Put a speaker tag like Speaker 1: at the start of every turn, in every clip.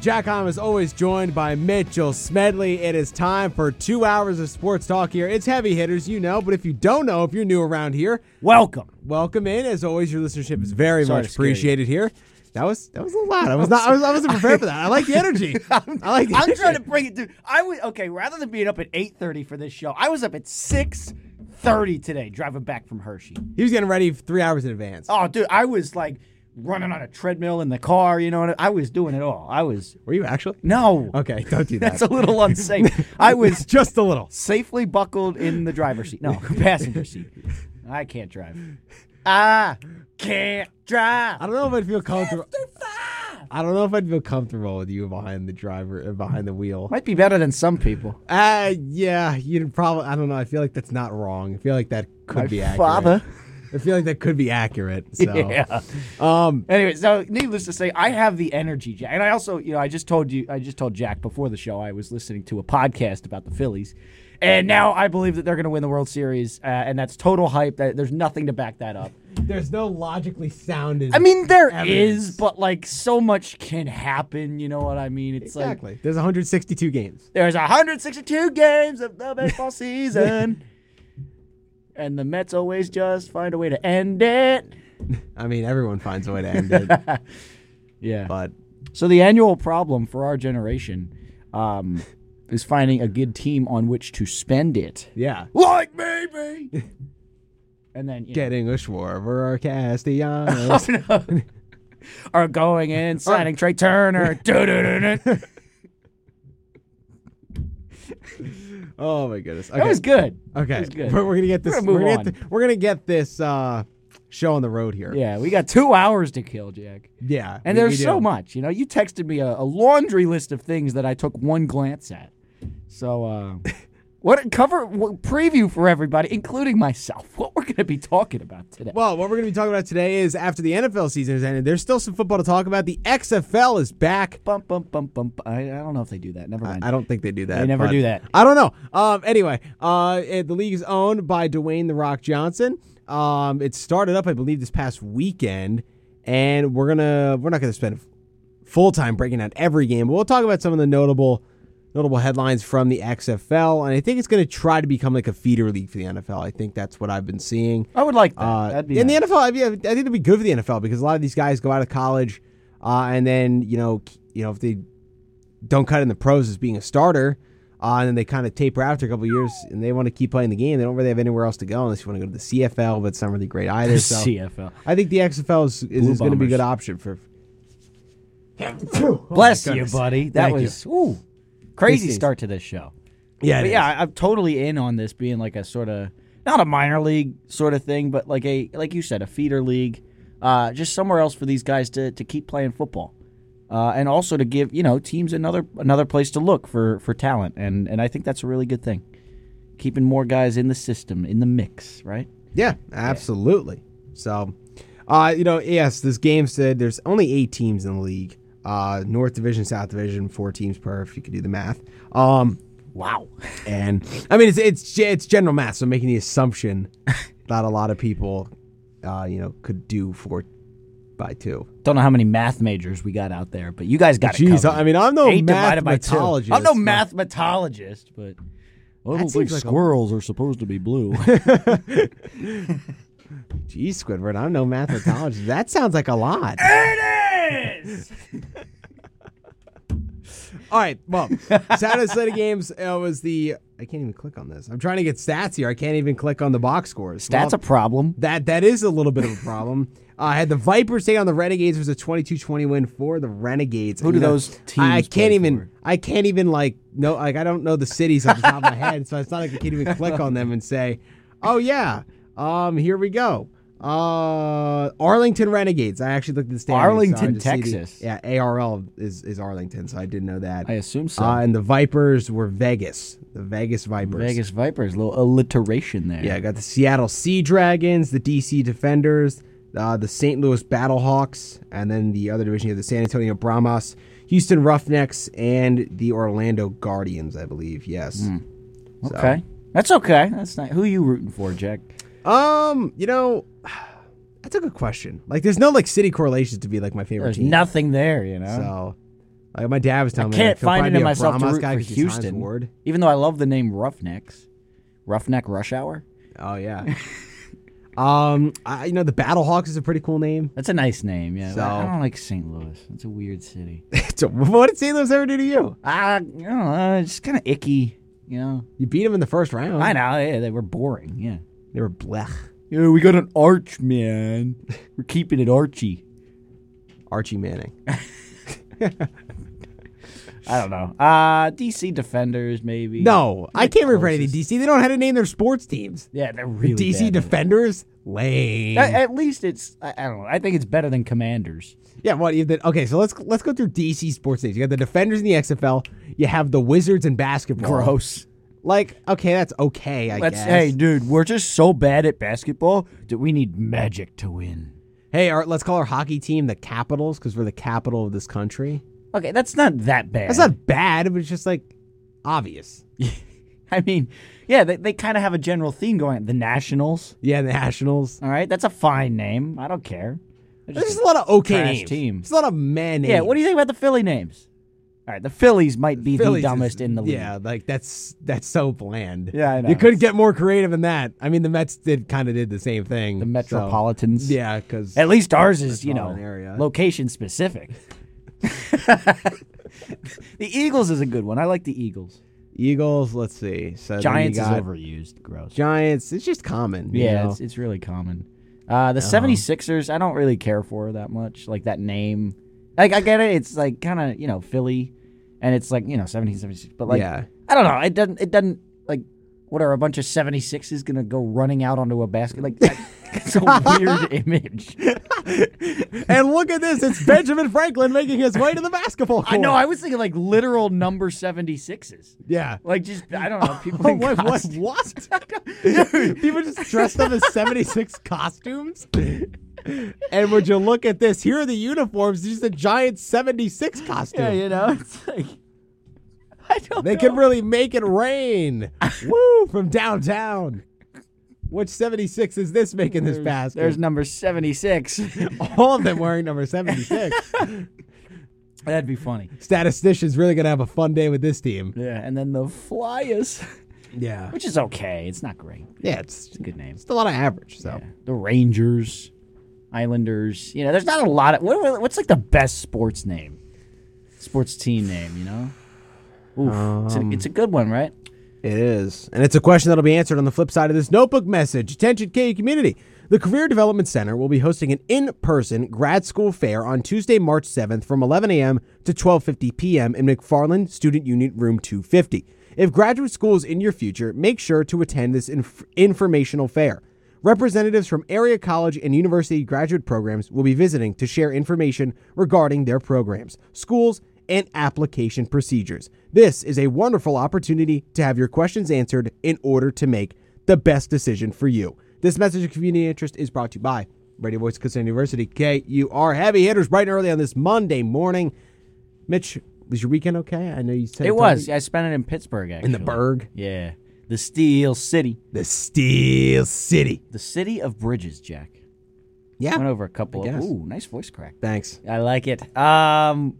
Speaker 1: Jack Heim is always joined by Mitchell Smedley. It is time for two hours of sports talk here. It's heavy hitters, you know, but if you don't know, if you're new around here,
Speaker 2: Welcome.
Speaker 1: welcome in. As always, your listenership is very
Speaker 2: Sorry
Speaker 1: much
Speaker 2: to scare you.
Speaker 1: appreciated here. That was that was a lot. I was not. I, was, I wasn't prepared for that. I like the energy. I like. The
Speaker 2: I'm
Speaker 1: energy.
Speaker 2: trying to bring it to. I was okay. Rather than being up at 8:30 for this show, I was up at 6:30 today, driving back from Hershey.
Speaker 1: He was getting ready three hours in advance.
Speaker 2: Oh, dude, I was like running on a treadmill in the car. You know, and I was doing it all. I was
Speaker 1: Were you actually?
Speaker 2: no.
Speaker 1: Okay, don't do that.
Speaker 2: That's a little unsafe. I was
Speaker 1: just a little.
Speaker 2: safely buckled in the driver's seat. No, passenger seat. I can't drive. I can't drive.
Speaker 1: I don't know if I'd feel comfortable. I don't know if I'd feel comfortable with you behind the driver, uh, behind the wheel.
Speaker 2: Might be better than some people.
Speaker 1: Uh, yeah, you'd probably. I don't know. I feel like that's not wrong. I feel like that could
Speaker 2: My
Speaker 1: be accurate.
Speaker 2: father.
Speaker 1: I feel like that could be accurate. Oh. So,
Speaker 2: Yeah.
Speaker 1: um,
Speaker 2: Anyway, so needless to say, I have the energy, Jack. And I also, you know, I just told you, I just told Jack before the show, I was listening to a podcast about the Phillies, and now I believe that they're going to win the World Series, uh, and that's total hype. That there's nothing to back that up.
Speaker 1: there's no logically sounded.
Speaker 2: I mean, there is,
Speaker 1: Evidence.
Speaker 2: but like, so much can happen. You know what I mean? It's like
Speaker 1: exactly. There's 162 games.
Speaker 2: There's 162 games of the baseball season. And the Mets always just find a way to end it.
Speaker 1: I mean, everyone finds a way to end it,
Speaker 2: Yeah.
Speaker 1: but
Speaker 2: so the annual problem for our generation um, is finding a good team on which to spend it.
Speaker 1: yeah.
Speaker 2: Like maybe. and then you know,
Speaker 1: Getting a Schwarber or Castellanos.
Speaker 2: are going in, signing Trey Turner. Du-du-du-du.
Speaker 1: oh my goodness. Okay.
Speaker 2: That was good. That
Speaker 1: Okay,
Speaker 2: was good.
Speaker 1: We're, we're gonna get this.
Speaker 2: We're
Speaker 1: We're
Speaker 2: gonna
Speaker 1: gonna,
Speaker 2: move
Speaker 1: get, th- we're gonna get this uh, show on the road here.
Speaker 2: Yeah, we got two hours to kill, Jack.
Speaker 1: yeah.
Speaker 2: And
Speaker 1: we- we
Speaker 2: there's so
Speaker 1: do.
Speaker 2: much. You know, you texted me a, a laundry list of things that I took one glance at. So, uh, what cover what, preview for everybody, including myself, what we're going to be talking about today.
Speaker 1: Well, what we're gonna be talking about today is after the NFL season has ended, there's still some football to talk about. The XFL is back.
Speaker 2: bump, bump, bump, bump. I, I don't know if they do that. Never mind.
Speaker 1: I don't think they do that.
Speaker 2: They never
Speaker 1: but-
Speaker 2: do that.
Speaker 1: I don't know. Um, anyway, uh, it- the league is owned by Dwayne the Rock Johnson. Um, it started up, I believe, this past weekend, and we're gonna we're not gonna spend full time breaking down every game, but we'll talk about some of the notable notable headlines from the XFL, and I think it's gonna try to become like a feeder league for the NFL. I think that's what I've been seeing.
Speaker 2: I would like that.
Speaker 1: Uh,
Speaker 2: That'd be
Speaker 1: in
Speaker 2: nice.
Speaker 1: the NFL, I'd be, I think it'd be good for the NFL because a lot of these guys go out of college, uh, and then you know, k- you know, if they don't cut in the pros as being a starter, uh, and then they kind of taper after a couple of years, and they want to keep playing the game. They don't really have anywhere else to go unless you want to go to the CFL, but it's not really great either. So
Speaker 2: CFL.
Speaker 1: I think the XFL is, is, going to be a
Speaker 2: Bombers.
Speaker 1: good option for.
Speaker 2: Bless
Speaker 1: Oh my
Speaker 2: you,
Speaker 1: goodness.
Speaker 2: buddy. That
Speaker 1: Thank you.
Speaker 2: was ooh, crazy
Speaker 1: These things.
Speaker 2: start to this show.
Speaker 1: Yeah, it
Speaker 2: But
Speaker 1: is.
Speaker 2: yeah, I- I'm totally in on this being like a sort of not a minor league sort of thing, but like a like you said, a feeder league, uh, just somewhere else for these guys to to keep playing football, uh, and also to give you know teams another another place to look for for talent, and and I think that's a really good thing, keeping more guys in the system in the mix, right?
Speaker 1: Yeah, absolutely. So, uh, you know, yes, this game said there's only eight teams in the league. Uh, North Division, South Division, four teams per. If you could do the math. Um,
Speaker 2: Wow.
Speaker 1: and I mean, it's it's ge- it's general math. So I'm making the assumption that a lot of people, uh, you know, could do four by two.
Speaker 2: Don't know how many math majors we got out there, but you guys got it
Speaker 1: Jeez,
Speaker 2: covered.
Speaker 1: I mean, I'm no
Speaker 2: Eight divided by two.
Speaker 1: mathematologist.
Speaker 2: I'm no
Speaker 1: but-
Speaker 2: mathematologist, but I
Speaker 1: That seems like a-
Speaker 2: squirrels are supposed to be blue.
Speaker 1: Jeez, Squidward, I'm no mathematologist. that sounds like a lot.
Speaker 2: it is.
Speaker 1: All right. Well, Saturday slate of games uh, was the. I can't even click on this. I'm trying to get stats here. I can't even click on the box scores.
Speaker 2: That's a
Speaker 1: Well,
Speaker 2: problem.
Speaker 1: that that is a little bit of a problem. Uh, I had the Vipers take on the Renegades. It was a 22-20 win for the Renegades.
Speaker 2: Who
Speaker 1: And,
Speaker 2: do
Speaker 1: you know,
Speaker 2: those teams
Speaker 1: I
Speaker 2: play
Speaker 1: can't even.
Speaker 2: for?
Speaker 1: I can't even like no. Like I don't know the cities off the top of my head, so it's not like I can even click on them and say, "Oh yeah, um, here we go." Uh, Arlington Renegades. I actually looked at the standings. so I
Speaker 2: Arlington,
Speaker 1: just see the-
Speaker 2: Texas.
Speaker 1: yeah, ARL is is Arlington, so I didn't know that.
Speaker 2: I assume so.
Speaker 1: Uh, and the Vipers were Vegas. The Vegas Vipers.
Speaker 2: Vegas Vipers, little alliteration there.
Speaker 1: Yeah, I got the Seattle Sea Dragons, the DC Defenders, uh, the St. Louis Battlehawks, and then the other division here, the San Antonio Brahmas, Houston Roughnecks, and the Orlando Guardians, I believe. Yes.
Speaker 2: Hmm. Okay. That's okay. That's not who you rooting for, Jack.
Speaker 1: Um, you know, that's a good question. Like, there's no like city correlations to be like my favorite
Speaker 2: There's
Speaker 1: team.
Speaker 2: nothing there, you know.
Speaker 1: So, Like my dad was telling me,
Speaker 2: Can't
Speaker 1: like, he'll
Speaker 2: find
Speaker 1: probably
Speaker 2: it
Speaker 1: be
Speaker 2: in
Speaker 1: a
Speaker 2: myself to
Speaker 1: Brahmas
Speaker 2: root
Speaker 1: guy
Speaker 2: for
Speaker 1: 'cause he's Heinz
Speaker 2: Houston.
Speaker 1: Ward.
Speaker 2: Even though I love the name Roughnecks, Roughneck Rush Hour.
Speaker 1: Oh yeah. um, I, you know the Battlehawks is a pretty cool name.
Speaker 2: That's a nice name. Yeah,
Speaker 1: So-
Speaker 2: I don't like St. Louis. It's a weird city.
Speaker 1: So, what did St. Louis ever do to you?
Speaker 2: Ah, I don't know. It's just kind of icky. You know.
Speaker 1: You beat them in the first round.
Speaker 2: I know. Yeah, they were boring. Yeah.
Speaker 1: They were blech.
Speaker 2: Yeah, we got an arch, man. We're keeping it archy.
Speaker 1: Archie Manning.
Speaker 2: I don't know. Uh DC Defenders, maybe.
Speaker 1: No, I can't remember
Speaker 2: closest.
Speaker 1: anything. DC. They don't know how to name their sports teams.
Speaker 2: Yeah, they're really
Speaker 1: DC
Speaker 2: bad.
Speaker 1: Defenders. Lame.
Speaker 2: At, at least it's. I, I don't know. I think it's better than Commanders.
Speaker 1: yeah. What? You, the, okay. So let's let's go through DC sports teams. You got the Defenders in the XFL. You have the Wizards in basketball. Like, okay, that's okay. I
Speaker 2: Let's.
Speaker 1: guess.
Speaker 2: Hey, dude, we're just so bad at basketball that we need magic to win.
Speaker 1: Hey, our, let's call our hockey team the Capitals because we're the capital of this country.
Speaker 2: Okay, that's not that bad.
Speaker 1: That's not bad, but it's just like obvious.
Speaker 2: I mean, yeah, they, they kind of have a general theme going. The Nationals.
Speaker 1: Yeah, the Nationals.
Speaker 2: All right, that's a fine name. I don't care. They're
Speaker 1: There's
Speaker 2: just-
Speaker 1: just a lot of okay
Speaker 2: Trash
Speaker 1: names.
Speaker 2: team.
Speaker 1: There's a lot of man names.
Speaker 2: yeah, what do you think about the Philly names? All right, the Phillies might be
Speaker 1: Phillies
Speaker 2: the
Speaker 1: is-
Speaker 2: dumbest in the league.
Speaker 1: Yeah, like that's that's so bland.
Speaker 2: Yeah, I know.
Speaker 1: You couldn't get more creative than that. I mean, the Mets did kind of did the same thing.
Speaker 2: the
Speaker 1: so-
Speaker 2: Metropolitans.
Speaker 1: Yeah, because
Speaker 2: At least ours is, you know,
Speaker 1: Metropolitan area.
Speaker 2: location specific. the Eagles is a good one. I like the Eagles.
Speaker 1: Eagles. Let's see. So then you
Speaker 2: Giants is
Speaker 1: got
Speaker 2: overused. Gross.
Speaker 1: Giants. It's just common. you
Speaker 2: yeah,
Speaker 1: know?
Speaker 2: it's, it's really common. Uh, the 76ers, I don't really care for that much. Like that name. Like, I get it. It's like kind of, you know, Philly. And it's like, you know, 1776. But like,
Speaker 1: yeah.
Speaker 2: I don't know. It doesn't, it doesn't, like, what are a bunch of 76s going to go running out onto a basket? Like, that, it's a weird image.
Speaker 1: and look at this. It's Benjamin Franklin making his way to the basketball court.
Speaker 2: I know. I was thinking like literal number 76s.
Speaker 1: Yeah.
Speaker 2: Like just I don't know people
Speaker 1: Oh,
Speaker 2: in
Speaker 1: what, what?
Speaker 2: costume.
Speaker 1: What? People just dressed up as 76 costumes? And would you look at this? Here are the uniforms. There's a giant 76 costume.
Speaker 2: Yeah, you know, it's like I don't.
Speaker 1: They
Speaker 2: know.
Speaker 1: can really make it rain. Woo, from downtown. Which 76 is this making this
Speaker 2: There's,
Speaker 1: basket?
Speaker 2: there's number 76.
Speaker 1: all of them wearing number 76.
Speaker 2: That'd be funny.
Speaker 1: Statistician's really going to have a fun day with this team.
Speaker 2: Yeah, and then the Flyers,
Speaker 1: Yeah.
Speaker 2: which is okay. It's not great.
Speaker 1: Yeah, it's,
Speaker 2: It's a good name.
Speaker 1: it's a lot of average, so.
Speaker 2: Yeah. The Rangers, Islanders. You know, there's not a lot of what, what's like the best sports name, sports team name. You know, Oof, it's,
Speaker 1: Um,
Speaker 2: a, it's a good one, right?
Speaker 1: It is. And it's a question that'll be answered on the flip side of this notebook message. Attention, KU community. The Career Development Center will be hosting an in-person grad school fair on Tuesday, March 7th from 11 a.m. to 12:50 p.m. in McFarland Student Union Room 250. If graduate school is in your future, make sure to attend this inf- informational fair. Representatives from area college and university graduate programs will be visiting to share information regarding their programs, schools, and application procedures. This is a wonderful opportunity to have your questions answered in order to make the best decision for you. This message of community interest is brought to you by Radio Voice Coastal University. K, you are heavy hitters bright and early on this Monday morning. Mitch, was your weekend okay? I know you said
Speaker 2: It was. I spent it in Pittsburgh actually.
Speaker 1: in the Berg,
Speaker 2: Yeah, the Steel City,
Speaker 1: the Steel City.
Speaker 2: the city of bridges. Jack
Speaker 1: Yeah.
Speaker 2: went over a couple.
Speaker 1: I
Speaker 2: Of,
Speaker 1: guess.
Speaker 2: ooh, nice voice crack.
Speaker 1: Thanks.
Speaker 2: I like it. Um,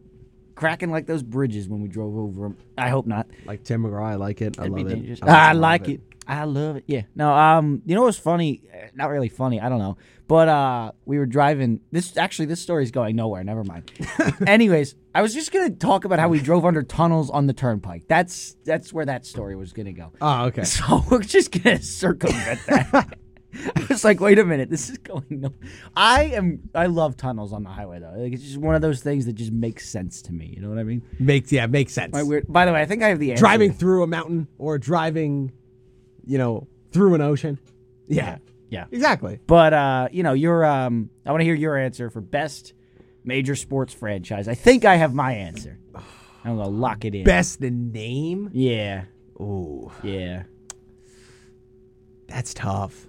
Speaker 2: cracking like those bridges when we drove over 'em. I hope not.
Speaker 1: Like Tim McGraw, I like it. I
Speaker 2: That'd
Speaker 1: love
Speaker 2: be
Speaker 1: it.
Speaker 2: dangerous.
Speaker 1: love
Speaker 2: I
Speaker 1: it.
Speaker 2: like it. I love it. Yeah. No. Um. You know what's funny? Uh, Not really funny. I don't know. But uh, we were driving. This actually, this story's going nowhere. Never mind. Anyways, I was just gonna talk about how we drove under tunnels on the turnpike. That's that's where that story was gonna go.
Speaker 1: Oh, okay.
Speaker 2: So we're just gonna circumvent that. I was like, wait a minute, this is going. No, I am. I love tunnels on the highway though. Like, it's just one of those things that just makes sense to me. You know what I mean?
Speaker 1: Makes yeah, makes sense.
Speaker 2: My weird. By the way, I think I have the answer.
Speaker 1: driving through a mountain or driving, you know, through an ocean. Yeah,
Speaker 2: Yeah.
Speaker 1: exactly.
Speaker 2: But uh, you know, your um, I want to hear your answer for best major sports franchise. I think I have my answer. I'm gonna lock it in.
Speaker 1: Best in name.
Speaker 2: Yeah.
Speaker 1: Ooh,
Speaker 2: Yeah.
Speaker 1: that's tough.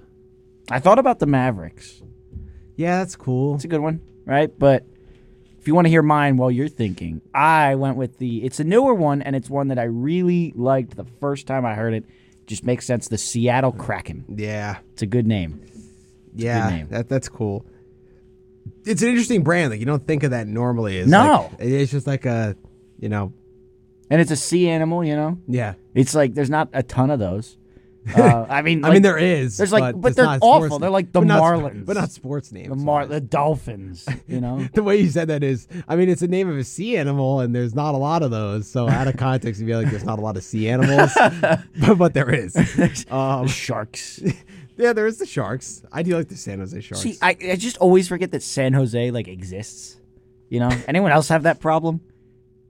Speaker 2: I thought about the Mavericks.
Speaker 1: Yeah, that's cool.
Speaker 2: It's a good one, right? But if you want to hear mine while you're thinking, I went with the. It's a newer one, and it's one that I really liked the first time I heard it. Just makes sense. The Seattle Kraken.
Speaker 1: Yeah,
Speaker 2: It's a good name.
Speaker 1: yeah,
Speaker 2: name.
Speaker 1: that that's cool. It's an interesting brand. Like you don't think of that normally. It's
Speaker 2: No.
Speaker 1: like- it's just like a you know,
Speaker 2: and it's a sea animal. You know,
Speaker 1: yeah.
Speaker 2: it's like there's not a ton of those. Uh, I mean,
Speaker 1: I
Speaker 2: like,
Speaker 1: mean, there is.
Speaker 2: there's like- but
Speaker 1: it's
Speaker 2: they're
Speaker 1: not a sports
Speaker 2: awful.
Speaker 1: name.
Speaker 2: They're like the
Speaker 1: but not-
Speaker 2: Marlins.
Speaker 1: but not sports names.
Speaker 2: the mar the dolphins. You know,
Speaker 1: the way you said that is, I mean, it's the name of a sea animal, and there's not a lot of those. So out of context, you'd be like, there's not a lot of sea animals, but, but there is. Um,
Speaker 2: sharks.
Speaker 1: yeah, there is the sharks. I do like the San Jose Sharks.
Speaker 2: See, I, I just always forget that San Jose like exists. You know, anyone else have that problem?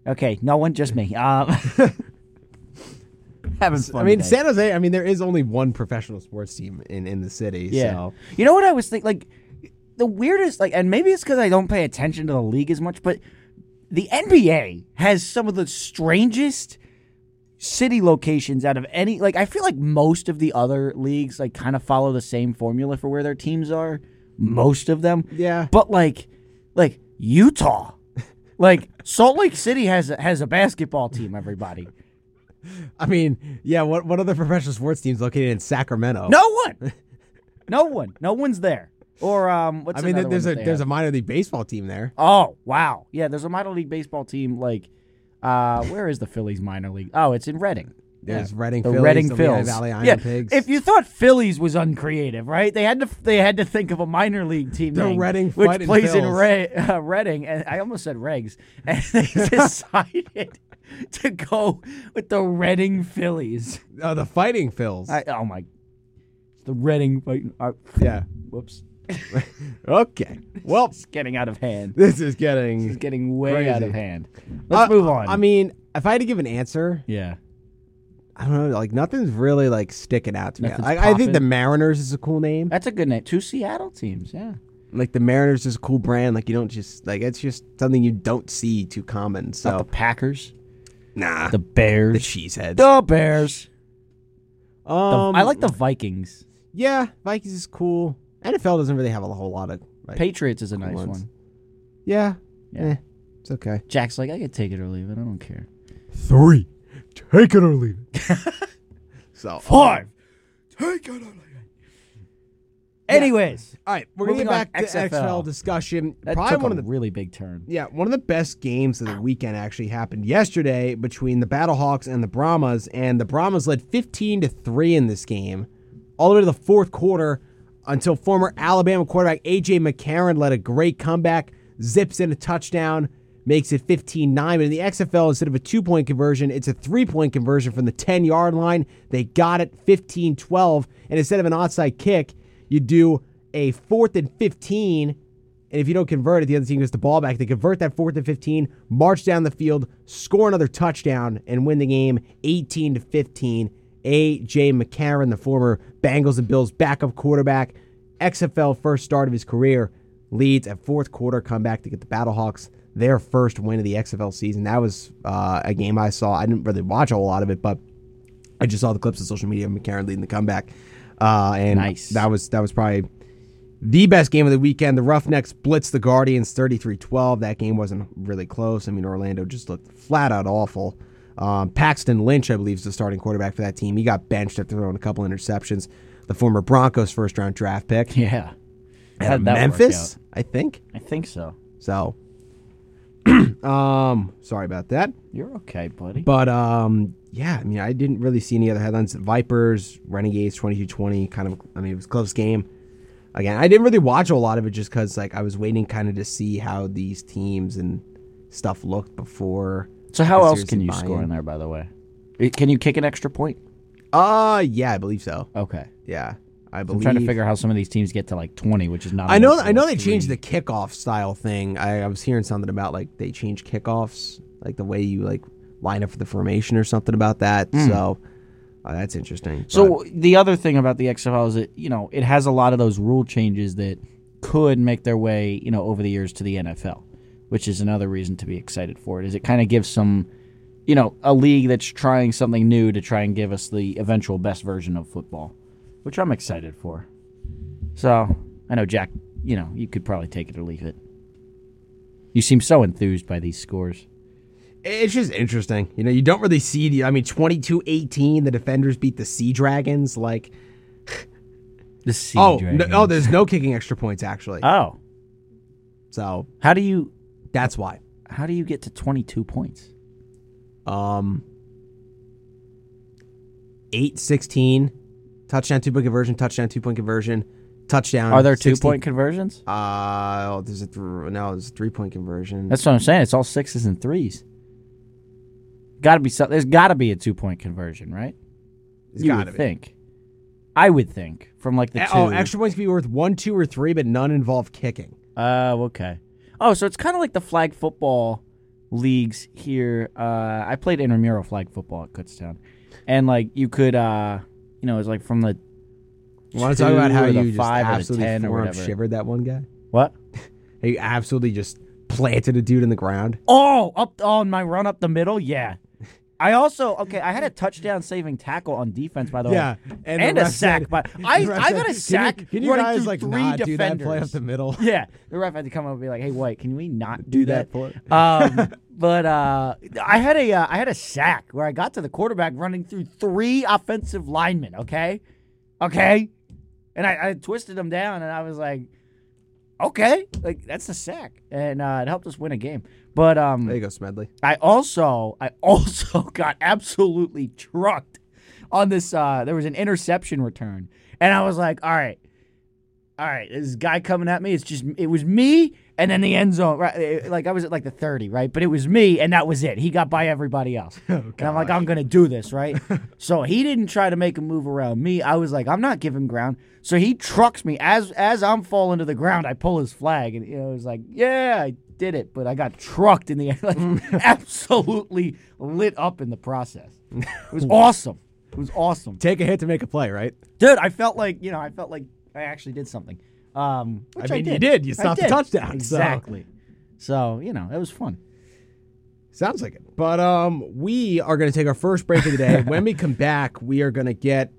Speaker 2: Okay, no one, just me. Um, having fun.
Speaker 1: I mean,
Speaker 2: today.
Speaker 1: San Jose. I mean, there is only one professional sports team in, in the city.
Speaker 2: yeah.
Speaker 1: So
Speaker 2: You know what I was thinking? Like the weirdest, like, and maybe it's because I don't pay attention to the league as much, but the NBA has some of the strangest city locations out of any like i feel like most of the other leagues like kind of follow the same formula for where their teams are most of them
Speaker 1: Yeah.
Speaker 2: but like like utah like salt lake city has a, has a basketball team everybody
Speaker 1: I mean, yeah. What what other professional sports teams located in Sacramento?
Speaker 2: no one no one no one's there or um what's
Speaker 1: I mean,
Speaker 2: another
Speaker 1: there's
Speaker 2: one
Speaker 1: a
Speaker 2: that they
Speaker 1: there's a
Speaker 2: have?
Speaker 1: minor league baseball team there.
Speaker 2: Oh wow, yeah. There's a minor league baseball team. Like, uh, where is the Phillies minor league? Oh, it's in Reading.
Speaker 1: There's Reading
Speaker 2: The
Speaker 1: Phillies,
Speaker 2: Reading
Speaker 1: the Lehigh
Speaker 2: Phils.
Speaker 1: Valley Iron
Speaker 2: yeah.
Speaker 1: Pigs.
Speaker 2: If you thought Phillies was uncreative, right? They had to they had to think of a minor league team.
Speaker 1: The
Speaker 2: name,
Speaker 1: Reading
Speaker 2: which
Speaker 1: Fightin'
Speaker 2: plays in
Speaker 1: Phils.
Speaker 2: Re- uh, Reading, and I almost said Regs, and they decided to go with the Reading Phillies.
Speaker 1: Oh, the Fighting Phils.
Speaker 2: I, oh my, the Reading fighting. Uh,
Speaker 1: yeah.
Speaker 2: whoops,
Speaker 1: Okay. Well,
Speaker 2: it's getting out of hand.
Speaker 1: this is getting.
Speaker 2: It's getting way out
Speaker 1: Crazy. Uh,
Speaker 2: of hand. Let's move on.
Speaker 1: I mean, if I had to give an answer,
Speaker 2: yeah.
Speaker 1: I don't know. Like nothing's really like sticking out to me.
Speaker 2: Nothing's
Speaker 1: Like, I think
Speaker 2: popping.
Speaker 1: the Mariners is a cool name.
Speaker 2: That's a good name. Two Seattle teams, yeah.
Speaker 1: Like the Mariners is a cool brand. Like you don't just like it's just something you don't see too common.
Speaker 2: Not the
Speaker 1: So
Speaker 2: Packers,
Speaker 1: nah,
Speaker 2: the
Speaker 1: the,
Speaker 2: Bears,
Speaker 1: cheeseheads.
Speaker 2: the Bears. The-
Speaker 1: um,
Speaker 2: I like the Vikings.
Speaker 1: yeah Vikings is cool. NFL doesn't really have a whole lot of like,
Speaker 2: Patriots is a nice
Speaker 1: ones.
Speaker 2: one.
Speaker 1: yeah
Speaker 2: Yeah.
Speaker 1: eh, it's okay.
Speaker 2: Jack's like, I could take it or leave it. I don't care.
Speaker 1: Three, take it or leave it. so um,
Speaker 2: take it or leave it. Anyways,
Speaker 1: all right, we're gonna
Speaker 2: Moving
Speaker 1: get
Speaker 2: on,
Speaker 1: back to XFL,
Speaker 2: XFL
Speaker 1: discussion.
Speaker 2: that
Speaker 1: Probably
Speaker 2: took
Speaker 1: one
Speaker 2: a
Speaker 1: of the
Speaker 2: really big turn.
Speaker 1: Yeah, one of the best games of the weekend actually happened yesterday between the Battlehawks and the Brahmas, and the Brahmas led 15 to 3 in this game, all the way to the fourth quarter until former Alabama quarterback AJ McCarron led a great comeback, zips in a touchdown, makes it 15-9. But in the XFL, instead of a two-point conversion, it's a three-point conversion from the 10-yard line. They got it 15-12, and instead of an onside kick, you do a fourth and 15 and if you don't convert it, the other team gets the ball back. They convert that fourth and 15, march down the field, score another touchdown, and win the game 18 to 15. A.J. McCarron, the former Bengals and Bills backup quarterback, XFL first start of his career, leads a fourth quarter comeback to get the Battlehawks their first win of the XFL season. That was uh, a game I saw. I didn't really watch a whole lot of it, but I just saw the clips on social media of McCarron leading the comeback. Uh, and
Speaker 2: Nice.
Speaker 1: that was that was probably the best game of the weekend. The Roughnecks blitzed the Guardians 33-12. That game wasn't really close. I mean, Orlando just looked flat out awful. Um, Paxton Lynch, I believe, is the starting quarterback for that team. He got benched after throwing a couple interceptions. The former Broncos first round draft pick
Speaker 2: Yeah.
Speaker 1: out of
Speaker 2: How'd that work
Speaker 1: Memphis, I think.
Speaker 2: out? I think so.
Speaker 1: So, um, sorry about that.
Speaker 2: You're okay, buddy.
Speaker 1: But um, yeah, I mean, I didn't really see any other headlines. Vipers, Renegades, twenty-two twenty. Kind of, I mean, it was a close game. Again, I didn't really watch a lot of it just because, like, I was waiting kind of to see how these teams and stuff looked before.
Speaker 2: so how
Speaker 1: the
Speaker 2: else
Speaker 1: series
Speaker 2: can you
Speaker 1: buy-in.
Speaker 2: score in there? By the way, It- can you kick an extra point?
Speaker 1: Uh, yeah, I believe so.
Speaker 2: Okay.
Speaker 1: Yeah, I
Speaker 2: I'm
Speaker 1: believe.
Speaker 2: trying to figure out how some of these teams get to like 20, which is not.
Speaker 1: I know,
Speaker 2: enough
Speaker 1: I know
Speaker 2: for
Speaker 1: they
Speaker 2: three.
Speaker 1: changed the kickoff style thing. I, I was hearing something about like they changed kickoffs, like the way you like line up for the formation or something about that. So uh, that's interesting. but-
Speaker 2: Hmm. So the other thing about the XFL is that you know it has a lot of those rule changes that could make their way you know over the years to the NFL, which is another reason to be excited for it. Is it kind of gives some, you know, a league that's trying something new to try and give us the eventual best version of football, which I'm excited for. So I know Jack, you know, you could probably take it or leave it. You seem so enthused by these scores.
Speaker 1: It's just interesting. You know, you don't really see the I mean 22-18 the defenders beat the Sea Dragons like
Speaker 2: The sea
Speaker 1: Oh, no, oh there's no kicking extra points actually.
Speaker 2: oh,
Speaker 1: So,
Speaker 2: how do you
Speaker 1: that's why.
Speaker 2: how do you get to 22 points?
Speaker 1: Um, 8 16, touchdown, two point conversion, touchdown, two point conversion, touchdown.
Speaker 2: Are there two
Speaker 1: 16
Speaker 2: point conversions?
Speaker 1: Uh, oh, there's a th- no, there's a three point conversion.
Speaker 2: That's what I'm saying. It's all sixes and threes. Got to be some, There's got to be a two point conversion, right?
Speaker 1: It's
Speaker 2: you
Speaker 1: gotta
Speaker 2: would
Speaker 1: be.
Speaker 2: think. I would think from like the
Speaker 1: A-
Speaker 2: two.
Speaker 1: Oh, extra points can be worth one, two, or three, but none involve kicking.
Speaker 2: Oh, okay. Oh, so it's kind of like the flag football leagues here. Uh, I played intramural flag football at Kutztown, and like you could, uh, you know, it's like from the
Speaker 1: You want to talk about
Speaker 2: two
Speaker 1: how
Speaker 2: or the
Speaker 1: you just
Speaker 2: five or the
Speaker 1: absolutely
Speaker 2: 10 or
Speaker 1: forearm
Speaker 2: whatever.
Speaker 1: shivered that one guy?
Speaker 2: what?
Speaker 1: How You absolutely just planted a dude in the ground.
Speaker 2: Oh, up on my run up the middle. Yeah. I also okay. I had a touchdown saving tackle on defense, by the
Speaker 1: Yeah,
Speaker 2: way,
Speaker 1: Oh. and
Speaker 2: and,
Speaker 1: the
Speaker 2: a
Speaker 1: ref
Speaker 2: sack.
Speaker 1: said-
Speaker 2: but I,
Speaker 1: the ref
Speaker 2: I
Speaker 1: said, "Can
Speaker 2: got a
Speaker 1: you-
Speaker 2: sack
Speaker 1: Can you
Speaker 2: running
Speaker 1: guys
Speaker 2: through
Speaker 1: like
Speaker 2: three
Speaker 1: not do
Speaker 2: defenders.
Speaker 1: that play up the middle?
Speaker 2: Yeah, the ref had to come up and be like, "Hey, White, can we not do,
Speaker 1: Do that
Speaker 2: that?"
Speaker 1: for-
Speaker 2: um, but uh, I had a uh, I had a sack where I got to the quarterback running through three offensive linemen. Okay, okay, and I, I twisted him down, and I was like, "Okay, like that's a sack," and uh, it helped us win a game. But um,
Speaker 1: There you go, Smedley.
Speaker 2: I also I also got absolutely trucked on this uh there was an interception return. And I was like, all right, all right, this guy coming at me. It's just it was me and then the end zone. Right it- like I was at like the 30, right? But it was me and that was it. He got by everybody else. and I'm like, I'm gonna do this, right? so he didn't try to make a move around me. I was like, I'm not giving ground. So he trucks me. As as I'm falling to the ground, I pull his flag and you know, it was like, Yeah, I did it, but I got trucked in the air, like absolutely lit up in the process. It was awesome. It was awesome
Speaker 1: Take a hit to make a play, right?
Speaker 2: dude i felt like you know i felt like i actually did something um which
Speaker 1: I
Speaker 2: I,
Speaker 1: mean,
Speaker 2: did.
Speaker 1: you did. You
Speaker 2: I
Speaker 1: stopped the
Speaker 2: did.
Speaker 1: touchdown, so-
Speaker 2: exactly so. you know it was fun
Speaker 1: Sounds like it. But um, we are going to take our first break of the day. when we come back, we are going to get,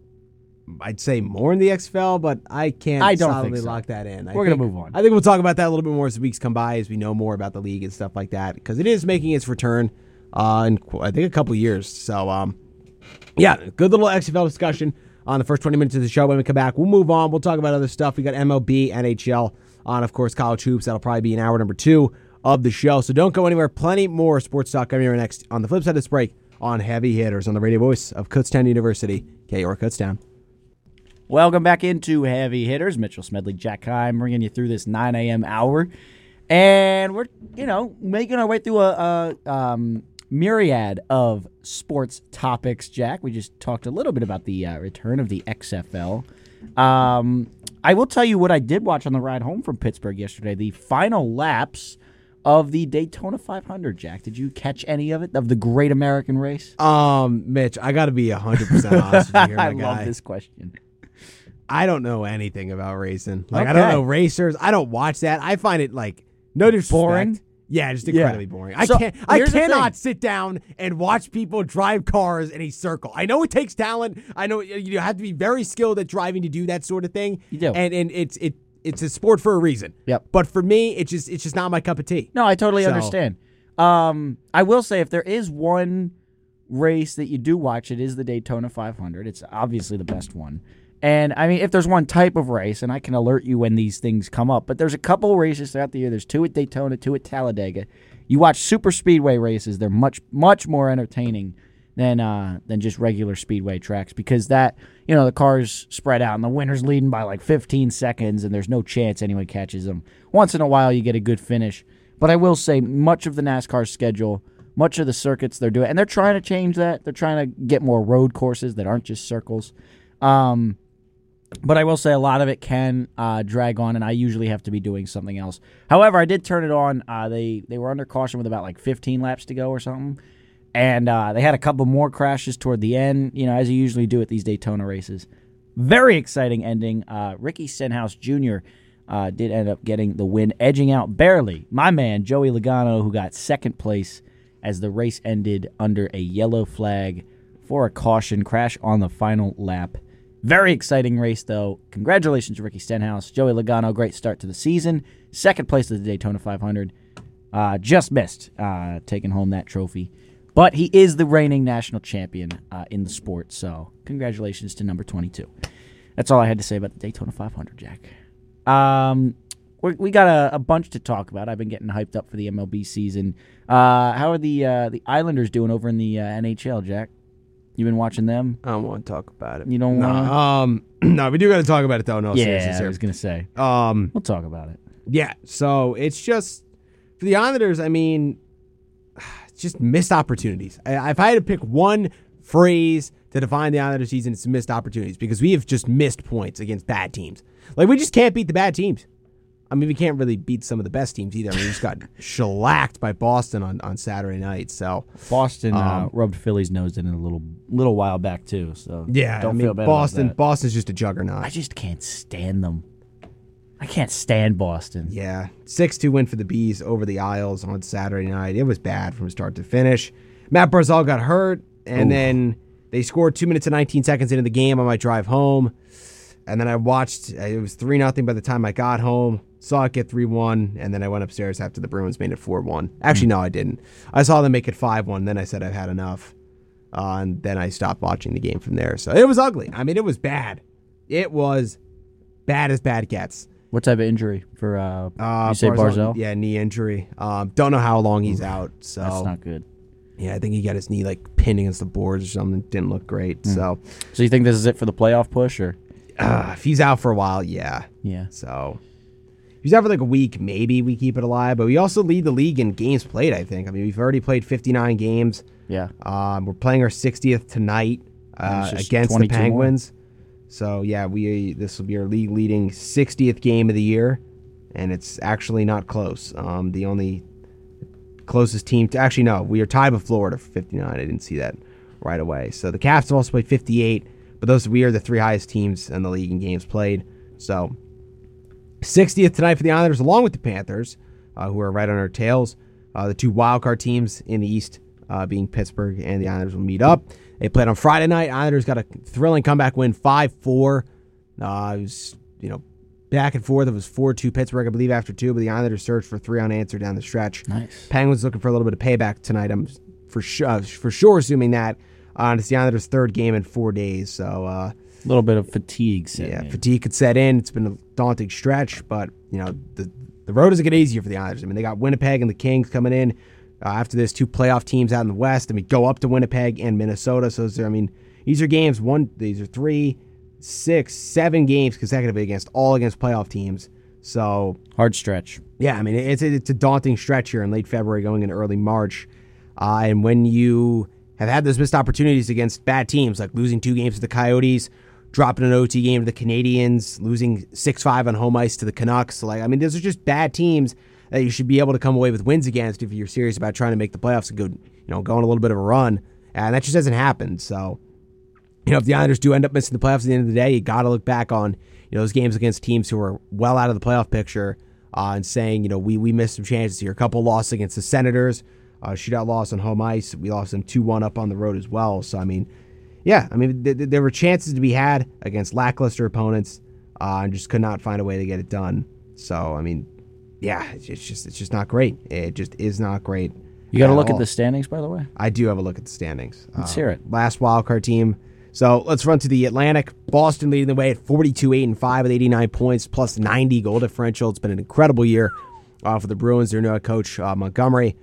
Speaker 1: I'd say, more in the XFL, but I can't
Speaker 2: I don't think
Speaker 1: solidly
Speaker 2: so.
Speaker 1: lock that in. I
Speaker 2: We're gonna
Speaker 1: think-
Speaker 2: move on.
Speaker 1: I think we'll talk about that a little bit more as the weeks come by, as we know more about the league and stuff like that, because it is making its return uh, in, qu- I think, a couple years. So, um, yeah, good little XFL discussion on the first 20 minutes of the show. When we come back, we'll move on. We'll talk about other stuff. We got MLB, NHL on, of course, college hoops. That'll probably be an hour number two of the show. So don't go anywhere. Plenty more sports talk coming your next on the flip side of this break on Heavy Hitters on the radio voice of Kutztown University, KR Kutztown.
Speaker 2: welcome back into heavy hitters mitchell smedley jack Heim bringing you through this 9 a.m hour and we're you know making our way through a, a um myriad of sports topics jack we just talked a little bit about the uh, return of the xfl um i will tell you what i did watch on the ride home from pittsburgh yesterday the final laps of the Daytona 500, Jack. Did you catch any of it of the Great American Race?
Speaker 1: Um, Mitch, I got to be 100% honest with you here, my
Speaker 2: I love
Speaker 1: guy.
Speaker 2: this question.
Speaker 1: I don't know anything about racing. Like I don't
Speaker 2: Okay.
Speaker 1: know racers. I don't watch that. I find it like no disrespect.
Speaker 2: Boring?
Speaker 1: Yeah, just
Speaker 2: Yeah.
Speaker 1: incredibly boring. I
Speaker 2: So,
Speaker 1: can't. I
Speaker 2: here's the
Speaker 1: cannot
Speaker 2: thing.
Speaker 1: sit down and watch people drive cars in a circle. I know it takes talent. I know you you have to be very skilled at driving to do that sort of thing.
Speaker 2: You do.
Speaker 1: and and it's it it's a sport for a reason.
Speaker 2: Yep.
Speaker 1: But for me, it's just it's just not my cup of tea.
Speaker 2: No, I totally
Speaker 1: So-
Speaker 2: understand. Um, I will say if there is one race that you do watch, it is the Daytona 500. It's obviously the best one. And I mean, if there's one type of race, and I can alert you when these things come up, but there's a couple races throughout the year. There's two at Daytona, two at Talladega. You watch super speedway races; they're much much more entertaining than uh, than just regular speedway tracks because that you know the cars spread out and the winner's leading by like 15 seconds, and there's no chance anyone catches them. Once in a while, you get a good finish. But I will say, much of the NASCAR schedule, much of the circuits they're doing, and they're trying to change that. They're trying to get more road courses that aren't just circles. Um, but I will say a lot of it can uh, drag on, and I usually have to be doing something else. However, I did turn it on. Uh, they they were under caution with about like 15 laps to go or something, and uh, they had a couple more crashes toward the end. You know, as you usually do at these Daytona races. Very exciting ending. Uh, Ricky Stenhouse Jr. Uh, did end up getting the win, edging out barely my man Joey Logano, who got second place as the race ended under a yellow flag for a caution crash on the final lap. Very exciting race, though. Congratulations to Ricky Stenhouse. Joey Logano, great start to the season. Second place to the Daytona 500. Uh, just missed uh, taking home that trophy. But he is the reigning national champion uh, in the sport, so congratulations to number 22. That's all I had to say about the Daytona 500, Jack. Um, we we got a, a bunch to talk about. I've been getting hyped up for the MLB season. Uh, how are the uh, the Islanders doing over in the uh, NHL, Jack? You been watching them?
Speaker 3: I don't want to talk about it.
Speaker 2: You don't want? to
Speaker 1: Nah, um, no, we do got to talk about it though. No,
Speaker 2: yeah,
Speaker 1: seriousness
Speaker 2: I
Speaker 1: here.
Speaker 2: was gonna say
Speaker 1: Um,
Speaker 2: we'll talk about it.
Speaker 1: yeah. So it's just for the Islanders. I mean, it's just missed opportunities. I, if I had to pick one phrase to define the Islanders season, it's missed opportunities because we have just missed points against bad teams. Like we just can't beat the bad teams. I mean, we can't really beat some of the best teams either. I mean, we just got shellacked by Boston on, on Saturday night. So
Speaker 2: Boston uh, rubbed Philly's nose in a little little while back too. So
Speaker 1: yeah,
Speaker 2: don't
Speaker 1: I mean,
Speaker 2: feel bad about
Speaker 1: Boston.
Speaker 2: that.
Speaker 1: Boston's just a
Speaker 2: I
Speaker 1: juggernaut.
Speaker 2: just can't stand them. I can't stand Boston.
Speaker 1: Yeah, six two win for the bees over the Isles on Saturday night. It was bad from start to finish. Matt Barzal got hurt, and then they scored two minutes and nineteen seconds into the game on my drive home. And then I watched. uh, It was three nothing by the time I got home. Saw it get three one, and then I went upstairs after the Bruins made it four one. Actually, no, I didn't. I saw them make it five one. Then I said I've had enough, uh, and then I stopped watching the game from there. So it was ugly. I mean, it was bad. It was bad as bad gets.
Speaker 2: What type of injury for? Uh,
Speaker 1: Uh,
Speaker 2: you say Barzell?
Speaker 1: Yeah, knee injury. Um, don't know how long he's out. So
Speaker 2: That's not good.
Speaker 1: yeah, I think he got his knee like pinned against the boards or something. Didn't look great.
Speaker 2: Hmm.
Speaker 1: So
Speaker 2: So you think this is it for the playoff push, or
Speaker 1: uh, if he's out for a while, yeah.
Speaker 2: yeah?
Speaker 1: So if he's out for like a week, maybe we keep it alive. But we also lead the league in games played. I think. I mean, we've already played 59 games.
Speaker 2: Yeah.
Speaker 1: Um, we're playing our 60th tonight
Speaker 2: And
Speaker 1: uh,
Speaker 2: it's just
Speaker 1: against the
Speaker 2: 22 more.
Speaker 1: Penguins. So yeah, we this will be our league leading 60th game of the year, and it's actually not close. Um, the only closest team to actually no, we are tied with Florida for 59. I didn't see that right away. So the Caps have also played 58, but those we are the three highest teams in the league in games played. So 60th tonight for the Islanders, along with the Panthers, uh, who are right on our tails. Uh, the two wildcard teams in the East, uh, being Pittsburgh and the Islanders, will meet up. They played on Friday night. Islanders got a thrilling comeback win, five four. Uh, it was you know back and forth. It was four two Pittsburgh, I believe, after two, but the Islanders surged for three unanswered down the stretch.
Speaker 2: Nice.
Speaker 1: Penguins looking for a little bit of payback tonight. I'm for sure, uh, for sure assuming that. Uh, it's the Islanders' third game in four days, so. Uh,
Speaker 2: A little bit of fatigue. setting
Speaker 1: yeah,
Speaker 2: in.
Speaker 1: fatigue could set in. It's been a daunting stretch, but you know the the road doesn't get easier for the Islanders. I mean, they got Winnipeg and the Kings coming in uh, after this. Two playoff teams out in the West. I mean, go up to Winnipeg and Minnesota. So is there, I mean, these are games. One, these are three, six, seven games consecutively against all against playoff teams. So
Speaker 2: Hard stretch.
Speaker 1: yeah, I mean it's it's a daunting stretch here in late February, going into early March, uh, and when you have had those missed opportunities against bad teams, like losing two games to the Coyotes, dropping an OT game to the Canadians, losing six five on home ice to the Canucks, like I mean those are just bad teams that you should be able to come away with wins against if you're serious about trying to make the playoffs and go you know go on a little bit of a run, and that just hasn't happened. So you know, if the Islanders do end up missing the playoffs at the end of the day, you got to look back on you know those games against teams who are well out of the playoff picture uh, and saying, you know, we we missed some chances here. A couple losses against the Senators, uh, shootout loss on home ice. We lost them two one up on the road as well. So I mean, yeah, I mean th- th- there were chances to be had against lackluster opponents uh, and just could not find a way to get it done. So I mean, yeah, it's it's just it's just not great. It just is not great.
Speaker 2: You got to
Speaker 1: at
Speaker 2: look
Speaker 1: all.
Speaker 2: at the standings, by the way.
Speaker 1: I do have a look at the standings. Uh,
Speaker 2: Let's hear it.
Speaker 1: Last wildcard team. So let's run to the Atlantic. Boston leading the way at 42 8 and 5 with 89 points plus 90 goal differential. It's been an incredible year uh, for the Bruins. Their new head coach, uh, Montgomery,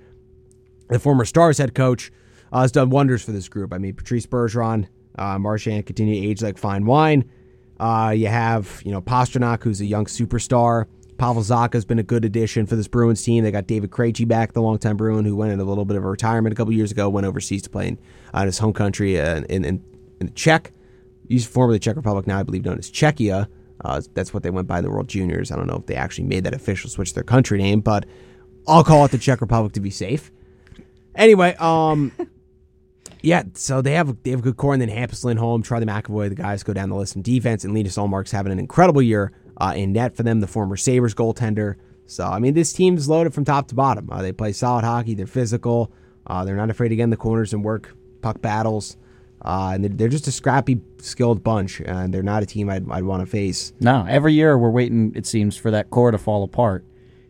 Speaker 1: the former Stars head coach, uh, has done wonders for this group. I mean, Patrice Bergeron, uh, Marchand continue to age like fine wine. Uh, you have, you know, Pasternak, who's a young superstar. Pavel Zaka's been a good addition for this Bruins team. They got David Krejci back, the longtime Bruin who went in a little bit of a retirement a couple years ago, went overseas to play in, uh, in his home country uh, in, in, in Czech. He's formerly Czech Republic, now I believe known as Czechia. Uh, that's what they went by in the World Juniors. I don't know if they actually made that official switch to their country name, but I'll call it the Czech Republic to be safe. Anyway, um, yeah, so they have they have a good core, and then Hampus Lindholm, Charlie McAvoy, the guys go down the list in defense, and Linus Allmark's having an incredible year uh, in net for them, the former Sabres goaltender. So I mean, this team's loaded from top to bottom. Uh, they play solid hockey. They're physical. Uh, they're not afraid to get in the corners and work puck battles. Uh, and they're- they're just a scrappy, skilled bunch, and they're not a team I'd, I'd want to face.
Speaker 2: No, every year we're waiting, it seems, for that core to fall apart,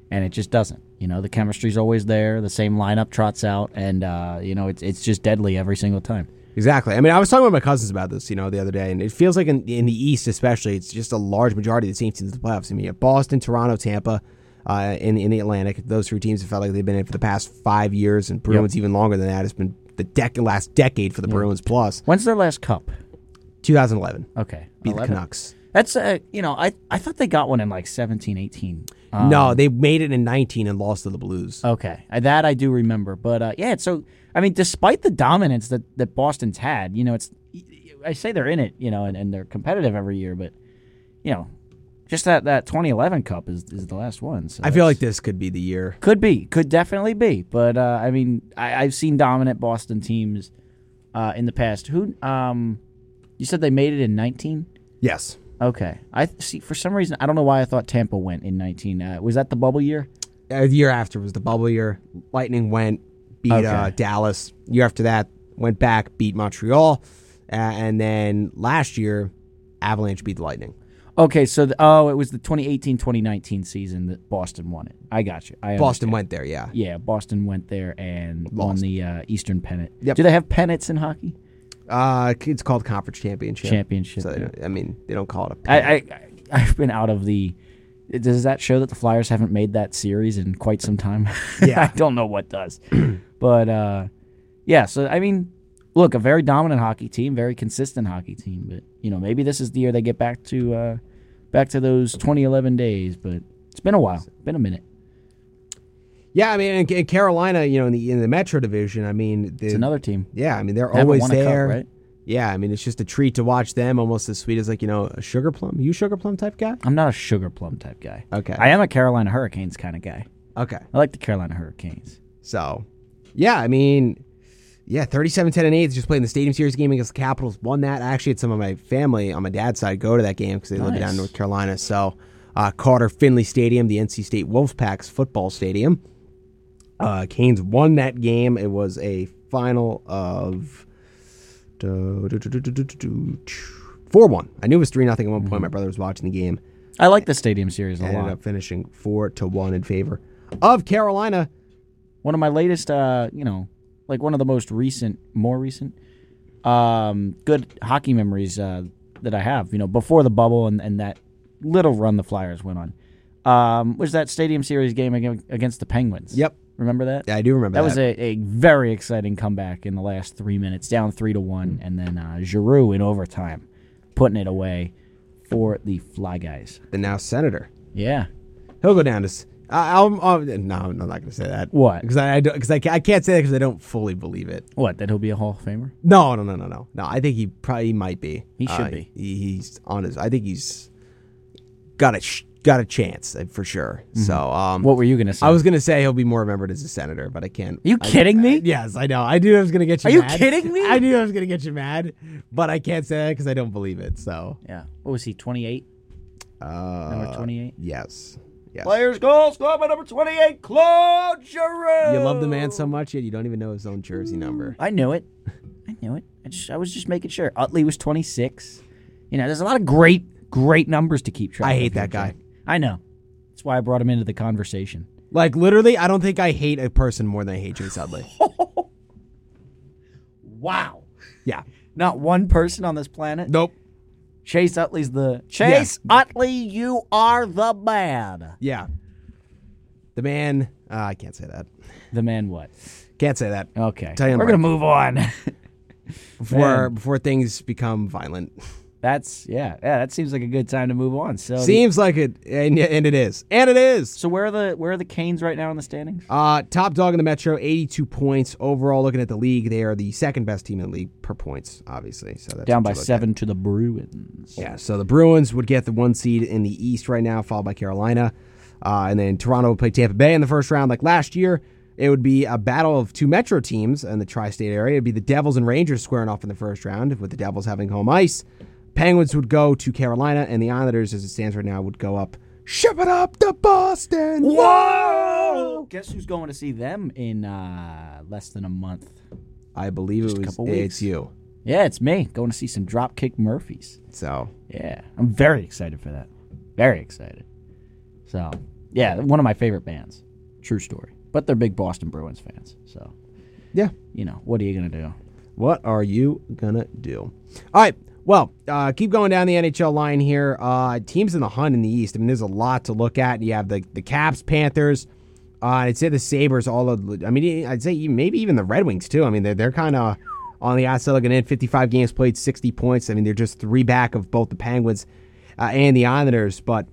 Speaker 2: and it just doesn't. You know, the chemistry's always there. The same lineup trots out, and uh, you know it's it's just deadly every single time.
Speaker 1: Exactly. I mean, I was talking with my cousins about this, you know, the other day, and it feels like in, in the East, especially, it's just a large majority of the teams in the playoffs. I mean, you have Boston, Toronto, Tampa, uh, in in the Atlantic, those three teams have felt like they've been in for the past five years, and Bruins even longer than that. It's been the dec- last decade for the Bruins plus
Speaker 2: When's their last cup?
Speaker 1: 2011
Speaker 2: Okay.
Speaker 1: beat the
Speaker 2: 11?
Speaker 1: Canucks.
Speaker 2: That's, uh, you know, I, I thought they got one in like 17, 18. Uh,
Speaker 1: no, they made it in 19 and lost to the Blues.
Speaker 2: Okay, Uh, that I do remember. But uh, yeah, so I mean, despite the dominance that that Boston's had, you know, it's I say they're in it, you know, and, and they're competitive every year, but you know, just that that 2011 Cup is is the last one. So
Speaker 1: I feel like
Speaker 2: that's-
Speaker 1: this could be the year.
Speaker 2: could be, could definitely be, but uh, I mean, I, I've seen dominant Boston teams uh, in the past. Who um, you said they made it in 19.
Speaker 1: Yes.
Speaker 2: Okay, I th- see. For some reason, I don't know why I thought Tampa went in 19. Uh, was that the bubble year?
Speaker 1: Uh, the year after was the bubble year. Lightning went, beat uh,
Speaker 2: Okay.
Speaker 1: Dallas. Year after that, went back, beat Montreal. Uh, and then last year, Avalanche beat the Lightning.
Speaker 2: Okay, so the, oh, it was the 2018-2019 season that Boston won it. I got you. I
Speaker 1: Boston
Speaker 2: understand.
Speaker 1: went there, yeah.
Speaker 2: Yeah, Boston went there and won
Speaker 1: Lost.
Speaker 2: the uh, Eastern Pennant.
Speaker 1: Yep.
Speaker 2: Do they have pennants in hockey?
Speaker 1: Uh, it's called Conference Championship.
Speaker 2: Championship.
Speaker 1: So, they don't- I mean, they don't call it a
Speaker 2: I,
Speaker 1: pennant.
Speaker 2: I I- I've been out of the. Does that show that the Flyers haven't made that series in quite some time?
Speaker 1: Yeah.
Speaker 2: I don't know what does, but uh, yeah. So I mean, look, a very dominant hockey team, very consistent hockey team, but you know, maybe this is the year they get back to uh, back to those 2011 days. But it's been a while, been a minute.
Speaker 1: yeah, I mean, and, and Carolina, you know, in the, in the Metro Division, I mean, the,
Speaker 2: It's another team.
Speaker 1: yeah, I mean, they're
Speaker 2: haven't
Speaker 1: always
Speaker 2: won a cup,
Speaker 1: there.
Speaker 2: right?
Speaker 1: Yeah, I mean, it's just a treat to watch them, almost as sweet as, like, you know, a sugar plum. You sugar plum type guy?
Speaker 2: I'm not a sugar plum type guy.
Speaker 1: Okay.
Speaker 2: I am a Carolina Hurricanes kind of guy.
Speaker 1: Okay.
Speaker 2: I like the Carolina Hurricanes.
Speaker 1: So, yeah, I mean, yeah, 37 10 and 8 just playing the Stadium Series game against the Capitals. Won that. I actually had some of my family on my dad's side go to that game because they lived down in
Speaker 2: Nice.
Speaker 1: North Carolina. So, uh, Carter Finley Stadium, the NC State Wolfpack's football stadium. Uh, Canes won that game. It was a final of 4 1. I knew it was 3 0 at one point. My brother was watching the game
Speaker 2: I like the Stadium Series Mm-hmm. a
Speaker 1: and
Speaker 2: lot.
Speaker 1: ended up finishing 4 to 1 in favor of Carolina.
Speaker 2: one of my latest uh you know like one of the most recent more recent um good hockey memories uh that i have you know before the bubble and, and that little run the flyers went on um was that stadium series game ag- against the penguins
Speaker 1: Yep.
Speaker 2: remember that
Speaker 1: Yeah, I do remember
Speaker 2: that
Speaker 1: that.
Speaker 2: was a, a very exciting comeback in the last three minutes, down three to one,
Speaker 1: Mm.
Speaker 2: and then uh, Giroux in overtime, putting it away for the Fly Guys.
Speaker 1: the now senator.
Speaker 2: Yeah,
Speaker 1: He'll go down to. s- I, am no, I'm not going to say that.
Speaker 2: What?
Speaker 1: Because I, I don't. Because I, ca- I can't say that because I don't fully believe it.
Speaker 2: what? That he'll be a Hall of Famer?
Speaker 1: No, no, no, no, no. No, I think he probably might be. Uh,
Speaker 2: He should be.
Speaker 1: He, he's on his. I think he's got a sh- got a chance uh, for sure. So, um,
Speaker 2: Mm-hmm. What were you gonna say?
Speaker 1: I was going to say he'll be more remembered as a senator, but I can't.
Speaker 2: Are you
Speaker 1: I-
Speaker 2: kidding me?
Speaker 1: Yes, I know. I knew I was going to get you.
Speaker 2: Are you
Speaker 1: mad.
Speaker 2: kidding me?
Speaker 1: I knew I was going to get you mad, but I can't say that because I don't believe it. So,
Speaker 2: yeah. What was he? Twenty eight.
Speaker 1: uh,
Speaker 2: Number 28.
Speaker 1: yes, yes.
Speaker 2: Players goal scored by number 28, Claude Giroux.
Speaker 1: You love the man so much yet you don't even know his own jersey number.
Speaker 2: I knew it. I knew it. I just I was just making sure. Utley was 26. You know, there's a lot of great great numbers to keep track
Speaker 1: I
Speaker 2: of
Speaker 1: hate
Speaker 2: here,
Speaker 1: that guy.
Speaker 2: Jack. I know. That's why I brought him into the conversation.
Speaker 1: Like literally, I don't think I hate a person more than I hate Jay Sudley.
Speaker 2: Wow.
Speaker 1: yeah.
Speaker 2: Not one person on this planet.
Speaker 1: Nope.
Speaker 2: Chase Utley's the
Speaker 1: Yes.
Speaker 2: Chase Utley, you are the man.
Speaker 1: Yeah. The man. Uh, I can't say that.
Speaker 2: The man what?
Speaker 1: Can't say that
Speaker 2: Okay.
Speaker 1: Tell you
Speaker 2: We're
Speaker 1: what.
Speaker 2: going to move on.
Speaker 1: before before things become violent.
Speaker 2: Oh, That's yeah. Yeah, that seems like a good time to move on. So the-
Speaker 1: Seems like it, and, and it is, and it is.
Speaker 2: So where are the where are the Canes right now in the standings?
Speaker 1: Uh, top dog in the Metro, 82 points overall. Looking at the league, they are the second best team in the league per points, obviously. So that's
Speaker 2: Down
Speaker 1: what
Speaker 2: by
Speaker 1: you look at.
Speaker 2: seven to the Bruins.
Speaker 1: Yeah, so the Bruins would get the one seed in the East right now, followed by Carolina. Uh, and then Toronto would play Tampa Bay in the first round. Like last year, it would be a battle of two Metro teams in the tri state area. It'd be the Devils and Rangers squaring off in the first round, with the Devils having home ice. Penguins would go to Carolina, and the Islanders, as it stands right now, would go up. Ship it up to Boston!
Speaker 2: Whoa! Guess who's going to see them in uh, less than a month?
Speaker 1: I believe
Speaker 2: a
Speaker 1: it was
Speaker 2: couple weeks.
Speaker 1: it's you.
Speaker 2: Yeah, it's me going to see some Dropkick Murphys.
Speaker 1: So
Speaker 2: Yeah, I'm very excited for that. Very excited. So yeah, one of my favorite bands. True story. But they're big Boston Bruins fans. So
Speaker 1: yeah,
Speaker 2: you know what are you gonna do?
Speaker 1: What are you gonna do? All right. Well, uh, keep going down the NHL line here. Uh, teams in the hunt in the East. I mean, there's a lot to look at. You have the the Caps, Panthers. Uh, I'd say the Sabers. All of. I mean, I'd say even- maybe even the Red Wings too. I mean, they're they're kind of on the outside looking in. 55 games played, 60 points. I mean, they're just three back of both the Penguins uh, and the Islanders, but.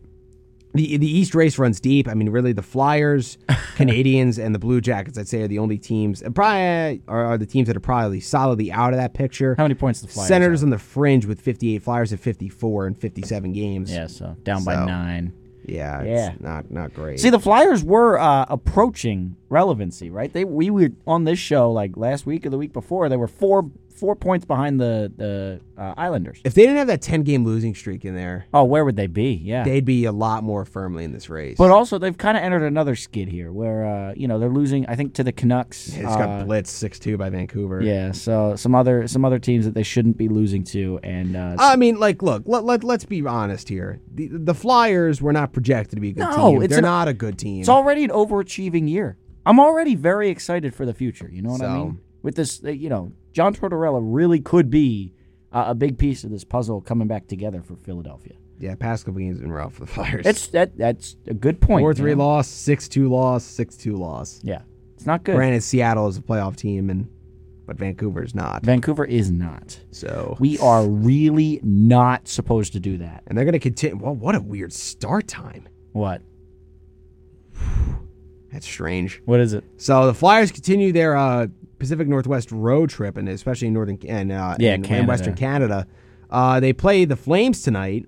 Speaker 1: The, the East race runs deep. I mean, really, the Flyers, Canadians, and the Blue Jackets, I'd say, are the only teams, and probably are, are the teams that are probably solidly out of that picture.
Speaker 2: How many points the Flyers?
Speaker 1: Senators on the fringe with 58. Flyers at 54 and 57 games.
Speaker 2: Yeah, so down by
Speaker 1: So.
Speaker 2: nine.
Speaker 1: yeah,
Speaker 2: Yeah.
Speaker 1: it's not not great.
Speaker 2: See, the Flyers were uh, approaching relevancy, right? They we were on this show like last week or the week before. They were four four points behind the the uh, Islanders.
Speaker 1: if they didn't have that 10 game losing streak in there,
Speaker 2: Oh, where would they be? Yeah.
Speaker 1: they'd be a lot more firmly in this race.
Speaker 2: but also, they've kind of entered another skid here, where uh, you know they're losing. I think to the Canucks.
Speaker 1: it's
Speaker 2: uh,
Speaker 1: got blitzed 6 2 by Vancouver.
Speaker 2: Yeah, so some other some other teams that they shouldn't be losing to, and uh,
Speaker 1: I mean, like, look, let, let, let's be honest here. The, the Flyers were not projected to be a good
Speaker 2: No,
Speaker 1: team.
Speaker 2: it's
Speaker 1: They're
Speaker 2: an-
Speaker 1: not a good team.
Speaker 2: it's already an overachieving year. I'm already very excited for the future. You know what I
Speaker 1: So-
Speaker 2: mean? With this, uh, you know, John Tortorella really could be uh, a big piece of this puzzle coming back together for Philadelphia.
Speaker 1: yeah, past couple games have been rough for the Flyers.
Speaker 2: It's that that's a good point.
Speaker 1: 4
Speaker 2: you
Speaker 1: 3
Speaker 2: know?
Speaker 1: loss, 6 2 loss, 6 2 loss.
Speaker 2: Yeah, it's not good.
Speaker 1: Granted, Seattle is a playoff team, and but Vancouver's not.
Speaker 2: Vancouver is not.
Speaker 1: So.
Speaker 2: We are really not supposed to do that.
Speaker 1: and they're going to continue. Well, what a weird start time.
Speaker 2: What?
Speaker 1: That's strange.
Speaker 2: What is it?
Speaker 1: So the Flyers continue their uh, Pacific Northwest road trip, and especially in northern and uh,
Speaker 2: Yeah,
Speaker 1: and, and
Speaker 2: Canada.
Speaker 1: Western Canada. Uh, they play the Flames tonight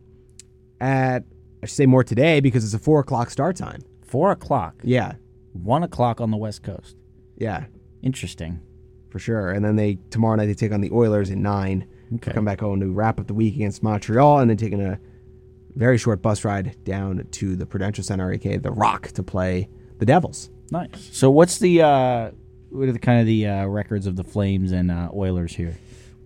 Speaker 1: at I should say more today because it's a four o'clock start time.
Speaker 2: Four o'clock,
Speaker 1: Yeah,
Speaker 2: one o'clock on the West Coast.
Speaker 1: yeah,
Speaker 2: Interesting.
Speaker 1: for sure. And then they tomorrow night they take on the Oilers at nine.
Speaker 2: Okay.
Speaker 1: Come back home to wrap up the week against Montreal, and then taking a very short bus ride down to the Prudential Center, aka the Rock, to play the Devils.
Speaker 2: Nice. So what's the uh what are the kind of the uh, records of the Flames and uh, Oilers here?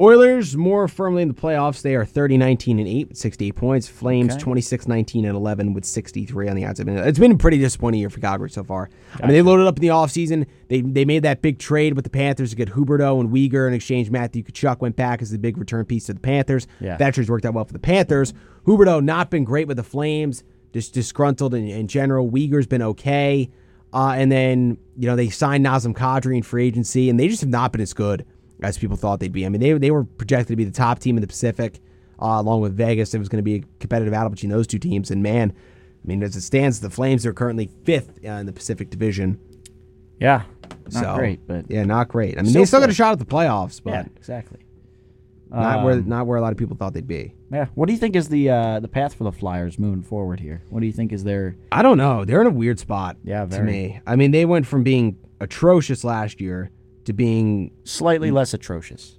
Speaker 1: Oilers more firmly in the playoffs. They are 30 19 and 8 with 68 points. Flames
Speaker 2: Okay.
Speaker 1: 26 19 and 11 with 63 on the outside. It's been a pretty disappointing year for Calgary so far. I mean, they loaded up in the offseason. They they made that big trade with the Panthers to get Huberto and Uyghur in exchange. Matthew Kachuk went back as the big return piece to the Panthers.
Speaker 2: Yeah.
Speaker 1: That trade's worked out well for the Panthers. Huberto not been great with the Flames, just disgruntled in, in general. Uyghur's been okay. Uh, and then, you know, they signed Nazem Kadri in free agency, and they just have not been as good as people thought they'd be. I mean, they, they were projected to be the top team in the Pacific, uh, along with Vegas. It was going to be a competitive battle between those two teams. And man, I mean, as it stands, the Flames are currently fifth uh, in the Pacific Division.
Speaker 2: Yeah. Not
Speaker 1: so
Speaker 2: great, but
Speaker 1: yeah, not great. I mean,
Speaker 2: Still
Speaker 1: they still got a
Speaker 2: close.
Speaker 1: shot at the playoffs, but
Speaker 2: yeah, Um, exactly.
Speaker 1: not where not where a lot of people thought they'd be.
Speaker 2: Yeah. What do you think is the uh the path for the Flyers moving forward here? What do you think is their
Speaker 1: I don't know. They're in a weird spot.
Speaker 2: Yeah,
Speaker 1: to
Speaker 2: very.
Speaker 1: me. I mean, they went from being atrocious last year to being
Speaker 2: slightly less atrocious?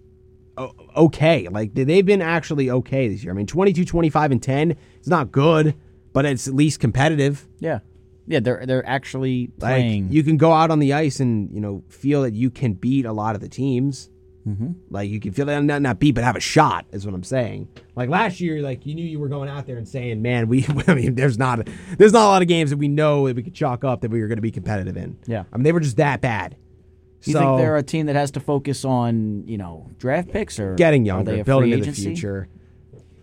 Speaker 1: o- okay. Like they- they've been actually okay this year. I mean, 22, 25 and 10 is not good, but it's at least competitive.
Speaker 2: Yeah. Yeah, they're they're actually
Speaker 1: Like
Speaker 2: playing.
Speaker 1: you can go out on the ice and, you know, feel that you can beat a lot of the teams.
Speaker 2: Mhm.
Speaker 1: Like you can feel that not not beat, but have a shot is what I'm saying. Like last year, like you knew you were going out there and saying, "Man, we." I mean, there's not there's not a lot of games that we know that we could chalk up that we were going to be competitive in.
Speaker 2: Yeah.
Speaker 1: I mean, they were just that bad.
Speaker 2: Do you
Speaker 1: so
Speaker 2: think they're a team that has to focus on, you know, draft picks or
Speaker 1: getting
Speaker 2: are
Speaker 1: younger,
Speaker 2: they a
Speaker 1: building
Speaker 2: free
Speaker 1: to the
Speaker 2: agency?
Speaker 1: future.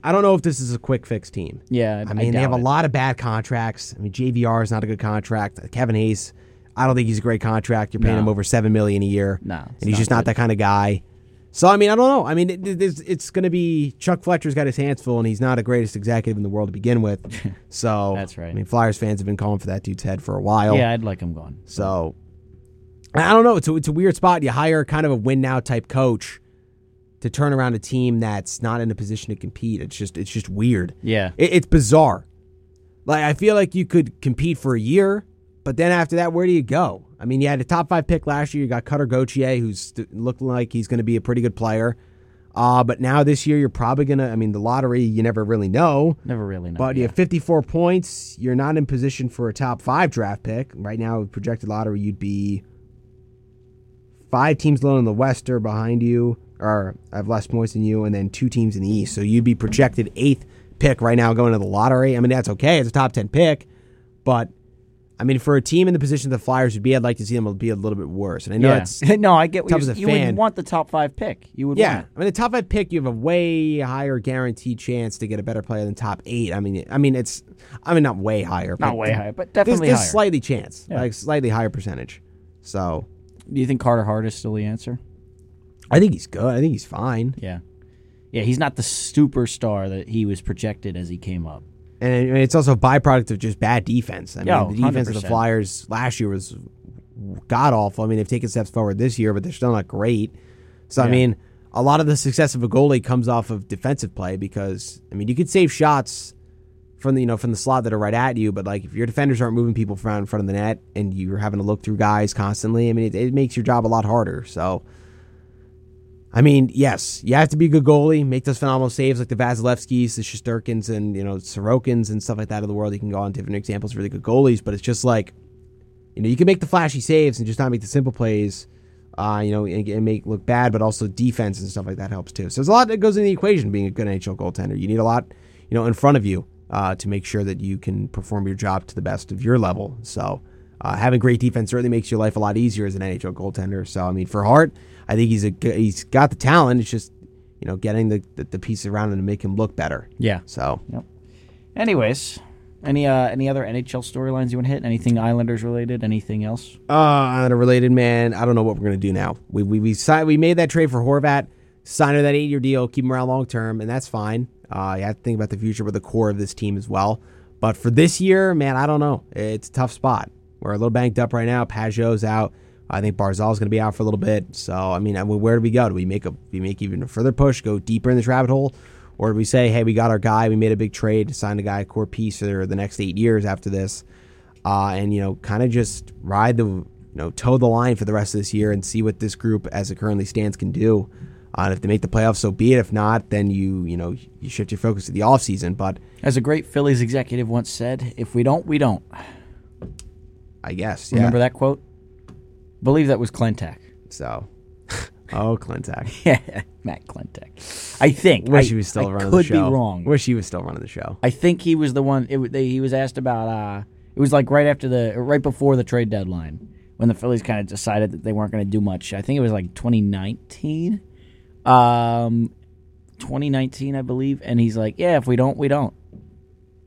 Speaker 1: I don't know if this is a quick fix team.
Speaker 2: Yeah,
Speaker 1: I mean, they
Speaker 2: doubt
Speaker 1: have a
Speaker 2: it.
Speaker 1: lot of bad contracts. I mean, JVR is not a good contract. Kevin Hayes, I don't think he's a great contract. You're paying
Speaker 2: No.
Speaker 1: him over seven million a year,
Speaker 2: No,
Speaker 1: and
Speaker 2: it's
Speaker 1: he's
Speaker 2: not
Speaker 1: just not
Speaker 2: good.
Speaker 1: that kind of guy. So I mean, I don't know. I mean, it, it's, it's going to be Chuck Fletcher's got his hands full, and he's not a greatest executive in the world to begin with. So
Speaker 2: That's right.
Speaker 1: I mean, Flyers fans have been calling for that dude's head for a while.
Speaker 2: Yeah, I'd like them gone.
Speaker 1: So I I don't know. It's a, it's a weird spot. You hire kind of a win now type coach to turn around a team that's not in a position to compete. It's just it's just weird.
Speaker 2: Yeah.
Speaker 1: It, it's bizarre. Like I feel like you could compete for a year, but then after that, where do you go? I mean, you had a top five pick last year. You got Cutter Gauthier, who's st- looked like he's going to be a pretty good player. Uh, but now this year, you're probably going to. I mean, the lottery, you never really know.
Speaker 2: Never really know.
Speaker 1: But you
Speaker 2: yeah.
Speaker 1: have 54 points. You're not in position for a top five draft pick. Right now, with projected lottery, you'd be five teams low in the West are behind you, or I have less points than you, and then two teams in the East. So you'd be projected eighth pick right now going to the lottery. I mean, that's okay. It's a top 10 pick. But I mean, for a team in the position the Flyers would be, I'd like to see them be a little bit worse. And I know it's
Speaker 2: no, I get what
Speaker 1: tough
Speaker 2: you're,
Speaker 1: as a
Speaker 2: you would
Speaker 1: fan.
Speaker 2: want the top five pick. You would
Speaker 1: yeah.
Speaker 2: want it.
Speaker 1: I mean, the top five pick, you have a way higher guaranteed chance to get a better player than top eight. I mean, I mean, it's I mean, not way higher,
Speaker 2: not
Speaker 1: but
Speaker 2: way higher, but
Speaker 1: There's,
Speaker 2: definitely
Speaker 1: there's
Speaker 2: higher.
Speaker 1: slightly chance,
Speaker 2: Yeah.
Speaker 1: like slightly higher percentage. So
Speaker 2: Do you think Carter Hart is still the answer?
Speaker 1: I think he's good. I think he's fine.
Speaker 2: Yeah, yeah. He's not the superstar that he was projected as he came up.
Speaker 1: And I mean, it's also a byproduct of just bad defense. I mean,
Speaker 2: Yeah,
Speaker 1: the defense of the
Speaker 2: 100%.
Speaker 1: Flyers last year was god awful. I mean, they've taken steps forward this year, but they're still not great. So, I
Speaker 2: Yeah.
Speaker 1: mean, a lot of the success of a goalie comes off of defensive play because, I mean, you could save shots from the you know from the slot that are right at you, but like if your defenders aren't moving people from in front of the net and you're having to look through guys constantly, I mean, it, it makes your job a lot harder. So. I mean, yes, you have to be a good goalie, make those phenomenal saves like the Vasilevskis, the Shosturkins, and you know Sorokins and stuff like that of the world. You can go on different examples of really good goalies, but it's just like, you know, you can make the flashy saves and just not make the simple plays, uh, you know, and, and make it look bad. But also defense and stuff like that helps too. So there's a lot that goes in the equation being a good NHL goaltender. You need a lot, you know, in front of you uh, to make sure that you can perform your job to the best of your level. So uh, having great defense certainly makes your life a lot easier as an NHL goaltender. So I mean, for Hart, I think he's a g- he's got the talent. It's just you know getting the the, the pieces around him to make him look better.
Speaker 2: Yeah.
Speaker 1: So
Speaker 2: Yep. Anyways, any uh, any other NHL storylines you want to hit? Anything Islanders related? Anything else?
Speaker 1: uh, on a related man, I don't know what we're gonna do now. We we we si- we made that trade for Horvat, signed her that eight year deal, keep him around long term, and that's fine. Uh, you have to think about the future with the core of this team as well. But for this year, man, I don't know. It's a tough spot. We're a little banked up right now. Pajot's out. I think Barzal's going to be out for a little bit. So I mean, I- where do we go? Do we make a we make even a further push, go deeper in this rabbit hole, or do we say, hey, we got our guy, we made a big trade, signed a guy, core piece for the next eight years after this, uh, and you know, kind of just ride the you know toe the line for the rest of this year and see what this group as it currently stands can do. Uh, and if they make the playoffs, so be it. If not, then you you know you shift your focus to the offseason. But
Speaker 2: As a great Phillies executive once said, "If we don't, we don't."
Speaker 1: I guess yeah.
Speaker 2: Remember that quote? believe that was Clentac.
Speaker 1: So oh, Clintac.
Speaker 2: Yeah, Matt Clentac. I think.
Speaker 1: Wish
Speaker 2: I,
Speaker 1: he was still
Speaker 2: I
Speaker 1: running
Speaker 2: could
Speaker 1: the show.
Speaker 2: be wrong.
Speaker 1: Wish he was still running the show.
Speaker 2: I think he was the one. It, wa- they, he was asked about. Uh, it was like right after the, or right before the trade deadline, when the Phillies kind of decided that they weren't going to do much. I think it was like 2019, um, 2019, I believe. And he's like, "Yeah, if we don't, we don't.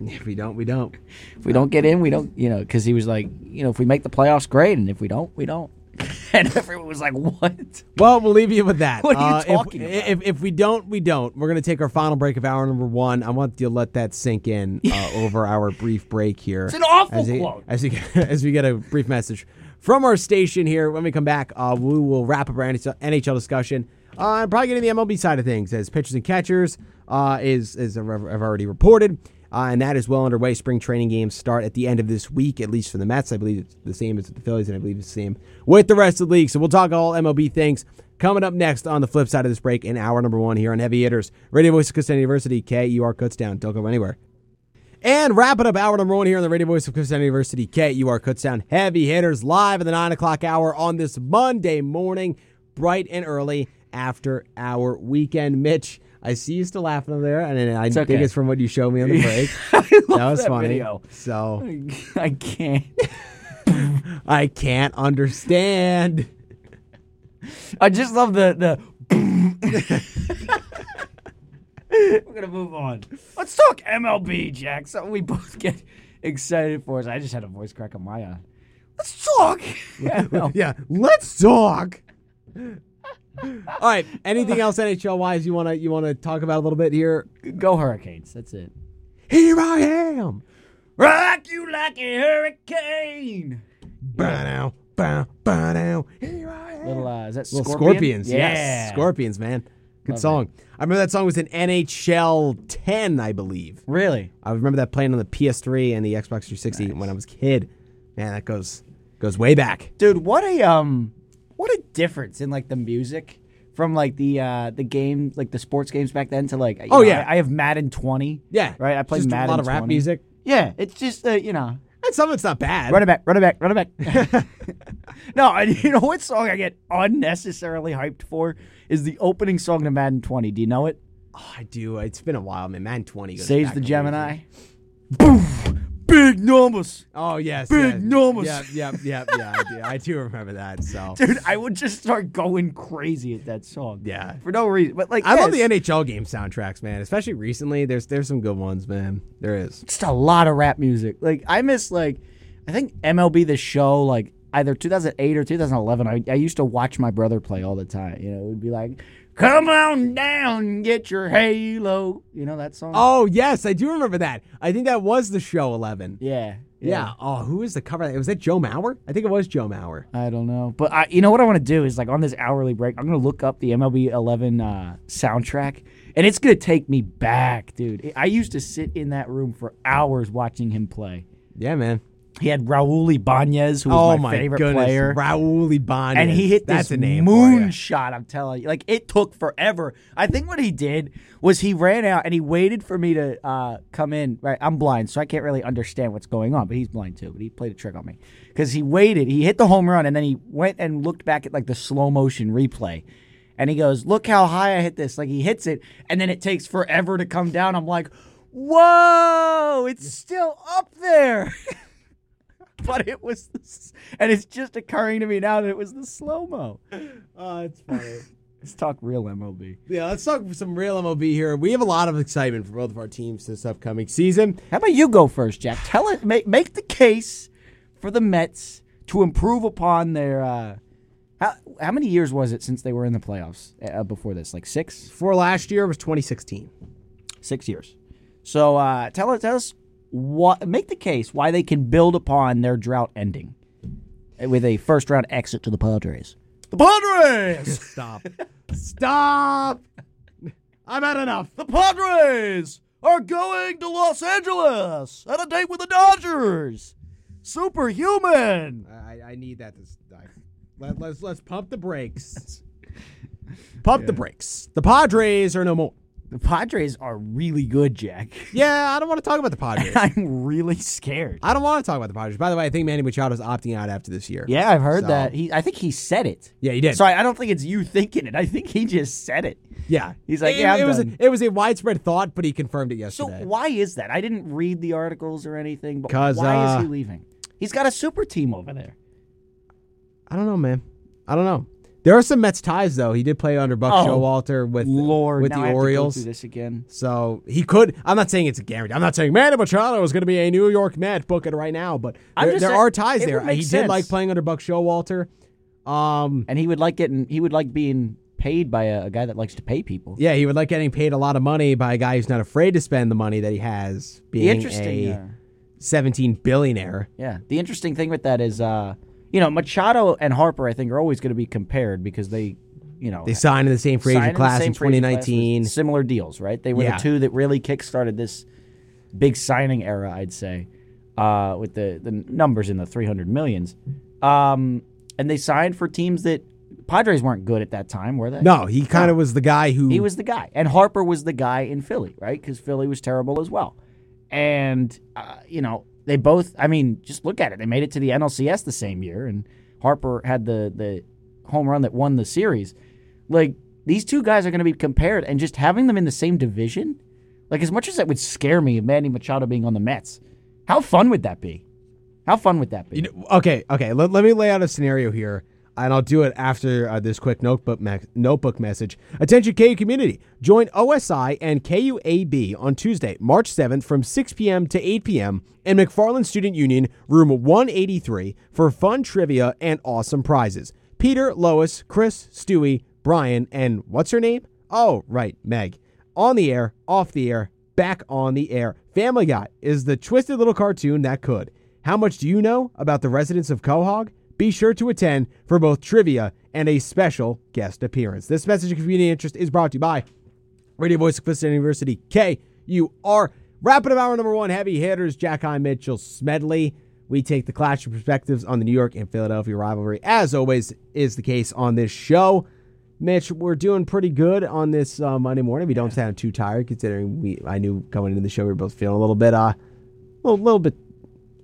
Speaker 1: If we don't, we don't.
Speaker 2: If we don't get in, we don't. You know, because he was like, you know, if we make the playoffs, great, and if we don't, we don't." And everyone was like, "What?"
Speaker 1: Well, we'll leave you with that.
Speaker 2: What are you
Speaker 1: Uh, if-
Speaker 2: talking
Speaker 1: if,
Speaker 2: about?
Speaker 1: If, if we don't, we don't. We're going to take our final break of hour number one. I want you to let that sink in uh, over our brief break here. It's
Speaker 2: an awful
Speaker 1: as we-
Speaker 2: quote.
Speaker 1: As we, as we get a brief message from our station here. When we come back, uh, we will wrap up our NHL discussion. Uh, probably getting the MLB side of things as pitchers and catchers uh, is, is I've already reported. Uh, and that is well underway. Spring training games start at the end of this week, at least for the Mets. I believe it's the same as the Phillies, and I believe it's the same with the rest of the league. So we'll talk all MLB things coming up next on the flip side of this break in hour number one here on Heavy Hitters, Radio Voice of Kutztown University, KUR Kutztown. Don't go anywhere. And wrapping up hour number one here on the Radio Voice of Kutztown University, KUR Kutztown Heavy Hitters, live in the 9 o'clock hour on this Monday morning, bright and early after our weekend. Mitch, I see you still laughing over there, and I think
Speaker 2: okay.
Speaker 1: it's from what you showed me on the break. that was
Speaker 2: that
Speaker 1: funny.
Speaker 2: video.
Speaker 1: So
Speaker 2: I can't.
Speaker 1: I can't understand.
Speaker 2: I just love the the. We're gonna move on. Let's talk MLB, Jack. Something we both get excited for. Is I just had a voice crack on my uh, eye. Let's talk. MLB.
Speaker 1: Yeah, let's talk. All right. Anything else NHL wise you wanna you wanna talk about a little bit here?
Speaker 2: Go Hurricanes. That's it.
Speaker 1: Here I am.
Speaker 2: Rock you like a hurricane.
Speaker 1: Bow now, bow, bow now. Here I am.
Speaker 2: Little uh, is that
Speaker 1: Little
Speaker 2: Scorpion?
Speaker 1: scorpions. Yes,
Speaker 2: Yeah.
Speaker 1: scorpions, man. Good song. I remember that song was in NHL 10, I believe.
Speaker 2: Really?
Speaker 1: I remember that playing on the PS3 and the Xbox 360 when I was a kid. Man, that goes goes way back.
Speaker 2: dude what a um what a difference in like the music from like the uh the game like the sports games back then to like you
Speaker 1: Oh,
Speaker 2: know,
Speaker 1: yeah.
Speaker 2: I, I have madden 20
Speaker 1: Yeah,
Speaker 2: right i play
Speaker 1: just a
Speaker 2: madden
Speaker 1: lot of rap
Speaker 2: 20.
Speaker 1: music.
Speaker 2: yeah it's just uh, you know
Speaker 1: And some of it's not bad.
Speaker 2: run it back run it back run it back no and you know what song i get unnecessarily hyped for is the opening song to madden 20 do you know it
Speaker 1: Oh, I do. It's been a while, man. Man, 20 goes
Speaker 2: saves
Speaker 1: back
Speaker 2: the
Speaker 1: a ways.
Speaker 2: gemini big numbers.
Speaker 1: Oh yes,
Speaker 2: Big
Speaker 1: yes.
Speaker 2: numbers.
Speaker 1: Yep, yep, yep. Yeah, I do. I do remember that. So
Speaker 2: Dude, I would just start going crazy at that song.
Speaker 1: Yeah.
Speaker 2: For no reason. But like
Speaker 1: I love the
Speaker 2: yes,
Speaker 1: NHL game soundtracks, man. Especially recently, there's there's some good ones, man. There is.
Speaker 2: just a lot of rap music. Like I miss like I think MLB the show like either 2008 or 2011. I, I used to watch my brother play all the time. You know, it would be like, "Come on down, and get your halo." You know that song?
Speaker 1: Oh yes, I do remember that. I think that was the show Eleven.
Speaker 2: yeah,
Speaker 1: Yeah. Oh, who was the cover? Was that Joe Mauer? I think it was Joe Mauer.
Speaker 2: I don't know, but I, you know what I want to do is like on this hourly break, I'm gonna look up the MLB 11 uh, soundtrack, and it's gonna take me back, dude. I used to sit in that room for hours watching him play.
Speaker 1: Yeah, man.
Speaker 2: He had Raul Ibanez, who was
Speaker 1: Oh
Speaker 2: my,
Speaker 1: my
Speaker 2: favorite
Speaker 1: goodness,
Speaker 2: player,
Speaker 1: Raul Ibanez.
Speaker 2: and he hit this
Speaker 1: That's a name for ya.
Speaker 2: moonshot. I'm telling you, like it took forever. I think what he did was he ran out and he waited for me to uh, come in. Right, I'm blind, so I can't really understand what's going on. But he's blind too. But he played a trick on me because he waited. He hit the home run and then he went and looked back at like the slow motion replay. And he goes, "Look how high I hit this!" Like he hits it, and then it takes forever to come down. I'm like, "Whoa! It's still up there." but it was, the, s- and it's just occurring to me now that it was the slow mo.
Speaker 1: Oh, it's funny.
Speaker 2: Let's talk real MLB.
Speaker 1: yeah, let's talk some real MLB here. We have a lot of excitement for both of our teams this upcoming season.
Speaker 2: How about you go first, Jack? Tell it, make, make the case for the Mets to improve upon their. Uh, how how many years was it since they were in the playoffs uh, before this? Like six,
Speaker 1: For last year was 2016.
Speaker 2: six years. So uh, tell us, tell us what make the case why they can build upon their drought ending uh, with a first round exit to the Padres. The Padres,
Speaker 1: Stop. Stop. I've had enough.
Speaker 2: the Padres are going to Los Angeles on a date with the Dodgers. Superhuman.
Speaker 1: I, I need that to die. Let, let's let's pump the brakes. Pump the brakes. The Padres are no more.
Speaker 2: The Padres are really good, Jack.
Speaker 1: Yeah, I don't want to talk about the Padres.
Speaker 2: I'm really scared.
Speaker 1: I don't want to talk about the Padres. By the way, I think Manny Machado's opting out after this year.
Speaker 2: Yeah, I've heard
Speaker 1: So-
Speaker 2: that. He, I think he said it.
Speaker 1: Yeah, he did.
Speaker 2: So I, I don't think it's you thinking it. I think he just said it.
Speaker 1: yeah.
Speaker 2: He's like,
Speaker 1: it,
Speaker 2: "Yeah, I'm
Speaker 1: it was
Speaker 2: done."
Speaker 1: a, it was a widespread thought, but he confirmed it
Speaker 2: So
Speaker 1: yesterday.
Speaker 2: why is that? I didn't read the articles or anything. But
Speaker 1: 'Cause,
Speaker 2: why
Speaker 1: uh,
Speaker 2: is he leaving? He's got a super team over there.
Speaker 1: I don't know, man. I don't know. There are some Mets ties though. He did play under Buck
Speaker 2: Oh,
Speaker 1: Showalter with
Speaker 2: Lord,
Speaker 1: with
Speaker 2: now
Speaker 1: the
Speaker 2: I have to go
Speaker 1: Orioles.
Speaker 2: through this again.
Speaker 1: So he could. I'm not saying it's a guarantee. I'm not saying Manny Machado is going to be a New York Met. Book it right now. But
Speaker 2: I'm
Speaker 1: there,
Speaker 2: just
Speaker 1: there
Speaker 2: saying-
Speaker 1: are ties
Speaker 2: it
Speaker 1: there.
Speaker 2: would make
Speaker 1: He
Speaker 2: sense.
Speaker 1: did like playing under Buck Showalter. Um,
Speaker 2: And he would like getting. He would like being paid by a, a guy that likes to pay people.
Speaker 1: yeah, he would like getting paid a lot of money by a guy who's not afraid to spend the money that he has,
Speaker 2: The
Speaker 1: being
Speaker 2: interesting.
Speaker 1: a
Speaker 2: uh,
Speaker 1: 17 billionaire.
Speaker 2: Yeah. The interesting thing with that is, uh, you know, Machado and Harper, I think, are always going to be compared because they, you know,
Speaker 1: They signed in the same free
Speaker 2: signed
Speaker 1: agent
Speaker 2: the
Speaker 1: class
Speaker 2: same
Speaker 1: in
Speaker 2: free agent class with
Speaker 1: 2019.
Speaker 2: similar deals, right? They were
Speaker 1: Yeah.
Speaker 2: the two that really kickstarted this big signing era, I'd say, uh, with the the numbers in the 300 millions. Um, and they signed for teams that Padres weren't good at that time, were they?
Speaker 1: No, he kind of was the guy who.
Speaker 2: He was the guy, and Harper was the guy in Philly, right? Because Philly was terrible as well. And uh, you know, they both. I mean, just look at it. They made it to the NLCS the same year, and Harper had the the home run that won the series. Like these two guys are going to be compared, and just having them in the same division, like as much as that would scare me of Manny Machado being on the Mets, how fun would that be? How fun would that be?
Speaker 1: You know- okay, okay. Let, let me lay out a scenario here, and I'll do it after uh, this quick notebook me- notebook message. Attention, KU community. Join OSI and KUAB on Tuesday, March 7th from 6 p.m. to 8 p.m. in McFarland Student Union, room 183, for fun trivia and awesome prizes. Peter, Lois, Chris, Stewie, Brian, and what's her name? Oh, right, Meg. On the air, off the air, back on the air. Family Guy is the twisted little cartoon that could. How much do you know about the residents of Quahog? Be sure to attend for both trivia and a special guest appearance. This message of community interest is brought to you by Radio Voice of Clifton University, KUR. Rapid of hour number one, heavy hitters, Jack High Mitchell Smedley. We take the clash of perspectives on the New York and Philadelphia rivalry, as always is the case on this show. Mitch, we're doing pretty good on this uh, Monday morning. We don't sound too tired, considering we. I knew coming into the show we were both feeling a little bit, uh, a little, little bit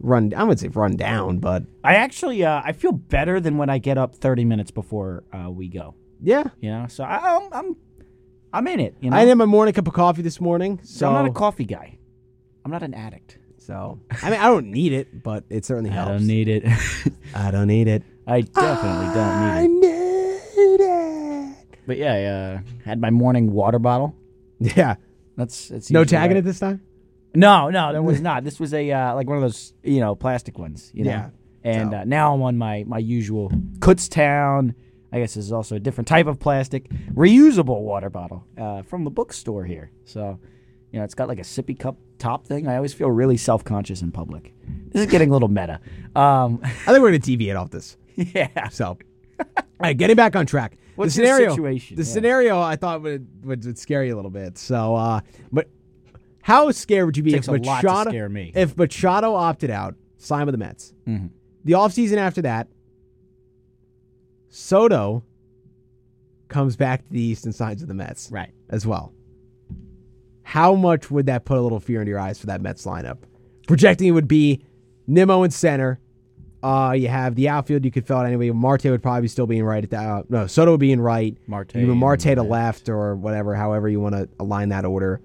Speaker 1: run. I wouldn't say run down, but
Speaker 2: I actually, uh, I feel better than when I get up 30 minutes before uh, we go.
Speaker 1: yeah.
Speaker 2: you know. So I, I'm, I'm, I'm in it. You know,
Speaker 1: I had my morning cup of coffee this morning, so
Speaker 2: I'm not a coffee guy. I'm not an addict.
Speaker 1: So I mean, I don't need it, but it certainly
Speaker 2: I
Speaker 1: helps.
Speaker 2: don't need it.
Speaker 1: I don't need it.
Speaker 2: I definitely don't need it.
Speaker 1: need it.
Speaker 2: But yeah, I uh, had my morning water bottle.
Speaker 1: Yeah.
Speaker 2: That's that's
Speaker 1: No
Speaker 2: usually
Speaker 1: tagging
Speaker 2: what I-
Speaker 1: it this time.
Speaker 2: No, no, there was not. This was a uh, like one of those you know plastic ones. You know?
Speaker 1: Yeah.
Speaker 2: And
Speaker 1: So-
Speaker 2: uh, now I'm on my my usual Kutztown. I guess this is also a different type of plastic reusable water bottle uh, from the bookstore here. So, you know, it's got like a sippy cup top thing. I always feel really self conscious in public. This is getting a little meta. Um,
Speaker 1: I think we're gonna deviate off this.
Speaker 2: yeah.
Speaker 1: So, all right, getting back on track.
Speaker 2: What's
Speaker 1: the
Speaker 2: your
Speaker 1: scenario?
Speaker 2: situation?
Speaker 1: The
Speaker 2: Yeah.
Speaker 1: scenario I thought would, would would scare you a little bit. So, uh, but how scared would you be
Speaker 2: Takes
Speaker 1: if
Speaker 2: a lot to
Speaker 1: Machado
Speaker 2: scare me.
Speaker 1: if Machado opted out, signed with the Mets?
Speaker 2: Mhm.
Speaker 1: The offseason after that, Soto comes back to the East and signs with the Mets
Speaker 2: Right.
Speaker 1: as well. How much would that put a little fear in your eyes for that Mets lineup? Projecting it would be Nimmo in center. Uh, you have the outfield you could fill out anyway. Marte would probably still be in right at the uh, no Soto would be in right.
Speaker 2: Marte
Speaker 1: you have
Speaker 2: in
Speaker 1: Marte to
Speaker 2: left.
Speaker 1: left or whatever, however you want to align that order.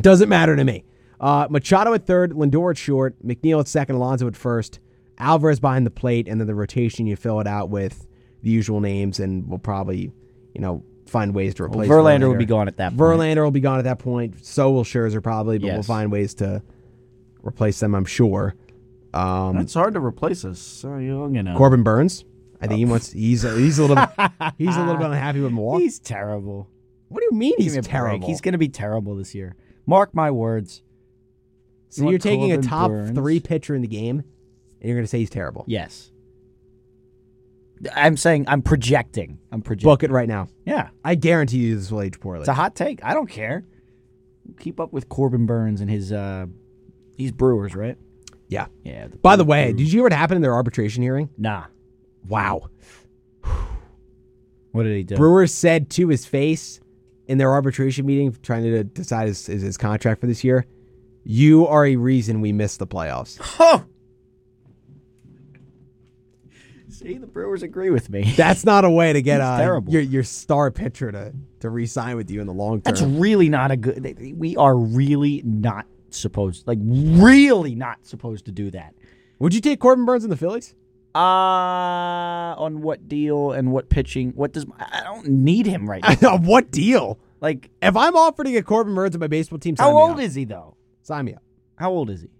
Speaker 1: Doesn't matter to me. Uh, Machado at third, Lindor at short, McNeil at second, Alonso at first, Alvarez behind the plate, and then the rotation you fill it out with the usual names, and we'll probably you know find ways to replace
Speaker 2: Verlander would be gone at that point.
Speaker 1: Verlander will be gone at that point. So will Scherzer probably, but we'll
Speaker 2: Yes.
Speaker 1: find ways to replace them, I'm sure. Um,
Speaker 2: It's hard to replace us so young and
Speaker 1: Corbin Burns, I
Speaker 2: Oh.
Speaker 1: think he wants. He's a, he's a little he's a little bit unhappy with Milwaukee.
Speaker 2: He's terrible.
Speaker 1: What do you mean
Speaker 2: Give
Speaker 1: he's
Speaker 2: me a break.
Speaker 1: terrible?
Speaker 2: He's going to be terrible this year. Mark my words.
Speaker 1: so you're
Speaker 2: want
Speaker 1: taking a
Speaker 2: Corbin
Speaker 1: top
Speaker 2: Burns?
Speaker 1: three pitcher in the game, and you're going to say he's terrible.
Speaker 2: Yes. I'm saying I'm projecting. I'm projecting.
Speaker 1: Book it right now.
Speaker 2: Yeah.
Speaker 1: I guarantee you this will age poorly.
Speaker 2: It's a hot take. I don't care. Keep up with Corbin Burns and his uh he's Brewers, right?
Speaker 1: Yeah.
Speaker 2: Yeah.
Speaker 1: By the way, did you hear what happened in their arbitration hearing?
Speaker 2: Nah.
Speaker 1: Wow.
Speaker 2: What did he do?
Speaker 1: Brewer said to his face in their arbitration meeting, trying to decide his, his, his contract for this year, you are a reason we missed the playoffs.
Speaker 2: oh! See, the Brewers agree with me.
Speaker 1: That's not a way to get
Speaker 2: That's
Speaker 1: uh,
Speaker 2: terrible.
Speaker 1: your, your star pitcher to, to re sign with you in the long term.
Speaker 2: That's really not a good. they- they- We are really not supposed, like, really not supposed to do that.
Speaker 1: Would you take Corbin Burns in the Phillies?
Speaker 2: Uh on what deal and what pitching? What does I don't need him right now.
Speaker 1: On what deal?
Speaker 2: like,
Speaker 1: If I'm offered to get Corbin Burns on my baseball team, sign
Speaker 2: how
Speaker 1: me
Speaker 2: old
Speaker 1: up.
Speaker 2: is he though?
Speaker 1: sign me up?
Speaker 2: How old is he?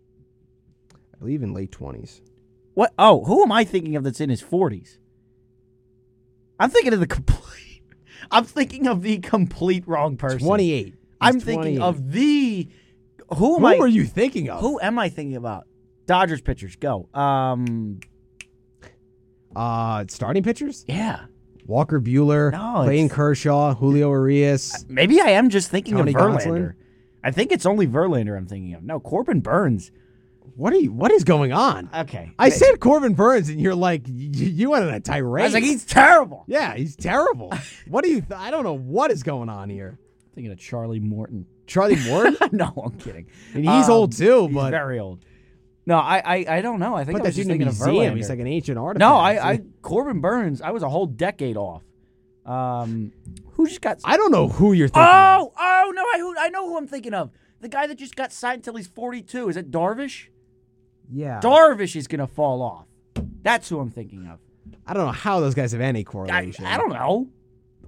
Speaker 1: I believe in late twenties.
Speaker 2: What? Oh, who am I thinking of that's in his forties? I'm thinking of the complete. I'm thinking of the complete wrong person.
Speaker 1: Twenty eight.
Speaker 2: I'm thinking of the. Who am
Speaker 1: who
Speaker 2: I?
Speaker 1: are you thinking of?
Speaker 2: Who am I thinking about? Dodgers pitchers. Go. Um.
Speaker 1: Uh, starting pitchers?
Speaker 2: Yeah.
Speaker 1: Walker Bueller,
Speaker 2: No, it's-
Speaker 1: Clayton Kershaw, Julio Arias.
Speaker 2: Maybe I am just thinking
Speaker 1: Tony
Speaker 2: of Verlander.
Speaker 1: Gonsolin?
Speaker 2: I think it's only Verlander I'm thinking of. No, Corbin Burns.
Speaker 1: What are you? What is going on?
Speaker 2: Okay.
Speaker 1: I said Corbin Burns, and you're like, y- you went on a tirade.
Speaker 2: I was like, he's terrible.
Speaker 1: yeah, he's terrible. what do you? Th- I don't know what is going on here.
Speaker 2: Thinking of Charlie Morton.
Speaker 1: Charlie Ward,
Speaker 2: no, I'm kidding.
Speaker 1: and he's
Speaker 2: Um,
Speaker 1: old too,
Speaker 2: He's
Speaker 1: but
Speaker 2: very old. No, I, I, I don't know. I think
Speaker 1: put
Speaker 2: I
Speaker 1: that
Speaker 2: was
Speaker 1: dude in
Speaker 2: just
Speaker 1: a
Speaker 2: thinking of
Speaker 1: museum.
Speaker 2: Verlander.
Speaker 1: He's like an ancient artist.
Speaker 2: no, I, I Corbin Burns. I was a whole decade off. Um, who just got?
Speaker 1: I don't know who you're thinking. of.
Speaker 2: oh, oh no! I who I know who I'm thinking of. The guy that just got signed till he's 42. Is it Darvish?
Speaker 1: yeah.
Speaker 2: Darvish is gonna fall off. That's who I'm thinking of.
Speaker 1: I don't know how those guys have any
Speaker 2: I,
Speaker 1: correlation.
Speaker 2: I don't know.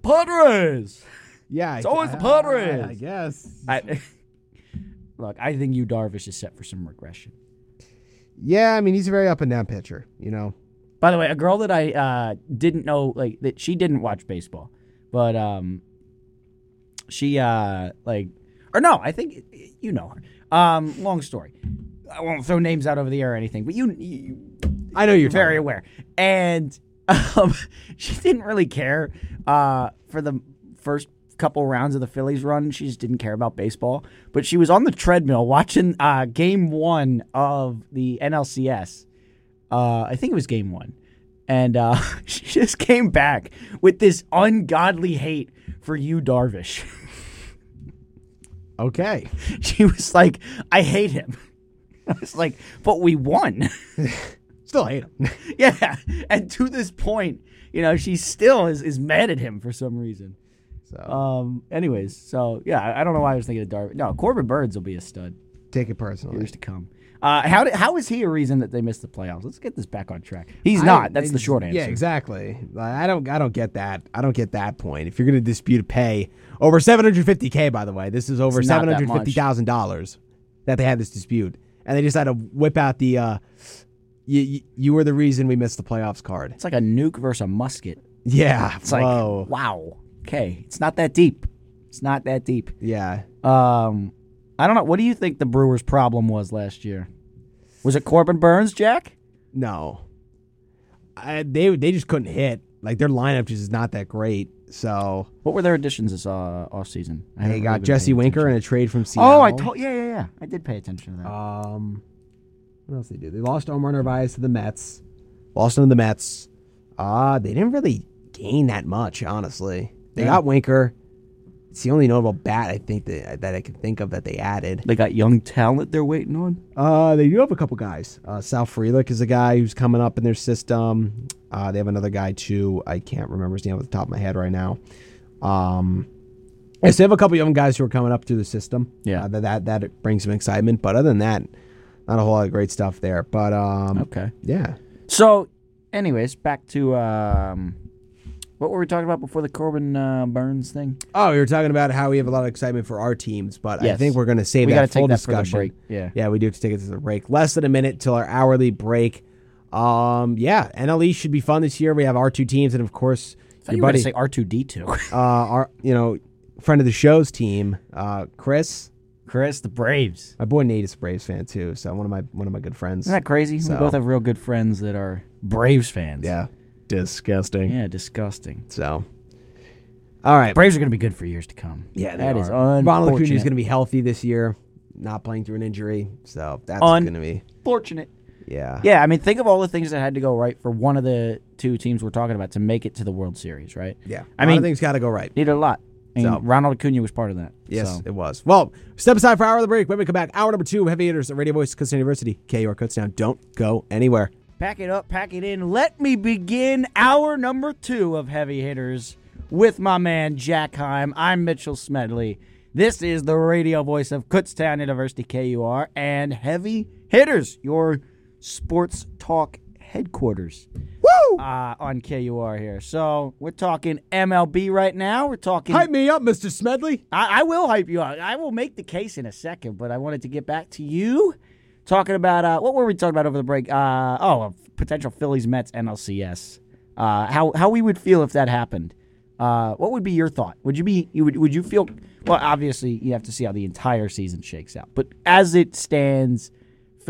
Speaker 2: Padres.
Speaker 1: Yeah,
Speaker 2: It's always the
Speaker 1: Padres.
Speaker 2: Padres.
Speaker 1: I, guess.
Speaker 2: I, look, I think you Darvish is set for some regression.
Speaker 1: yeah, I mean he's a very up and down pitcher. You know,
Speaker 2: By the way, a girl that I uh, didn't know, like that she didn't watch baseball, but um, she uh, like, or no, I think you know her. Um, long story. I won't throw names out over the air or anything, but you, you
Speaker 1: I know you're
Speaker 2: you're very
Speaker 1: talking
Speaker 2: aware. And um, she didn't really care uh, for the first couple rounds of the Phillies run. She just didn't care about baseball. But she was on the treadmill watching uh, game one of the NLCS. Uh, I think it was game one. And uh, she just came back with this ungodly hate for you, Darvish.
Speaker 1: about. Okay.
Speaker 2: she was like, I hate him. I was like, but we won.
Speaker 1: Still hate him.
Speaker 2: Yeah, and to this point, you know, she still is, is mad at him for some reason.
Speaker 1: so
Speaker 2: Um. Anyways, so yeah, I, I don't know why I was thinking of Darby. No, Corbin Burns will be a stud
Speaker 1: take it personally.
Speaker 2: years to come. Uh, how, did, how is he a reason that they missed the playoffs? Let's get this back on track. He's not. That's the short answer.
Speaker 1: Yeah, exactly. Like, I don't. I don't get that. I don't get that point. If you're going to dispute a pay over 750k, by the way, this is over
Speaker 2: It's not that
Speaker 1: 750 thousand dollars that they had this dispute, and they decided to whip out the. Uh, you, you, you were the reason we missed the playoffs card.
Speaker 2: It's like a nuke versus a musket.
Speaker 1: Yeah.
Speaker 2: It's like,
Speaker 1: whoa.
Speaker 2: wow. Okay. It's not that deep. It's not that deep.
Speaker 1: yeah.
Speaker 2: Um, I don't know. What do you think the Brewers' problem was last year? Was it Corbin Burns, Jack?
Speaker 1: No. I, they they just couldn't hit. Like their lineup just is not that great. So
Speaker 2: What were their additions this uh, offseason? I haven't
Speaker 1: they
Speaker 2: really
Speaker 1: got
Speaker 2: been
Speaker 1: Jesse
Speaker 2: paying
Speaker 1: Winker
Speaker 2: attention.
Speaker 1: in a trade from Seattle.
Speaker 2: Oh, I told. Yeah, yeah, yeah. I did pay attention to that.
Speaker 1: Um, what else they do? They lost Omar Narvaez to the Mets. Lost him to the Mets. Uh, they didn't really gain that much, honestly. They
Speaker 2: Yeah.
Speaker 1: got Winker. It's the only notable bat I think that, that I can think of that they added.
Speaker 2: they got young talent they're waiting on.
Speaker 1: Uh, they do have a couple guys. Uh, Sal Frelick is a guy who's coming up in their system. Uh, they have another guy too. I can't remember his name off the top of my head right now. Um, yes, they have a couple young guys who are coming up through the system.
Speaker 2: Yeah.
Speaker 1: uh, that, that that brings some excitement. But other than that, not a whole lot of great stuff there. But um,
Speaker 2: Okay.
Speaker 1: yeah,
Speaker 2: So, anyways, back to um, what were we talking about before the Corbin uh, Burns thing?
Speaker 1: Oh, you were talking about how we have a lot of excitement for our teams, but I
Speaker 2: Yes.
Speaker 1: think we're going to save
Speaker 2: We
Speaker 1: that
Speaker 2: gotta take
Speaker 1: full
Speaker 2: that for the
Speaker 1: discussion.
Speaker 2: break, yeah.
Speaker 1: yeah, we do have to take it to the break. Less than a minute till our hourly break. Um, yeah, NLE should be fun this year. We have our two teams, and of course, your buddy,
Speaker 2: say R two D two.
Speaker 1: uh, our you know friend of the show's team, uh, Chris.
Speaker 2: Chris, the Braves.
Speaker 1: My boy Nate is a Braves fan too, so one of my one of my good friends.
Speaker 2: Isn't that crazy?
Speaker 1: So-
Speaker 2: We both have real good friends that are Braves fans.
Speaker 1: yeah, disgusting.
Speaker 2: Yeah. Disgusting.
Speaker 1: So, all right,
Speaker 2: Braves are going to be good for years to come.
Speaker 1: yeah,
Speaker 2: that is
Speaker 1: Ronald Acuna is going
Speaker 2: unfortunate.
Speaker 1: to be healthy this year, not playing through an injury, so that's
Speaker 2: Un-
Speaker 1: going to be
Speaker 2: Fortunate.
Speaker 1: yeah.
Speaker 2: Yeah, I mean, think of all the things that had to go right for one of the two teams we're talking about to make it to the World Series, right?
Speaker 1: Yeah.
Speaker 2: I
Speaker 1: I mean,
Speaker 2: mean-
Speaker 1: things got to go right.
Speaker 2: Needed a lot. And
Speaker 1: So-
Speaker 2: Ronald Acuna was part of that.
Speaker 1: Yes,
Speaker 2: So.
Speaker 1: it was. Well, step aside for hour of the break. When we come back, hour number two, heavy hitters at Radio Voice, Clemson University, KUR Kutztown. Don't go anywhere.
Speaker 2: Pack it up, pack it in. Let me begin hour number two of Heavy Hitters with my man Jack Heim. I'm Mitchell Smedley. This is the radio voice of Kutztown University KUR and Heavy Hitters, your sports talk headquarters.
Speaker 1: Woo!
Speaker 2: uh, on KUR here. So we're talking MLB right now. We're talking.
Speaker 1: Hype me up, Mr. Smedley.
Speaker 2: I, I will hype you up. I will make the case in a second, but I wanted to get back to you talking about uh, what were we talking about over the break? Uh, oh, potential Phillies Mets NLCS. Uh, how how we would feel if that happened. Uh, what would be your thought? Would you be you would would you feel? Well, obviously you have to see how the entire season shakes out. But as it stands,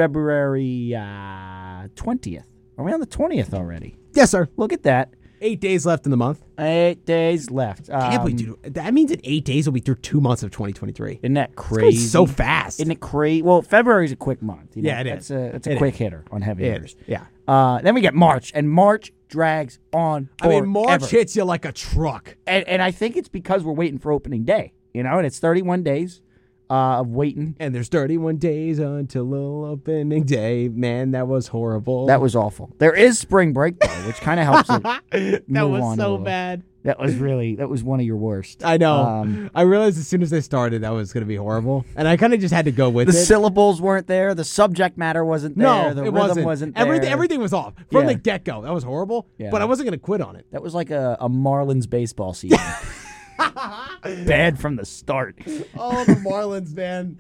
Speaker 2: February uh, twentieth. Are we on the twentieth already?
Speaker 1: Yes, sir.
Speaker 2: Look at that.
Speaker 1: Eight days left in the month.
Speaker 2: Eight days left.
Speaker 1: Can't
Speaker 2: Um,
Speaker 1: believe, dude. That means in eight days, we'll be through two months of 2023.
Speaker 2: Isn't that
Speaker 1: It's
Speaker 2: crazy?
Speaker 1: so fast.
Speaker 2: Isn't it crazy? Well, February's a quick month. You know?
Speaker 1: Yeah, it is.
Speaker 2: It's a it's a
Speaker 1: It
Speaker 2: quick hitter on heavy
Speaker 1: It
Speaker 2: hitters.
Speaker 1: is. Yeah.
Speaker 2: Uh, then we get March, and March drags on.
Speaker 1: I mean, March
Speaker 2: forever.
Speaker 1: hits you like a truck.
Speaker 2: and, and I think it's because we're waiting for opening day. You know, and it's 31 days uh, of waiting.
Speaker 1: And there's 31 days until little opening day. Man, that was horrible.
Speaker 2: That was awful. There is spring break though, which kind of helps. It.
Speaker 1: that
Speaker 2: move
Speaker 1: was
Speaker 2: on a
Speaker 1: so
Speaker 2: little.
Speaker 1: bad.
Speaker 2: That was really that was one of your worst.
Speaker 1: I know.
Speaker 2: Um,
Speaker 1: I realized as soon as I started that was going to be horrible, and I kind of just had to go with
Speaker 2: the
Speaker 1: it.
Speaker 2: syllables weren't there. The subject matter wasn't there.
Speaker 1: no,
Speaker 2: the
Speaker 1: it
Speaker 2: rhythm
Speaker 1: wasn't.
Speaker 2: wasn't
Speaker 1: everything,
Speaker 2: there.
Speaker 1: everything was off from the
Speaker 2: Yeah.
Speaker 1: get go. That was horrible,
Speaker 2: Yeah.
Speaker 1: but I wasn't going to quit on it.
Speaker 2: That was like a, a Marlins baseball season. Bad from the start.
Speaker 1: Oh, the Marlins, man!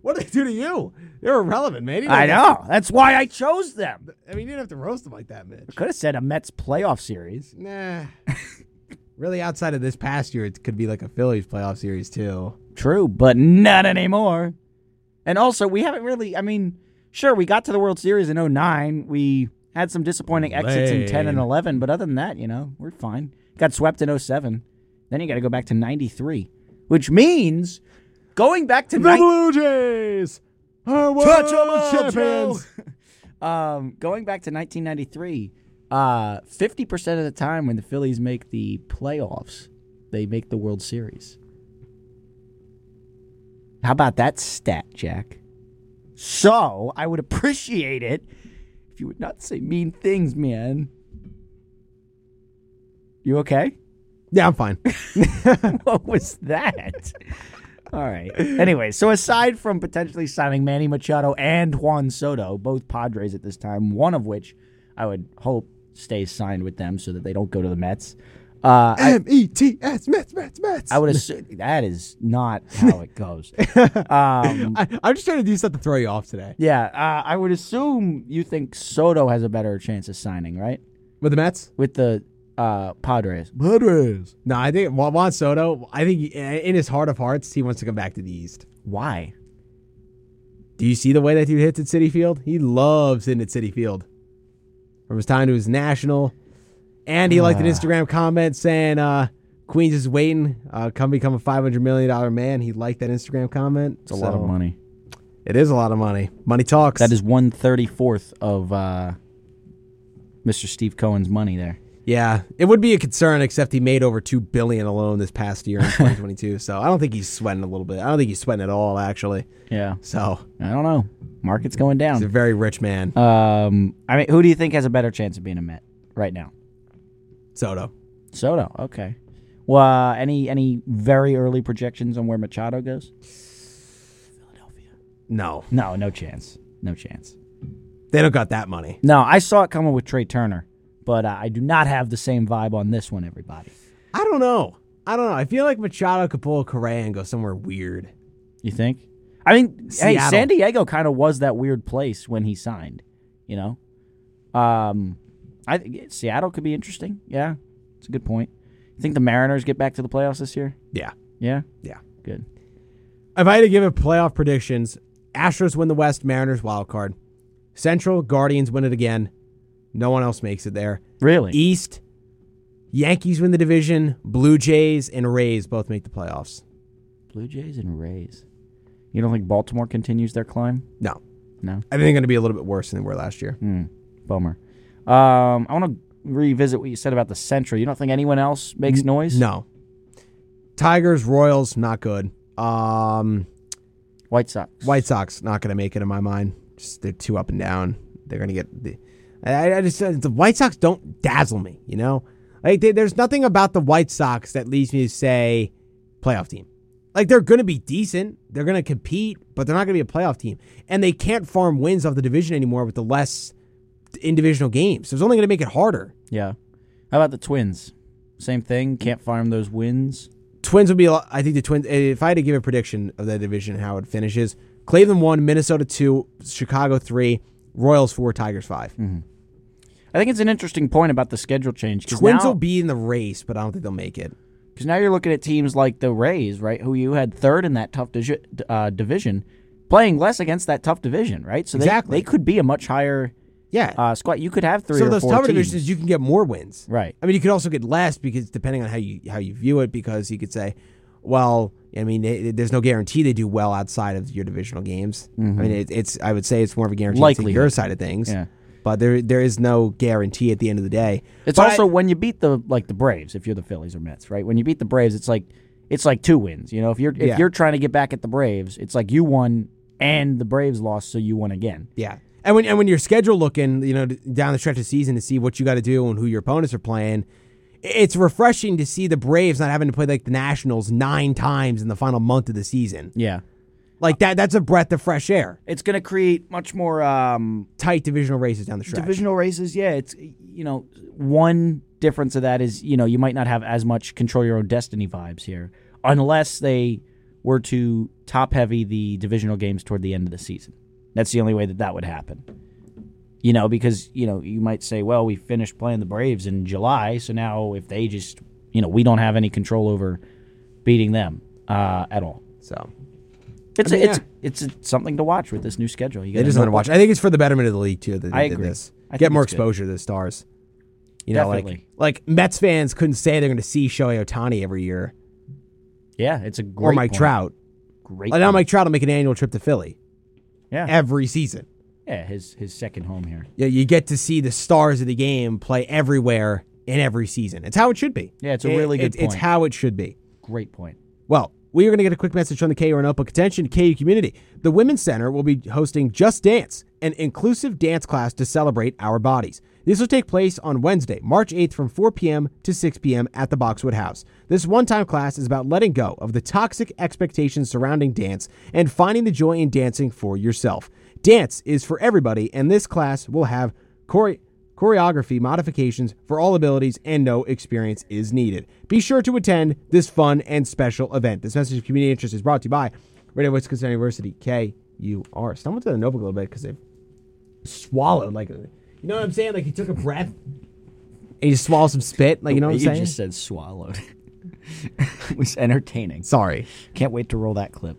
Speaker 1: what did they do to you? They're irrelevant, man. You
Speaker 2: I
Speaker 1: didn't have
Speaker 2: know. That's why I chose them.
Speaker 1: to- I mean, you didn't have to roast them like that, Mitch.
Speaker 2: Could have said a Mets playoff series.
Speaker 1: Nah. really, outside of this past year, it could be like a Phillies playoff series too.
Speaker 2: True, but not anymore. And also, we haven't really, I mean, sure, we got to the World Series in 09. We had some disappointing exits in 10 and
Speaker 1: Lame.
Speaker 2: 11, but other than that, you know, we're fine. Got swept in 07. Then you got to go back to 93, which means going back to
Speaker 1: The
Speaker 2: 93.
Speaker 1: Blue Jays are world
Speaker 2: Touch 'em up,
Speaker 1: champions.
Speaker 2: Joe. um, going back to 1993, uh, 50% of the time when the Phillies make the playoffs, they make the World Series. How about that stat, Jack? So I would appreciate it if you would not say mean things, man. You okay?
Speaker 1: Yeah, I'm fine.
Speaker 2: what was that? All right. Anyway, so aside from potentially signing Manny Machado and Juan Soto, both Padres at this time, one of which I would hope stays signed with them so that they don't go to the Mets. Uh, I,
Speaker 1: M E T S Mets Mets Mets.
Speaker 2: I would assume that is not how it goes. Um,
Speaker 1: I, I'm just trying to do stuff to throw you off today.
Speaker 2: yeah, uh, I would assume you think Soto has a better chance of signing, right?
Speaker 1: With the Mets?
Speaker 2: With the uh, Padres.
Speaker 1: Padres. No, I think Juan Juan Soto. I think he- in his heart of hearts, he wants to come back to the East.
Speaker 2: Why?
Speaker 1: Do you see the way that dude hits at City Field? He loves hitting at City Field. From his time to his national, and he
Speaker 2: Ah.
Speaker 1: liked an Instagram comment saying, uh, "Queens is waiting. Uh, come become a 500 million dollar man." He liked that Instagram comment.
Speaker 2: It's a lot of money.
Speaker 1: It is a lot of money. Money talks.
Speaker 2: That is one thirty fourth of uh, Mr. Steve Cohen's money there.
Speaker 1: Yeah, it would be a concern, except he made over two billion alone this past year in 2022. so I don't think he's sweating a little bit. I don't think he's sweating at all, actually.
Speaker 2: Yeah.
Speaker 1: So
Speaker 2: I don't know. Market's going
Speaker 1: he's a
Speaker 2: down.
Speaker 1: very rich man,
Speaker 2: Um, I mean, who do you think has a better chance of being a Met right now?
Speaker 1: Soto.
Speaker 2: Soto. Okay. Well, uh, any any very early projections on where Machado goes? Philadelphia.
Speaker 1: No,
Speaker 2: No, no chance. No chance.
Speaker 1: they don't got that money.
Speaker 2: No, I saw it coming with Trey Turner, but uh, I do not have the same vibe on this one. Everybody,
Speaker 1: I don't know. I don't know. I feel like Machado could pull a Correa and go somewhere weird.
Speaker 2: you think? I mean, hey,
Speaker 1: Seattle.
Speaker 2: San Diego kind of was that weird place when he signed. You know, um, I think Seattle could be interesting. Yeah, it's a good point. You think the Mariners get back to the playoffs this year?
Speaker 1: Yeah,
Speaker 2: Yeah,
Speaker 1: yeah.
Speaker 2: good.
Speaker 1: If I had to give it playoff predictions, Astros win the West, Mariners wild card, Central Guardians win it again. No one else makes it there.
Speaker 2: Really?
Speaker 1: East, Yankees win the division. Blue Jays and Rays both make the playoffs.
Speaker 2: Blue Jays and Rays. You don't think Baltimore continues their climb?
Speaker 1: No.
Speaker 2: No.
Speaker 1: I think they're going to be a little bit worse than they were last year.
Speaker 2: Hmm. Bummer. Um, I want to revisit what you said about the Central. You don't think anyone else makes noise?
Speaker 1: No. Tigers, Royals, not good. Um,
Speaker 2: White Sox.
Speaker 1: White Sox, not going to make it in my mind. Just they're too up and down. They're going to get the. I, I just uh, the White Sox don't dazzle me. You know, like they, there's nothing about the White Sox that leads me to say playoff team. Like they're going to be decent. They're going to compete, but they're not going to be a playoff team. And they can't farm wins off the division anymore with the less in divisional games. So it's only going to make it harder.
Speaker 2: Yeah. How about the Twins? Same thing. Can't farm those wins.
Speaker 1: Twins would be. a lot- I think the Twins. If I had to give a prediction of that division and how it finishes, Cleveland one, Minnesota two, Chicago three, Royals four, Tigers five.
Speaker 2: Mm-hmm. I think it's an interesting point about the schedule change. Cause
Speaker 1: Twins
Speaker 2: now,
Speaker 1: will be in the race, but I don't think they'll make it.
Speaker 2: 'cause now you're looking at teams like the Rays, right? Who you had third in that tough digi- uh, division, playing less against that tough division, right? So they,
Speaker 1: Exactly.
Speaker 2: they could be a much higher
Speaker 1: Yeah,
Speaker 2: uh, squad. You could have three
Speaker 1: some
Speaker 2: or
Speaker 1: of those
Speaker 2: four
Speaker 1: tougher
Speaker 2: teams.
Speaker 1: divisions you can get more wins.
Speaker 2: Right.
Speaker 1: I mean, you could also get less because depending on how you how you view it, because you could say, well, I mean, it, there's no guarantee they do well outside of your divisional games. I mean, it, it's I would say it's more of a guarantee on
Speaker 2: Likelihood.
Speaker 1: your side of things.
Speaker 2: Mm-hmm. Yeah.
Speaker 1: But there there is no guarantee at the end of the day.
Speaker 2: It's
Speaker 1: But I-
Speaker 2: also when you beat the like the Braves, if you're the Phillies or Mets, right? When you beat the Braves, it's like it's like two wins. You know, if you're if
Speaker 1: Yeah.
Speaker 2: you're trying to get back at the Braves, it's like you won and the Braves lost, so you won again.
Speaker 1: Yeah. And when and when your schedule looking, you know, d- down the stretch of season to see what you got to do and who your opponents are playing, i- it's refreshing to see the Braves not having to play like the Nationals nine times in the final month of the season.
Speaker 2: Yeah.
Speaker 1: Like that that's a breath of fresh air.
Speaker 2: It's going to create much more um,
Speaker 1: Tight divisional races down the stretch.
Speaker 2: divisional races. Yeah, it's you know one difference of that is you know you might not have as much control your own destiny vibes here unless they were to top heavy the divisional games toward the end of the season. That's the only way that that would happen. You know, because you know you might say, well, we finished playing the Braves in July, so now if they just you know we don't have any control over beating them uh, at all.
Speaker 1: so
Speaker 2: It's
Speaker 1: I mean,
Speaker 2: a, it's
Speaker 1: yeah.
Speaker 2: it's a, something to watch with this new schedule. You
Speaker 1: they just
Speaker 2: gotta
Speaker 1: want to
Speaker 2: know-
Speaker 1: watch. I think it's for the betterment of the league too. That they
Speaker 2: I
Speaker 1: did
Speaker 2: agree.
Speaker 1: this.
Speaker 2: I think
Speaker 1: Get more
Speaker 2: it's good.
Speaker 1: exposure to the stars. You know,
Speaker 2: Definitely.
Speaker 1: like like Mets fans couldn't say they're going to see Shohei Otani every year
Speaker 2: Yeah, it's a great
Speaker 1: or Mike
Speaker 2: point.
Speaker 1: Trout.
Speaker 2: Great.
Speaker 1: Like now
Speaker 2: point.
Speaker 1: Mike Trout will make an annual trip to Philly
Speaker 2: yeah.
Speaker 1: every season.
Speaker 2: Yeah, his his second home here.
Speaker 1: you, you get to see the stars of the game play everywhere in every season. It's how it should be.
Speaker 2: Yeah, it's a really
Speaker 1: It-
Speaker 2: good
Speaker 1: it- It's
Speaker 2: point.
Speaker 1: how it should be.
Speaker 2: Great point.
Speaker 1: Well, we are going to get a quick message from the KU and Up Attention KU community. The Women's Center will be hosting Just Dance, an inclusive dance class to celebrate our bodies. This will take place on Wednesday, March 8th from 4 p.m. to 6 p.m. at the Boxwood House. This one time class is about letting go of the toxic expectations surrounding dance and finding the joy in dancing for yourself. Dance is for everybody, and this class will have chore- choreography modifications for all abilities and no experience is needed. Be sure to attend this fun and special event. This message of community interest is brought to you by Radio Wisconsin University KUR. Stumbled to the notebook a little bit because they've swallowed like you know what I'm saying? Like he took a breath and he just swallowed some spit. Like you know what I'm
Speaker 2: you
Speaker 1: saying?
Speaker 2: just said swallowed. it was entertaining.
Speaker 1: Sorry.
Speaker 2: Can't wait to roll that clip.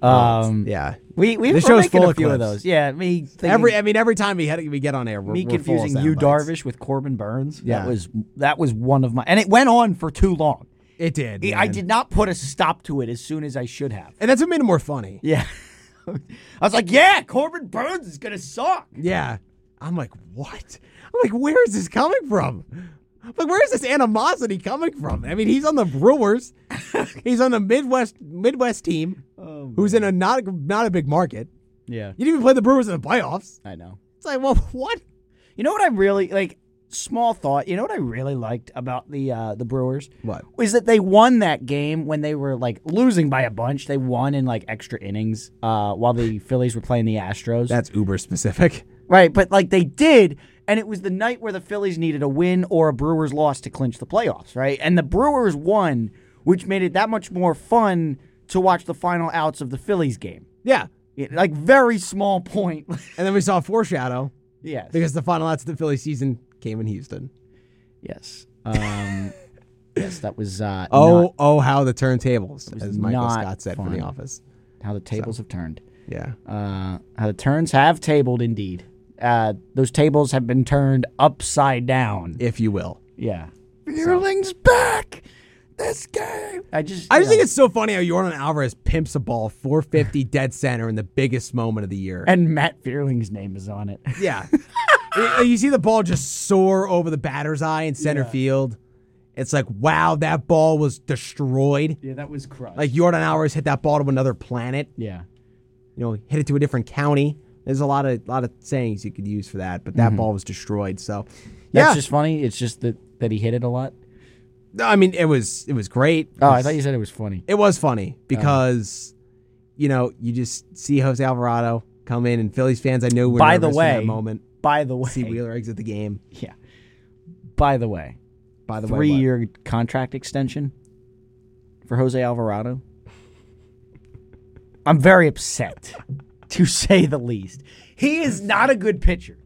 Speaker 2: Um,
Speaker 1: Yeah.
Speaker 2: we we
Speaker 1: This
Speaker 2: were
Speaker 1: show's
Speaker 2: making
Speaker 1: full
Speaker 2: a
Speaker 1: of
Speaker 2: few of
Speaker 1: clips.
Speaker 2: those. Yeah, me thinking,
Speaker 1: Every I mean every time we had we get on air, we're,
Speaker 2: me
Speaker 1: we're full of
Speaker 2: confusing you
Speaker 1: sound bites.
Speaker 2: Darvish with Corbin Burns.
Speaker 1: Yeah.
Speaker 2: That was that was one of my and it went on for too long.
Speaker 1: It did.
Speaker 2: I
Speaker 1: man.
Speaker 2: did not put a stop to it as soon as I should have.
Speaker 1: and that's what made it more funny.
Speaker 2: Yeah. I was like, yeah, Corbin Burns is gonna suck.
Speaker 1: Yeah. I'm like, what? I'm like, where is this coming from? I'm like, where is this animosity coming from? I mean, he's on the Brewers. he's on the Midwest Midwest team, who's in a not not a big market.
Speaker 2: Yeah.
Speaker 1: You didn't even play the Brewers in the playoffs.
Speaker 2: I know.
Speaker 1: It's like, well, what?
Speaker 2: You know what I really like? Small thought. You know what I really liked about the uh, the Brewers?
Speaker 1: What?
Speaker 2: was that they won that game when they were like losing by a bunch. They won in like extra innings uh, while the Phillies were playing the Astros.
Speaker 1: That's uber specific.
Speaker 2: right, but like they did, and it was the night where the Phillies needed a win or a Brewers loss to clinch the playoffs. Right, and the Brewers won, which made it that much more fun to watch the final outs of the Phillies game.
Speaker 1: Yeah.
Speaker 2: Yeah, like very small point.
Speaker 1: And then we saw a foreshadow
Speaker 2: yes.
Speaker 1: because the final outs of the Philly season came in Houston.
Speaker 2: yes. Um, yes, that was uh,
Speaker 1: Oh,
Speaker 2: not
Speaker 1: oh, how the turntables, as Michael
Speaker 2: not
Speaker 1: Scott said from
Speaker 2: fun.
Speaker 1: The Office.
Speaker 2: how the tables have turned.
Speaker 1: Yeah.
Speaker 2: Uh, how the turns have tabled indeed. Uh, those tables have been turned upside down.
Speaker 1: If you will.
Speaker 2: Yeah. Fearling's back. This game. I just.
Speaker 1: I just think it's so funny how Jordan Alvarez pimps a ball 450 dead center in the biggest moment of the year.
Speaker 2: And Matt Fearling's name is on it.
Speaker 1: yeah. You- you see the ball just soar over the batter's eye in center
Speaker 2: Yeah.
Speaker 1: field. It's like, wow, that ball was destroyed.
Speaker 2: Yeah, that was crushed.
Speaker 1: Like Jordan Alvarez hit that ball to another planet,
Speaker 2: yeah.
Speaker 1: you know, hit it to a different county. There's a lot of lot of sayings you could use for that, but that ball was destroyed. So,
Speaker 2: Mm-hmm. That's
Speaker 1: yeah,
Speaker 2: just funny. It's just that that he hit it a lot.
Speaker 1: I mean, it was it was great.
Speaker 2: Oh, I thought you said it was funny.
Speaker 1: It was funny
Speaker 2: Uh-huh.
Speaker 1: because, you know, you just see Jose Alvarado come in, and Phillies fans I know were
Speaker 2: By the
Speaker 1: nervous in that
Speaker 2: way-
Speaker 1: moment.
Speaker 2: By the way.
Speaker 1: See Wheeler exit the game.
Speaker 2: Yeah. By the way,
Speaker 1: By the way,
Speaker 2: three
Speaker 1: what?
Speaker 2: year contract extension for Jose Alvarado. I'm very upset, to say the least. He is not a good pitcher.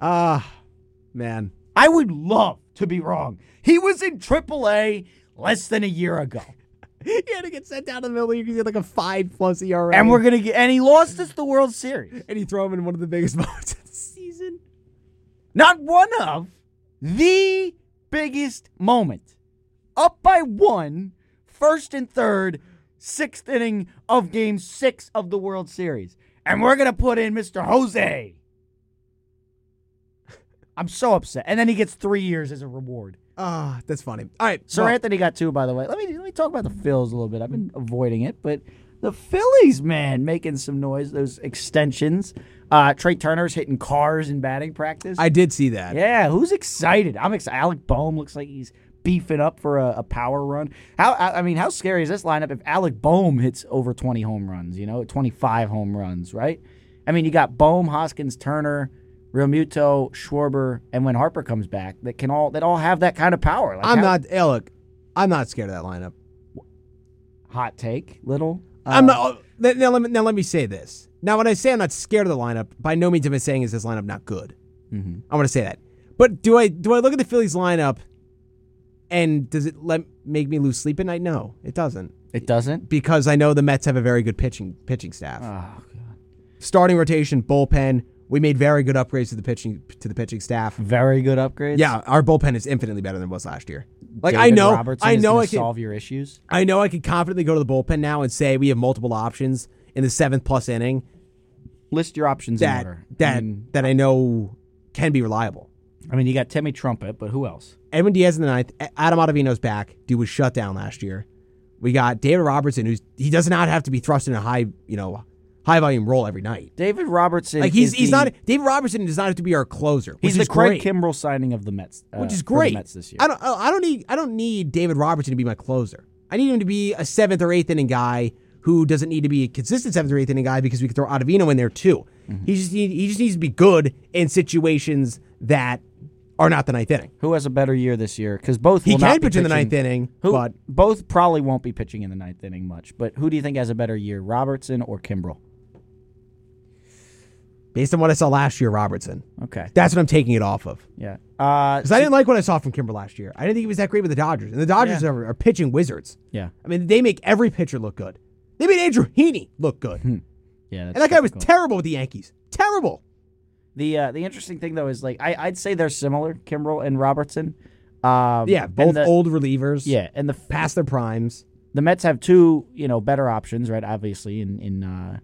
Speaker 1: Ah, man,
Speaker 2: I would love to be wrong. He was in AAA less than a year ago.
Speaker 1: he had to get sent down to the middle of the year because he had like a five plus ERA,
Speaker 2: And we're gonna get and he lost us the World Series.
Speaker 1: and you throw him in one of the biggest moments of the season.
Speaker 2: Not one of the biggest moment. Up by one, first and third, sixth inning of game six of the World Series. And we're gonna put in Mr. Jose. I'm so upset. And then he gets three years as a reward.
Speaker 1: Ah, that's funny. All right,
Speaker 2: Sir
Speaker 1: well,
Speaker 2: Anthony got two, by the way. Let me let me talk about the Phils a little bit. I've been avoiding it, but the Phillies, man, making some noise. Those extensions. Uh, Trey Turner's hitting cars in batting practice.
Speaker 1: I did see that.
Speaker 2: yeah, who's excited? I'm excited. Alec Bohm looks like he's beefing up for a, a power run. How I I mean, how scary is this lineup if Alec Bohm hits over 20 home runs? You know, 25 home runs, right? I mean, you got Bohm, Hoskins, Turner. Realmuto, Schwarber, and when Harper comes back, that can all that all have that kind of power. Like
Speaker 1: I'm
Speaker 2: how-
Speaker 1: not. Hey, look, I'm not scared of that lineup.
Speaker 2: hot take, little. Uh,
Speaker 1: I'm
Speaker 2: Um,
Speaker 1: not. oh, Now, now let me, now let me say this. Now, when I say I'm not scared of the lineup, by no means am I saying is this lineup not good.
Speaker 2: Mm-hmm.
Speaker 1: I want to say that. But do I do I look at the Phillies lineup, and does it let make me lose sleep at night? No, it doesn't,
Speaker 2: It doesn't.
Speaker 1: because I know the Mets have a very good pitching pitching staff,
Speaker 2: Oh god.
Speaker 1: starting rotation, bullpen. We made very good upgrades to the pitching to the pitching staff.
Speaker 2: Very good upgrades.
Speaker 1: Yeah, our bullpen is infinitely better than it was last year. Like
Speaker 2: David
Speaker 1: I know,
Speaker 2: Robertson
Speaker 1: I
Speaker 2: is
Speaker 1: know,
Speaker 2: gonna
Speaker 1: I can,
Speaker 2: solve your issues.
Speaker 1: I know I could confidently go to the bullpen now and say we have multiple options in the seventh plus inning
Speaker 2: List your options in
Speaker 1: that
Speaker 2: order.
Speaker 1: that
Speaker 2: I mean,
Speaker 1: that I know can be reliable.
Speaker 2: I mean, you got Timmy Trumpet, but who else?
Speaker 1: Edwin Diaz in the ninth. A- Adam Ottavino's back. Dude was shut down last year. We got David Robertson, who's he does not have to be thrust in a high, you know, high volume role every night.
Speaker 2: David Robertson.
Speaker 1: Like he's
Speaker 2: is
Speaker 1: he's
Speaker 2: the-
Speaker 1: not David Robertson does not have to be our closer.
Speaker 2: He's
Speaker 1: which
Speaker 2: the
Speaker 1: is
Speaker 2: Craig
Speaker 1: great,
Speaker 2: Kimbrell signing of the Mets, uh,
Speaker 1: which is
Speaker 2: for the
Speaker 1: great.
Speaker 2: Mets this year.
Speaker 1: I don't oh, I don't need I don't need David Robertson to be my closer. I need him to be a seventh or eighth inning guy who doesn't need to be a consistent seventh or eighth inning guy because we can throw Ottavino in there too.
Speaker 2: Mm-hmm.
Speaker 1: He just need, he just needs to be good in situations that are not the ninth inning.
Speaker 2: Who has a better year this year? Because both
Speaker 1: He
Speaker 2: will
Speaker 1: can
Speaker 2: not be
Speaker 1: pitch in the
Speaker 2: pitching-
Speaker 1: ninth inning,
Speaker 2: Who,
Speaker 1: but
Speaker 2: both probably won't be pitching in the ninth inning much. But who do you think has a better year, Robertson or Kimbrell?
Speaker 1: based on what I saw last year, Robertson.
Speaker 2: Okay,
Speaker 1: That's what I'm taking it off of.
Speaker 2: yeah. Uh,
Speaker 1: Because I didn't like what I saw from Kimber last year. I didn't think he was that great with the Dodgers. And the Dodgers
Speaker 2: Yeah.
Speaker 1: are, are pitching wizards.
Speaker 2: yeah,
Speaker 1: I mean, they make every pitcher look good. They made Andrew Heaney look good. and
Speaker 2: yeah. That's
Speaker 1: that guy was
Speaker 2: difficult.
Speaker 1: terrible with the Yankees. Terrible.
Speaker 2: The uh, the interesting thing though is like I I'd say they're similar, Kimbrel and Robertson. Um,
Speaker 1: Yeah,
Speaker 2: and
Speaker 1: both
Speaker 2: the-
Speaker 1: old relievers.
Speaker 2: Yeah, and the
Speaker 1: Past their primes.
Speaker 2: the Mets have two you know better options, right? Obviously, in in uh,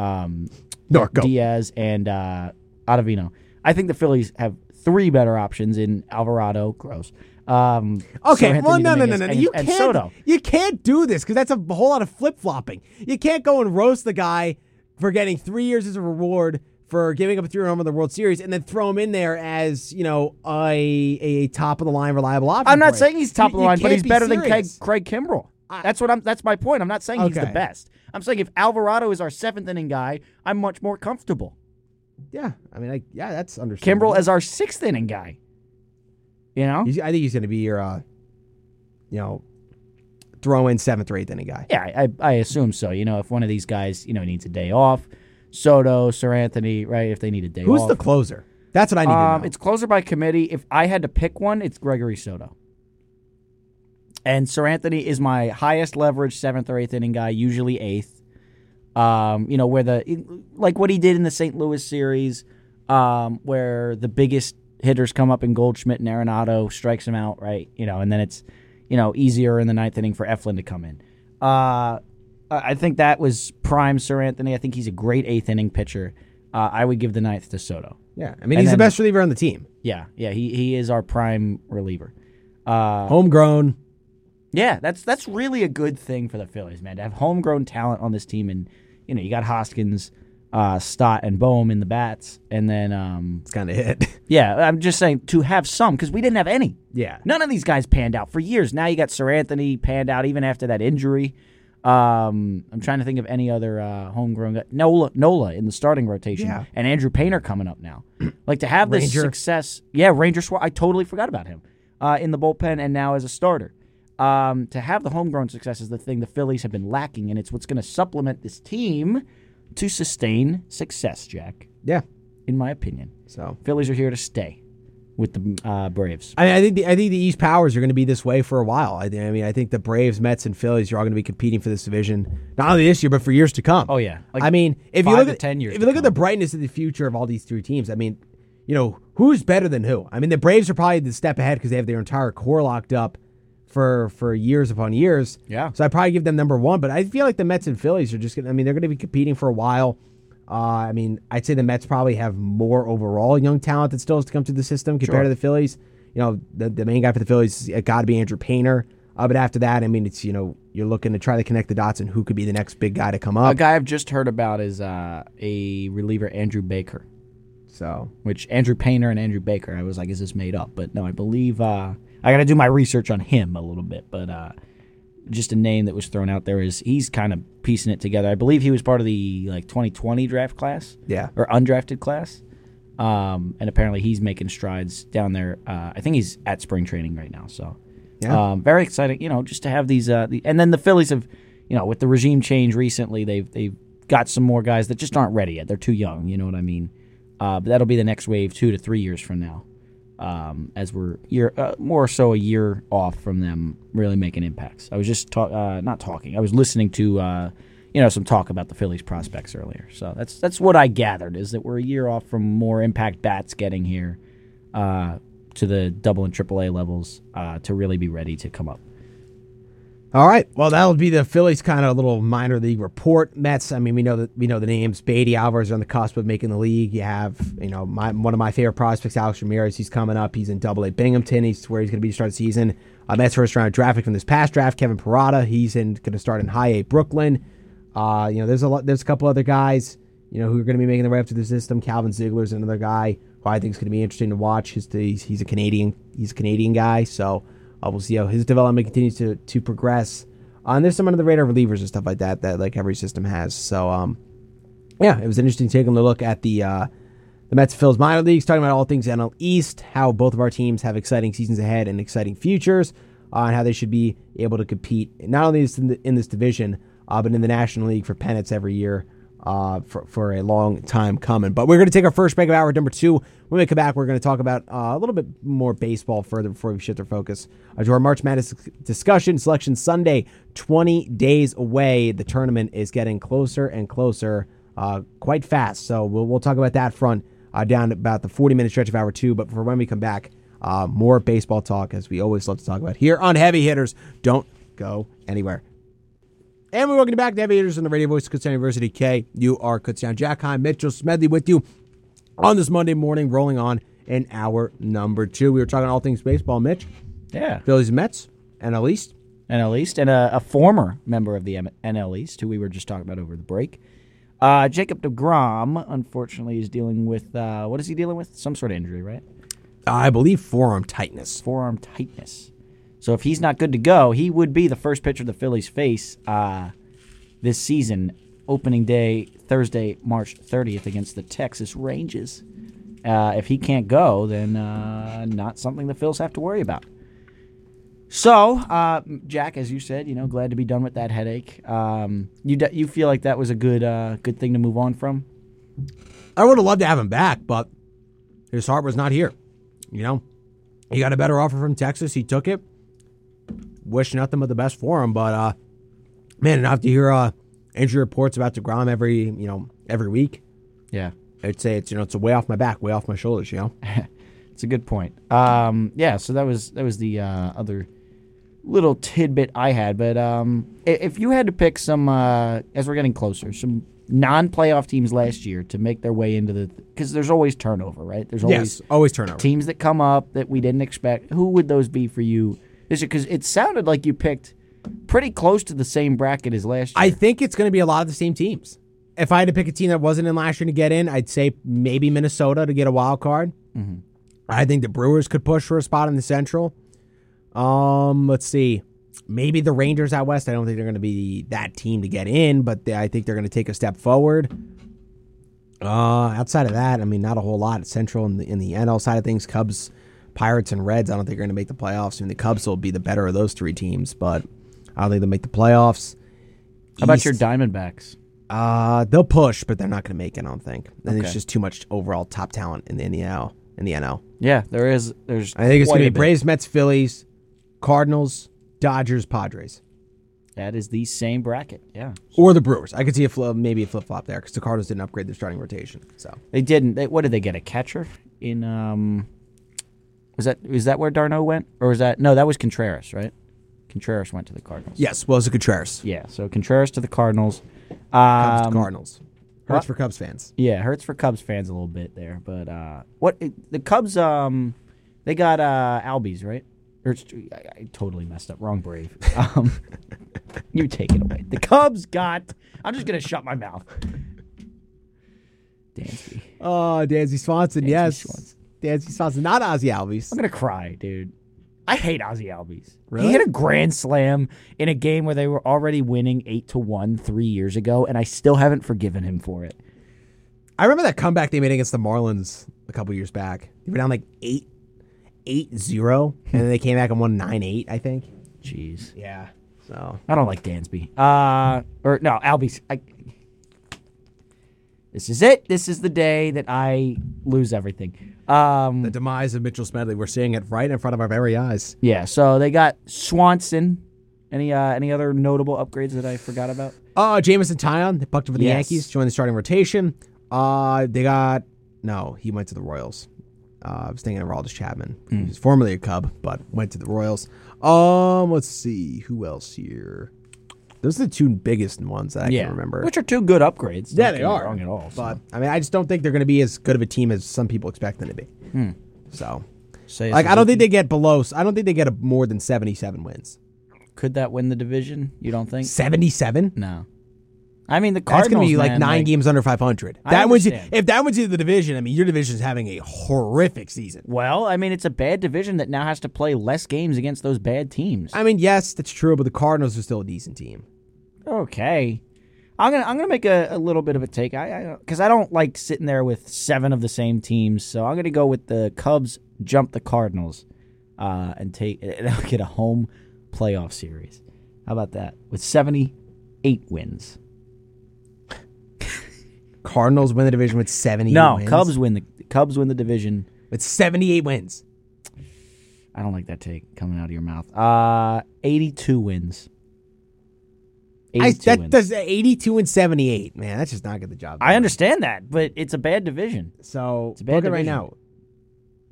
Speaker 2: um,
Speaker 1: Norco.
Speaker 2: Diaz and uh, Ottavino. I think the Phillies have three better options in Alvarado, gross. Um,
Speaker 1: okay,
Speaker 2: Sir
Speaker 1: well,
Speaker 2: Anthony
Speaker 1: no, no, no,
Speaker 2: Dominguez
Speaker 1: no, no.
Speaker 2: and-
Speaker 1: You
Speaker 2: and
Speaker 1: can't,
Speaker 2: Soto.
Speaker 1: you can't do this because that's a whole lot of flip flopping. You can't go and roast the guy for getting three years as a reward for giving up a three home in the World Series and then throw him in there as, you know, a, a top of the line reliable option.
Speaker 2: I'm
Speaker 1: for
Speaker 2: not
Speaker 1: you.
Speaker 2: saying he's top of
Speaker 1: You-
Speaker 2: the
Speaker 1: you
Speaker 2: line, but
Speaker 1: can't
Speaker 2: he's
Speaker 1: be
Speaker 2: better than Craig,
Speaker 1: serious.
Speaker 2: Craig Kimbrell. That's what I'm. That's my point. I'm not saying he's
Speaker 1: Okay.
Speaker 2: the best. I'm saying if Alvarado is our seventh inning guy, I'm much more comfortable.
Speaker 1: Yeah, I mean, I, yeah, that's understandable.
Speaker 2: Kimbrel as our sixth inning guy. You know,
Speaker 1: He's- I think he's going to be your, uh, you know, throw in seventh or eighth inning guy.
Speaker 2: yeah, I, I assume so. You know, if one of these guys, you know, needs a day off, Soto, Sir Anthony, right? If they need a day
Speaker 1: Who's
Speaker 2: off,
Speaker 1: the closer? That's what I need to
Speaker 2: Um,
Speaker 1: know.
Speaker 2: it's closer by committee. If I had to pick one, it's Gregory Soto. And Sir Anthony is my highest leverage seventh or eighth inning guy, usually eighth. Um, you know where the like what he did in the St. Louis series, um, where the biggest hitters come up in Goldschmidt and Arenado strikes him out, right? You know, and then it's you know easier in the ninth inning for Eflin to come in. Uh, I I think that was prime Sir Anthony. I think he's a great eighth inning pitcher. Uh, I would give the ninth to Soto.
Speaker 1: yeah, I mean, he's
Speaker 2: then-
Speaker 1: the best reliever on the team.
Speaker 2: Yeah, yeah, he he is our prime reliever. Uh,
Speaker 1: Homegrown.
Speaker 2: yeah, that's that's really a good thing for the Phillies, man. To have homegrown talent on this team, and you know you got Hoskins, uh, Stott, and Boehm in the bats, and then um,
Speaker 1: It's kind of it.
Speaker 2: yeah, I'm just saying to have some because we didn't have any.
Speaker 1: yeah.
Speaker 2: None of these guys panned out for years. Now you got Sir Anthony panned out even after that injury. Um, I'm trying to think of any other uh, homegrown guy. Nola, Nola in the starting rotation,
Speaker 1: Yeah.
Speaker 2: and Andrew Painter coming up now. like to have this
Speaker 1: Ranger.
Speaker 2: success, yeah, Ranger. Swa- I totally forgot about him uh, in the bullpen and now as a starter. Um, to have the homegrown success is the thing the Phillies have been lacking, and it's what's going to supplement this team to sustain success. Jack,
Speaker 1: Yeah.
Speaker 2: in my opinion,
Speaker 1: So,
Speaker 2: Phillies are here to stay with the uh, Braves.
Speaker 1: I mean, I think the, I think the East powers are going to be this way for a while. I, think- I mean, I think the Braves, Mets, and Phillies are all going to be competing for this division, not only this year but for years to come.
Speaker 2: Oh, yeah. Like
Speaker 1: I mean, if you
Speaker 2: five
Speaker 1: look
Speaker 2: to
Speaker 1: at
Speaker 2: 10 years
Speaker 1: if
Speaker 2: to
Speaker 1: you look at
Speaker 2: come.
Speaker 1: the brightness of the future of all these three teams, I mean, you know, who's better than who? I mean, the Braves are probably the step ahead because they have their entire core locked up for for years upon years.
Speaker 2: Yeah.
Speaker 1: So I probably give them number one, but I feel like the Mets and Phillies are just going. to I mean, they're going to be competing for a while. Uh, I mean, I'd say the Mets probably have more overall young talent that still has to come through the system compared to the Phillies. You know, the, the main guy for the Phillies has got to be Andrew Painter. Uh, but after that, I mean, it's you know you're looking to try to connect the dots and who could be the next big guy to come
Speaker 2: A
Speaker 1: up.
Speaker 2: guy I've just heard about is uh, a reliever, Andrew Baker,
Speaker 1: So
Speaker 2: which Andrew Painter and Andrew Baker. I was like, is this made up? But no, I believe uh, I got to do my research on him a little bit. But uh, just a name that was thrown out there is he's kind of piecing it together. I believe he was part of the like 2020 draft class
Speaker 1: yeah,
Speaker 2: or undrafted class. Um, and apparently he's making strides down there. Uh, I think he's at spring training right now. So,
Speaker 1: Yeah.
Speaker 2: um, very exciting, you know, just to have these. Uh, the, and then the Phillies have, you know, with the regime change recently, they've they've got some more guys that just aren't ready yet. They're too young. You know what I mean? Uh, but that'll be the next wave, two to three years from now, um, as we're year uh, more so a year off from them really making impacts. I was just talk, uh, not talking. I was listening to. Uh, you know some talk about the Phillies prospects earlier, so that's that's what I gathered is that we're a year off from more impact bats getting here, uh, to the double and triple A levels uh, to really be ready to come up.
Speaker 1: All right. Well, that'll be the Phillies' kind of little minor league report. Mets. I mean, we know that we know the names. Beatty Alvarez are on the cusp of making the league. You have, you know, my, one of my favorite prospects, Alex Ramirez. He's coming up. He's in Double A Binghamton. He's where he's going to be to start the season. Uh, Mets first round draft pick from this past draft, Kevin Parada. He's in going to start in High A Brooklyn. Uh, you know, there's a lot, there's a couple other guys, you know, who are going to be making their way up to the system. Calvin Ziegler's another guy who I think is going to be interesting to watch. His, he's, he's a Canadian, he's a Canadian guy, so uh, we'll see how his development continues to to progress. Uh, and there's some under the radar relievers and stuff like that that like every system has. So um, yeah, it was interesting taking a look at the uh, the Mets and Phil's minor leagues, talking about all things NL East, how both of our teams have exciting seasons ahead and exciting futures, uh, and how they should be able to compete not only in, the, in this division, uh, but in the National League for pennants every year uh, for, for a long time coming. But we're going to take our first break of hour number two. When we come back, we're going to talk about uh, a little bit more baseball further before we shift our focus uh, to our March Madness discussion. Selection Sunday, 20 days away. The tournament is getting closer and closer uh, quite fast. So we'll, we'll talk about that front uh, down about the 40 minute stretch of hour two. But for when we come back, uh, more baseball talk as we always love to talk about here on Heavy Hitters. Don't go anywhere. And we're welcome back to Navigators on the Radio Voice of Kutztown University. K, you are Kutztown. Jack Hine, Mitchell Smedley with you on this Monday morning, rolling on in hour number two. We were talking all things baseball, Mitch,
Speaker 2: Yeah.
Speaker 1: Phillies and Mets, and at least
Speaker 2: NL East and a, a former member of the M- NL East who we were just talking about over the break. Uh, Jacob DeGrom, unfortunately, is dealing with uh, what is he dealing with? Some sort of injury, right?
Speaker 1: I believe forearm tightness.
Speaker 2: Forearm tightness. So if he's not good to go, he would be the first pitcher the Phillies face uh, this season, opening day Thursday, March 30th against the Texas Rangers. Uh, if he can't go, then uh, not something the Phils have to worry about. So, uh, Jack, as you said, you know, glad to be done with that headache. Um, you d- you feel like that was a good uh, good thing to move on from?
Speaker 1: I would have loved to have him back, but his heart was not here. You know, he got a better offer from Texas. He took it. Wish nothing but the best for him, but uh, man, enough to hear uh, injury reports about Degrom every you know every week.
Speaker 2: Yeah.
Speaker 1: I'd say it's you know it's a way off my back, way off my shoulders. You know,
Speaker 2: It's a good point. Um, yeah, so that was that was the uh, other little tidbit I had. But um, i- if you had to pick some, uh, as we're getting closer, some non-playoff teams last year to make their way into the, because there's always turnover, right? There's always
Speaker 1: always, always turnover.
Speaker 2: teams that come up that we didn't expect. Who would those be for you? Is it because it sounded like you picked pretty close to the same bracket as last year?
Speaker 1: I think it's going to be a lot of the same teams. If I had to pick a team that wasn't in last year to get in, I'd say maybe Minnesota to get a wild card.
Speaker 2: Mm-hmm.
Speaker 1: I think the Brewers could push for a spot in the Central. Um, let's see. Maybe the Rangers out west. I don't think they're going to be that team to get in, but they, I think they're going to take a step forward. Uh, outside of that, I mean, not a whole lot. Central and the, in the NL side of things, Cubs, Pirates, and Reds. I don't think are going to make the playoffs. I mean, the Cubs will be the better of those three teams, but I don't think they'll make the playoffs.
Speaker 2: How about
Speaker 1: East-
Speaker 2: your Diamondbacks?
Speaker 1: uh, they'll push, but they're not going to make it. I don't think. I think
Speaker 2: Okay.
Speaker 1: it's just too much overall top talent in the NL. In the NL,
Speaker 2: Yeah, there is. There's.
Speaker 1: I think it's
Speaker 2: quite
Speaker 1: going to
Speaker 2: a
Speaker 1: be
Speaker 2: bit.
Speaker 1: Braves, Mets, Phillies, Cardinals, Dodgers, Padres,
Speaker 2: That is the same bracket. Yeah.
Speaker 1: or the Brewers. I could see a fl- maybe a flip flop there because the Cardinals didn't upgrade their starting rotation. So
Speaker 2: They didn't. They, what did they get? A catcher in um, was that was that where Darno went, or was that no? That was Contreras, right? Contreras went to the Cardinals.
Speaker 1: yes, well, it's a Contreras.
Speaker 2: Yeah. So Contreras to the Cardinals.
Speaker 1: Cubs to
Speaker 2: Um,
Speaker 1: Cardinals. Hurts
Speaker 2: what?
Speaker 1: for Cubs fans.
Speaker 2: yeah, hurts for Cubs fans a little bit there, but uh, what the Cubs um, they got uh Albies right? Or it's- I, I totally messed up. Wrong Brave. Um, you take it away. The Cubs got. I'm just gonna shut my mouth. Dansby.
Speaker 1: Oh, Danzy Swanson, yes,
Speaker 2: Swanson.
Speaker 1: Danzy Swanson, not Ozzy Albies.
Speaker 2: I'm gonna cry, dude. I hate Ozzy Albies.
Speaker 1: Really?
Speaker 2: He hit a grand slam in a game where they were already winning eight to one three years ago, and I still haven't forgiven him for it.
Speaker 1: I remember that comeback they made against the Marlins a couple years back. They were down like eight, eight zero, and then they came back and won nine eight. I think.
Speaker 2: Jeez,
Speaker 1: Yeah. So
Speaker 2: I don't like Dansby. Uh, or no, Albies. I, this is it. This is the day that I lose everything. Um,
Speaker 1: the demise of Mitchell Smedley, we're seeing it right in front of our very eyes.
Speaker 2: yeah. So they got Swanson. Any uh, any other notable upgrades that I forgot about?
Speaker 1: Uh Jamison Tyon, they bucked up for the
Speaker 2: Yes.
Speaker 1: Yankees, joined the starting rotation. Uh they got no, he went to the Royals. Uh, I was thinking of Aldis Chapman. He was formerly a Cub, but went to the Royals. Um, let's see who else here. Those are the two biggest ones that I can remember.
Speaker 2: Which are two good upgrades.
Speaker 1: Yeah,
Speaker 2: Don't
Speaker 1: they
Speaker 2: get me
Speaker 1: are.
Speaker 2: wrong at all. so.
Speaker 1: Hmm. But I mean, I just don't think they're going to be as good of a team as some people expect them to be. So
Speaker 2: Say
Speaker 1: Like I don't think they get below. I don't think they get a, more than seventy-seven wins.
Speaker 2: could that win the division. You don't think?
Speaker 1: Seventy-seven.
Speaker 2: No. I mean, the
Speaker 1: That's
Speaker 2: Cardinals.
Speaker 1: going to be like
Speaker 2: man,
Speaker 1: nine games under 500.
Speaker 2: I
Speaker 1: That wins you,
Speaker 2: understand.
Speaker 1: if that wins you the division. I mean, your division is having a horrific season.
Speaker 2: Well, I mean, it's a bad division that now has to play less games against those bad teams.
Speaker 1: I mean, yes, that's true, but the Cardinals are still a decent team.
Speaker 2: okay. I'm gonna I'm gonna make a, a little bit of a take. I because I, don't like sitting there with seven of the same teams, so I'm gonna go with the Cubs jump the Cardinals, uh, and take and I'll get a home playoff series. How about that? With 78 wins.
Speaker 1: Cardinals win the division with 78
Speaker 2: No,
Speaker 1: wins.
Speaker 2: Cubs win the Cubs win the division.
Speaker 1: with 78 wins.
Speaker 2: I don't like that take coming out of your mouth. Uh, 82 wins.
Speaker 1: I,
Speaker 2: 82
Speaker 1: that
Speaker 2: wins.
Speaker 1: does 82 and 78. Man, that's just not get the job.
Speaker 2: I
Speaker 1: done.
Speaker 2: understand that, but it's a bad division.
Speaker 1: So,
Speaker 2: a bad
Speaker 1: look at right
Speaker 2: division.
Speaker 1: now.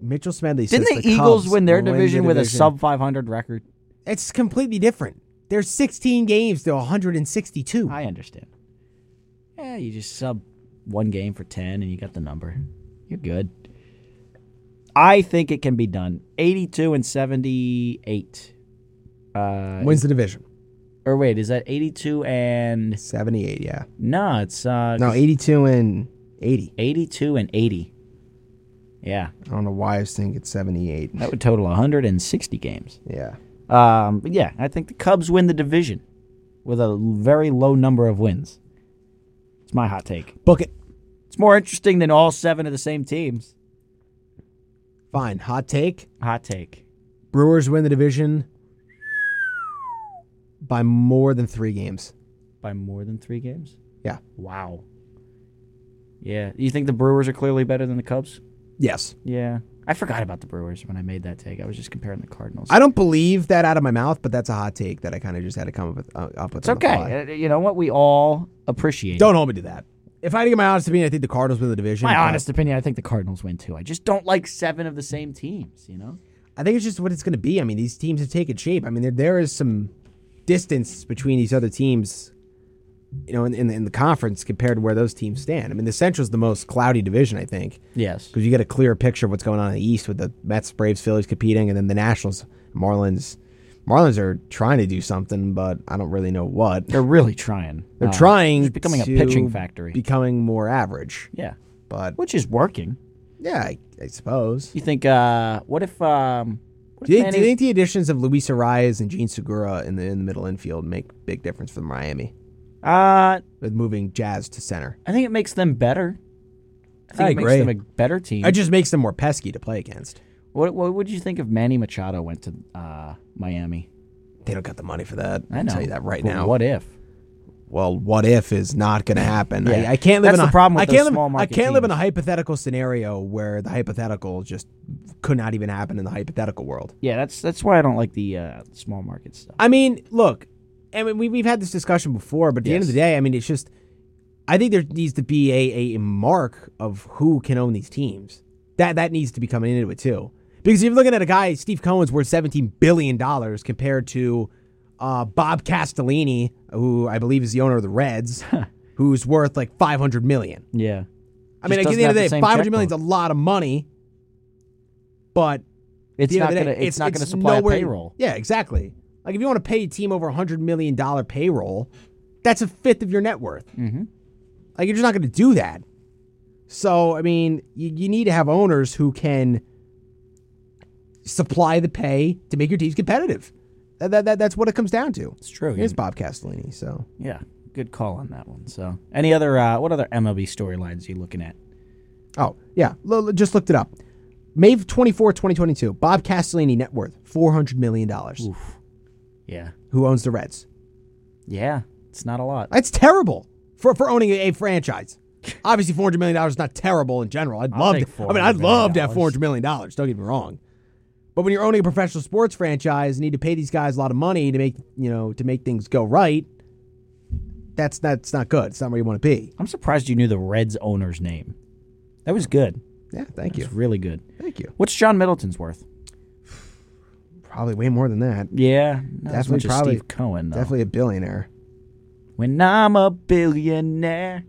Speaker 1: Mitchell Smedley says
Speaker 2: Didn't the, Eagles win their division with a sub 500 record?
Speaker 1: It's completely different. There's 16 games to 162.
Speaker 2: I understand. Yeah, you just sub one game for 10 and you got the number. You're good. I think it can be done. 82 and 78. Uh,
Speaker 1: wins the division.
Speaker 2: or wait, is that 82 and
Speaker 1: 78, yeah.
Speaker 2: no, it's uh
Speaker 1: No, 82 and 80.
Speaker 2: 82 and 80. Yeah,
Speaker 1: I don't know why I was thinking it's 78.
Speaker 2: that would total 160 games.
Speaker 1: Yeah.
Speaker 2: Um, but yeah, I think the Cubs win the division with a very low number of wins. It's my hot take.
Speaker 1: Book it.
Speaker 2: It's more interesting than all seven of the same teams.
Speaker 1: Fine. Hot take.
Speaker 2: Hot take.
Speaker 1: Brewers win the division by more than three games.
Speaker 2: By more than three games?
Speaker 1: Yeah.
Speaker 2: Wow. Yeah. You think the Brewers are clearly better than the Cubs?
Speaker 1: Yes.
Speaker 2: Yeah. I forgot about the Brewers when I made that take. I was just comparing the Cardinals.
Speaker 1: I don't believe that out of my mouth, but that's a hot take that I kind of just had to come up with. Uh, up with
Speaker 2: it's
Speaker 1: on the fly.
Speaker 2: okay. Uh, You know what? We all appreciate it.
Speaker 1: Don't hold me to that. If I had to get my honest opinion, I think the Cardinals win the division.
Speaker 2: My
Speaker 1: but
Speaker 2: honest opinion, I think the Cardinals win too. I just don't like seven of the same teams, you know?
Speaker 1: I think it's just what it's going to be. I mean, these teams have taken shape. I mean, there there is some distance between these other teams, you know, in, in, in the conference compared to where those teams stand. I mean, the Central's the most cloudy division, I think.
Speaker 2: Yes.
Speaker 1: because you get a clear picture of what's going on in the East with the Mets, Braves, Phillies competing, and then the Nationals, Marlins. Marlins are trying to do something, but I don't really know what.
Speaker 2: They're really trying.
Speaker 1: They're
Speaker 2: Uh,
Speaker 1: trying
Speaker 2: just becoming a
Speaker 1: to
Speaker 2: pitching factory.
Speaker 1: becoming more average.
Speaker 2: yeah,
Speaker 1: But
Speaker 2: which is working.
Speaker 1: yeah, I, I suppose.
Speaker 2: You think? uh What if? um what
Speaker 1: Do you,
Speaker 2: if
Speaker 1: think, do you
Speaker 2: Manny-
Speaker 1: think the additions of Luis Arias and Gene Segura in the in the middle infield make big difference for Miami
Speaker 2: uh,
Speaker 1: with moving Jazz to center?
Speaker 2: I think it makes them better. I think
Speaker 1: I
Speaker 2: it
Speaker 1: agree.
Speaker 2: makes them a better team.
Speaker 1: It just makes them more pesky to play against.
Speaker 2: what What would you think if Manny Machado went to uh Miami?
Speaker 1: They don't got the money for that.
Speaker 2: I
Speaker 1: I'll
Speaker 2: know.
Speaker 1: tell you that right
Speaker 2: But
Speaker 1: now.
Speaker 2: What if?
Speaker 1: well, what if is not going to happen. I-
Speaker 2: Yeah.
Speaker 1: I, can't live
Speaker 2: That's
Speaker 1: in a,
Speaker 2: the problem with
Speaker 1: I can't
Speaker 2: those
Speaker 1: live,
Speaker 2: small
Speaker 1: I
Speaker 2: market
Speaker 1: can't live in a
Speaker 2: teams.
Speaker 1: hypothetical scenario where the hypothetical just could not even happen in the hypothetical world.
Speaker 2: Yeah, that's that's why I don't like the uh small market stuff.
Speaker 1: I mean, look, I mean, we, we've had this discussion before, but at the end of the day, I mean, it's just, I think there needs to be a, a mark of who can own these teams. That that needs to be coming into it too, because if you're looking at a guy, Steve Cohen's worth seventeen billion dollars compared to uh, Bob Castellini, who I believe is the owner of the Reds, who's worth like five hundred million.
Speaker 2: Yeah.
Speaker 1: I mean, like,
Speaker 2: Just
Speaker 1: at
Speaker 2: doesn't
Speaker 1: the end of the
Speaker 2: have the
Speaker 1: day,
Speaker 2: same
Speaker 1: five hundred million is a
Speaker 2: checkbook.
Speaker 1: lot of money, but
Speaker 2: It's
Speaker 1: the end
Speaker 2: not
Speaker 1: of the
Speaker 2: gonna.
Speaker 1: day,
Speaker 2: It's, not gonna supply
Speaker 1: nowhere-
Speaker 2: a payroll.
Speaker 1: Yeah, exactly. Like if you want to pay a team over a hundred million dollar payroll, that's a fifth of your net worth.
Speaker 2: Mhm.
Speaker 1: Like you're just not going to do that. So I mean, you, you need to have owners who can supply the pay to make your teams competitive. That, that, that- that's what it comes down to.
Speaker 2: It's true.
Speaker 1: Here's Bob Castellini. So
Speaker 2: Yeah, good call on that one. So, any other uh, what other MLB storylines are you looking at?
Speaker 1: oh yeah, L- l- just looked it up. May 24, 2022, Bob Castellini net worth $400 million.
Speaker 2: Yeah,
Speaker 1: Who owns the Reds?
Speaker 2: yeah, it's not a lot.
Speaker 1: That's terrible for for owning a, a franchise. Obviously, four hundred million dollars is not terrible in general. I'd
Speaker 2: I'll
Speaker 1: love.
Speaker 2: take
Speaker 1: To, I mean, I'd love to have
Speaker 2: $400 million.
Speaker 1: four hundred million dollars. Don't get me wrong, but when you're owning a professional sports franchise and need to pay these guys a lot of money to make you know to make things go right, that's that's not good. It's not where you want to be.
Speaker 2: I'm surprised you knew the Reds owner's name. That was good.
Speaker 1: Yeah, thank you,
Speaker 2: It's really good.
Speaker 1: thank you.
Speaker 2: What's John Middleton's worth?
Speaker 1: Probably way more than that.
Speaker 2: Yeah, not as
Speaker 1: Definitely
Speaker 2: much as
Speaker 1: probably-
Speaker 2: Steve Cohen though.
Speaker 1: Definitely a billionaire.
Speaker 2: When I'm a billionaire,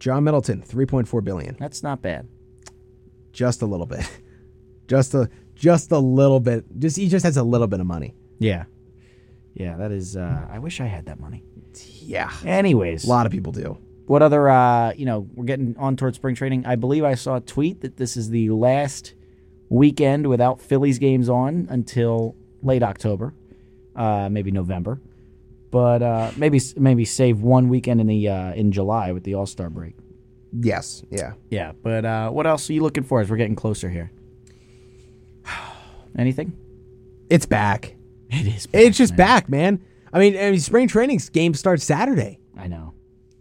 Speaker 1: John Middleton, three point four billion,
Speaker 2: that's not bad.
Speaker 1: just a little bit. just a just a little bit. Just he just has a little bit of money.
Speaker 2: Yeah. Yeah, that is. Uh, I wish I had that money.
Speaker 1: Yeah,
Speaker 2: Anyways,
Speaker 1: a lot of people do.
Speaker 2: what other? Uh, you know, we're getting on towards spring training. I believe I saw a tweet that this is the last weekend without Phillies games on until late October, uh, maybe November, but uh, maybe maybe save one weekend in the uh, in July with the All Star break.
Speaker 1: Yes, yeah.
Speaker 2: Yeah, but uh, what else are you looking for as we're getting closer here? Anything?
Speaker 1: It's back.
Speaker 2: It is.
Speaker 1: It's just back, man. I mean, I mean, spring training's game starts Saturday.
Speaker 2: I know.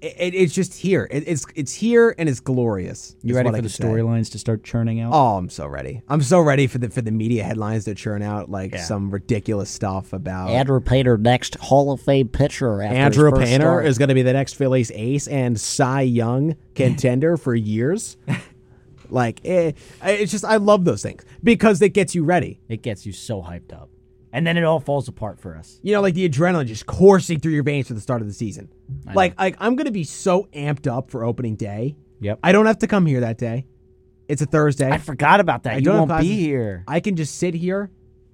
Speaker 1: It, it, it's just here. It, it's it's here and it's glorious.
Speaker 2: You
Speaker 1: is
Speaker 2: ready
Speaker 1: what I
Speaker 2: for the
Speaker 1: can say.
Speaker 2: storylines to start churning out?
Speaker 1: Oh, I'm so ready. I'm so ready for the for the media headlines to churn out like
Speaker 2: Yeah.
Speaker 1: some ridiculous stuff about
Speaker 2: Andrew Painter next Hall of Fame pitcher. After
Speaker 1: Andrew
Speaker 2: his first
Speaker 1: Painter
Speaker 2: start.
Speaker 1: is going to be the next Phillies ace and Cy Young contender for years. like eh, it's just I love those things because it gets you ready.
Speaker 2: It gets you so hyped up, and then it all falls apart for us.
Speaker 1: You know, like the adrenaline just coursing through your veins for the start of the season. Like like I'm going to be so amped up for opening day.
Speaker 2: Yep. I,
Speaker 1: I don't have to come here that day. It's a Thursday.
Speaker 2: forgot about that.
Speaker 1: I
Speaker 2: you
Speaker 1: don't have
Speaker 2: won't be
Speaker 1: classes.
Speaker 2: here.
Speaker 1: I can just sit here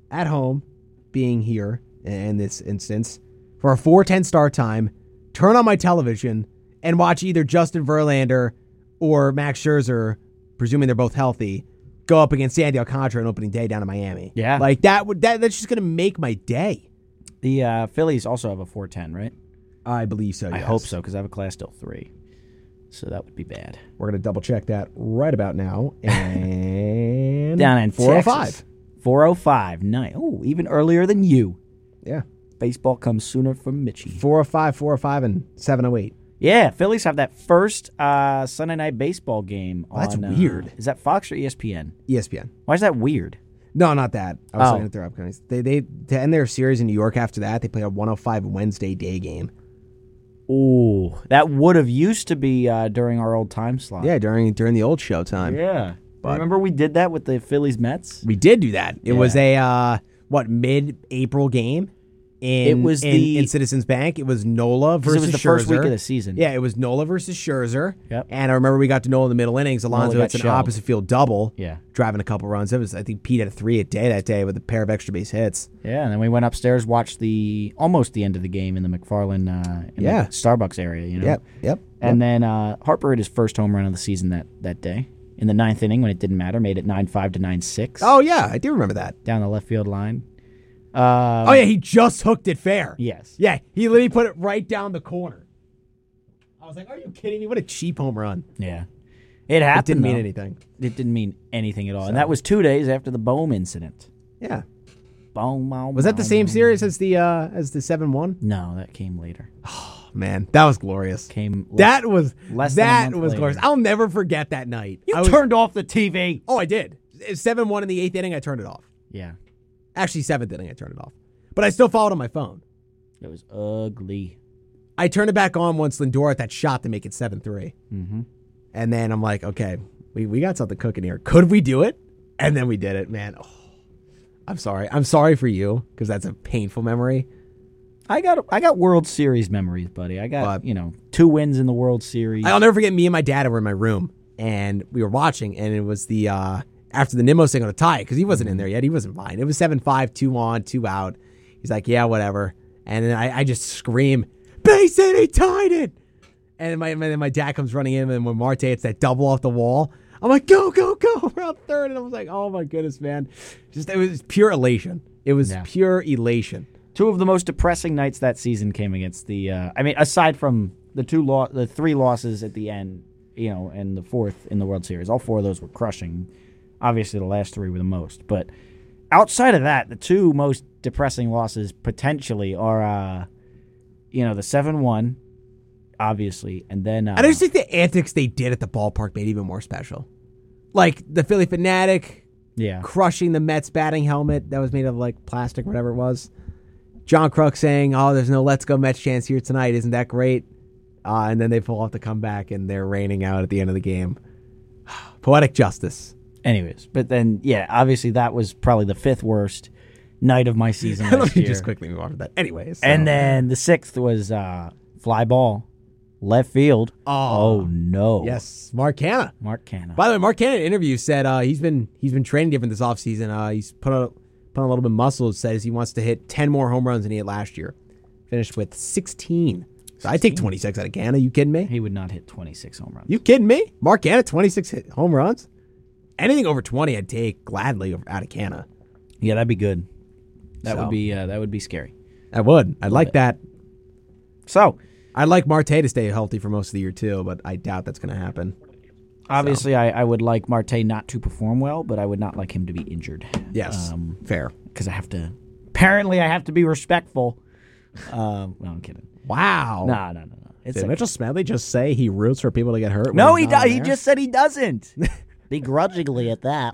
Speaker 1: at home, being here in this instance, for a 410 start time, turn on my television, and watch either Justin Verlander or Max Scherzer, presuming they're both healthy, go up against Sandy Alcantara on opening day down in Miami.
Speaker 2: Yeah.
Speaker 1: Like that would that that's just gonna make my day.
Speaker 2: The uh, Phillies also have a 410, right?
Speaker 1: I believe so.
Speaker 2: I
Speaker 1: yes.
Speaker 2: hope so because I have a class till three, so that would be bad.
Speaker 1: We're gonna double check that right about now. And
Speaker 2: Down in
Speaker 1: 405.
Speaker 2: 405. Nice. Oh, even earlier than you.
Speaker 1: Yeah.
Speaker 2: Baseball comes sooner for Mitchie.
Speaker 1: 405, 405, and 708.
Speaker 2: Yeah, Phillies have that first uh, Sunday night baseball game.
Speaker 1: Well, that's
Speaker 2: on, uh,
Speaker 1: weird.
Speaker 2: Is that Fox or E ESPN?
Speaker 1: ESPN.
Speaker 2: Why is that weird?
Speaker 1: No, not that. I was
Speaker 2: Oh.
Speaker 1: looking at their upcoming. They they to end their series in New York after that, they play a 105 Wednesday day game.
Speaker 2: Ooh, that would have used to be uh, during our old time slot.
Speaker 1: Yeah, during during the old show time.
Speaker 2: yeah.
Speaker 1: But-
Speaker 2: Remember we did that with the Phillies Mets.
Speaker 1: We did do that. It
Speaker 2: Yeah.
Speaker 1: was a uh, what mid-April game in
Speaker 2: It was
Speaker 1: in,
Speaker 2: the-
Speaker 1: in Citizens Bank. It was Nola
Speaker 2: 'Cause
Speaker 1: versus
Speaker 2: it was the
Speaker 1: Scherzer.
Speaker 2: first week of the season.
Speaker 1: Yeah, it was Nola versus Scherzer.
Speaker 2: Yep.
Speaker 1: And I remember we got to Nola in the middle innings. Alonzo
Speaker 2: got
Speaker 1: hits an
Speaker 2: shelled.
Speaker 1: opposite field double.
Speaker 2: Yeah.
Speaker 1: Driving a couple runs. It was I think Pete had a three a day that day with a pair of extra base hits.
Speaker 2: Yeah, and then we went upstairs, watched the almost the end of the game in the McFarland, uh, in
Speaker 1: Yeah.
Speaker 2: the Starbucks area. You know.
Speaker 1: Yep. Yep.
Speaker 2: And then uh, Harper hit his first home run of the season that that day in the ninth inning when it didn't matter, made it nine five to nine six
Speaker 1: oh yeah, I do remember that.
Speaker 2: down the left field line. Uh,
Speaker 1: Oh yeah, he just hooked it fair.
Speaker 2: Yes.
Speaker 1: Yeah, he literally put it right down the corner. I was like, "Are you kidding me? What a cheap home run!"
Speaker 2: Yeah. It happened.
Speaker 1: That didn't mean
Speaker 2: though.
Speaker 1: anything.
Speaker 2: It didn't mean anything at all, and that was two days after the Bohm incident.
Speaker 1: Yeah.
Speaker 2: Boom, boom,
Speaker 1: Was that the
Speaker 2: boom,
Speaker 1: same
Speaker 2: boom.
Speaker 1: series as the uh as the seven one? Oh,
Speaker 2: No, that came later.
Speaker 1: Man, that was glorious.
Speaker 2: Came less-
Speaker 1: That was
Speaker 2: less than a
Speaker 1: that
Speaker 2: month
Speaker 1: was
Speaker 2: later.
Speaker 1: glorious. I'll never forget that night.
Speaker 2: You
Speaker 1: I was-
Speaker 2: turned off the TV.
Speaker 1: Oh, I did. Seven one in the eighth inning. I turned it off.
Speaker 2: Yeah,
Speaker 1: Actually, seventh inning. I turned it off, but I still followed on my phone.
Speaker 2: it was ugly.
Speaker 1: I turned it back on once Lindor at that shot to make it seven three.
Speaker 2: Mm-hmm.
Speaker 1: And then I'm like, okay, we, we got something cooking here. Could we do it? And then we did it, man. Oh, I'm sorry. I'm sorry for you because that's a painful memory.
Speaker 2: I got I got World Series memories, buddy. I got
Speaker 1: But-
Speaker 2: you know two wins in the World Series.
Speaker 1: I'll never forget me and my dad were in my room and we were watching, and it was the uh, after the Nimmo single to tie because he wasn't in there yet. He wasn't mine. It was 7 5, 2 on, 2 out. He's like, yeah, whatever. And then I, I just scream, base hit, he tied it. And then my, my, then my dad comes running in, and when Marte hits that double off the wall, I'm like, go, go, go. We're out third. And I was like, oh my goodness, man. Just It was pure elation. It was
Speaker 2: Yeah.
Speaker 1: pure elation.
Speaker 2: two of the most depressing nights that season came against the. Uh, I mean, aside from the two lo- the three losses at the end, you know, and the fourth in the World Series, all four of those were crushing. Obviously, the last three were the most, but outside of that, the two most depressing losses potentially are, uh, you know, the seven one, obviously, and then uh,
Speaker 1: And I just think the antics they did at the ballpark made it even more special. Like the Philly Fanatic
Speaker 2: yeah,
Speaker 1: crushing the Mets batting helmet that was made of like plastic, whatever it was. John Kruk saying, "Oh, there's no Let's Go Mets chance here tonight. Isn't that great?" Uh, and then they pull off the comeback, and they're raining out at the end of the game. Poetic justice.
Speaker 2: Anyways, but then yeah, obviously that was probably the fifth worst night of my season
Speaker 1: Let
Speaker 2: last
Speaker 1: me
Speaker 2: year.
Speaker 1: just quickly move on to that. Anyways, so-
Speaker 2: and then the sixth was uh, fly ball left field.
Speaker 1: Oh.
Speaker 2: no.
Speaker 1: Yes, Mark Canna.
Speaker 2: Mark Canna.
Speaker 1: By the way, Mark Canna in an interview said uh, he's been he's been training different this offseason. Uh, he's put on put on a little bit of muscle. Says he wants to hit ten more home runs than he hit last year. Finished with sixteen. So I take twenty six out of Canna. You kidding me?
Speaker 2: he would not hit 26 home runs.
Speaker 1: You kidding me? Mark Canna twenty six home runs. Anything over twenty, I'd take gladly over, out of Canna.
Speaker 2: yeah, that'd be good. That
Speaker 1: So.
Speaker 2: would be uh, that would be scary.
Speaker 1: I would. I'd like that.
Speaker 2: So
Speaker 1: I'd like Marte to stay healthy for most of the year too, but I doubt that's going to happen.
Speaker 2: obviously, I, I would like Marte not to perform well, but I would not like him to be injured.
Speaker 1: Yes,
Speaker 2: Um,
Speaker 1: fair.
Speaker 2: because I have to. Apparently, I have to be respectful. um, no, I'm kidding.
Speaker 1: Wow.
Speaker 2: No, no, no, no. It's
Speaker 1: Did
Speaker 2: okay.
Speaker 1: Mitchell Smedley just say he roots for people to get hurt? when
Speaker 2: No,
Speaker 1: he's
Speaker 2: he
Speaker 1: not
Speaker 2: does. He
Speaker 1: there?
Speaker 2: just said he doesn't. Begrudgingly at that.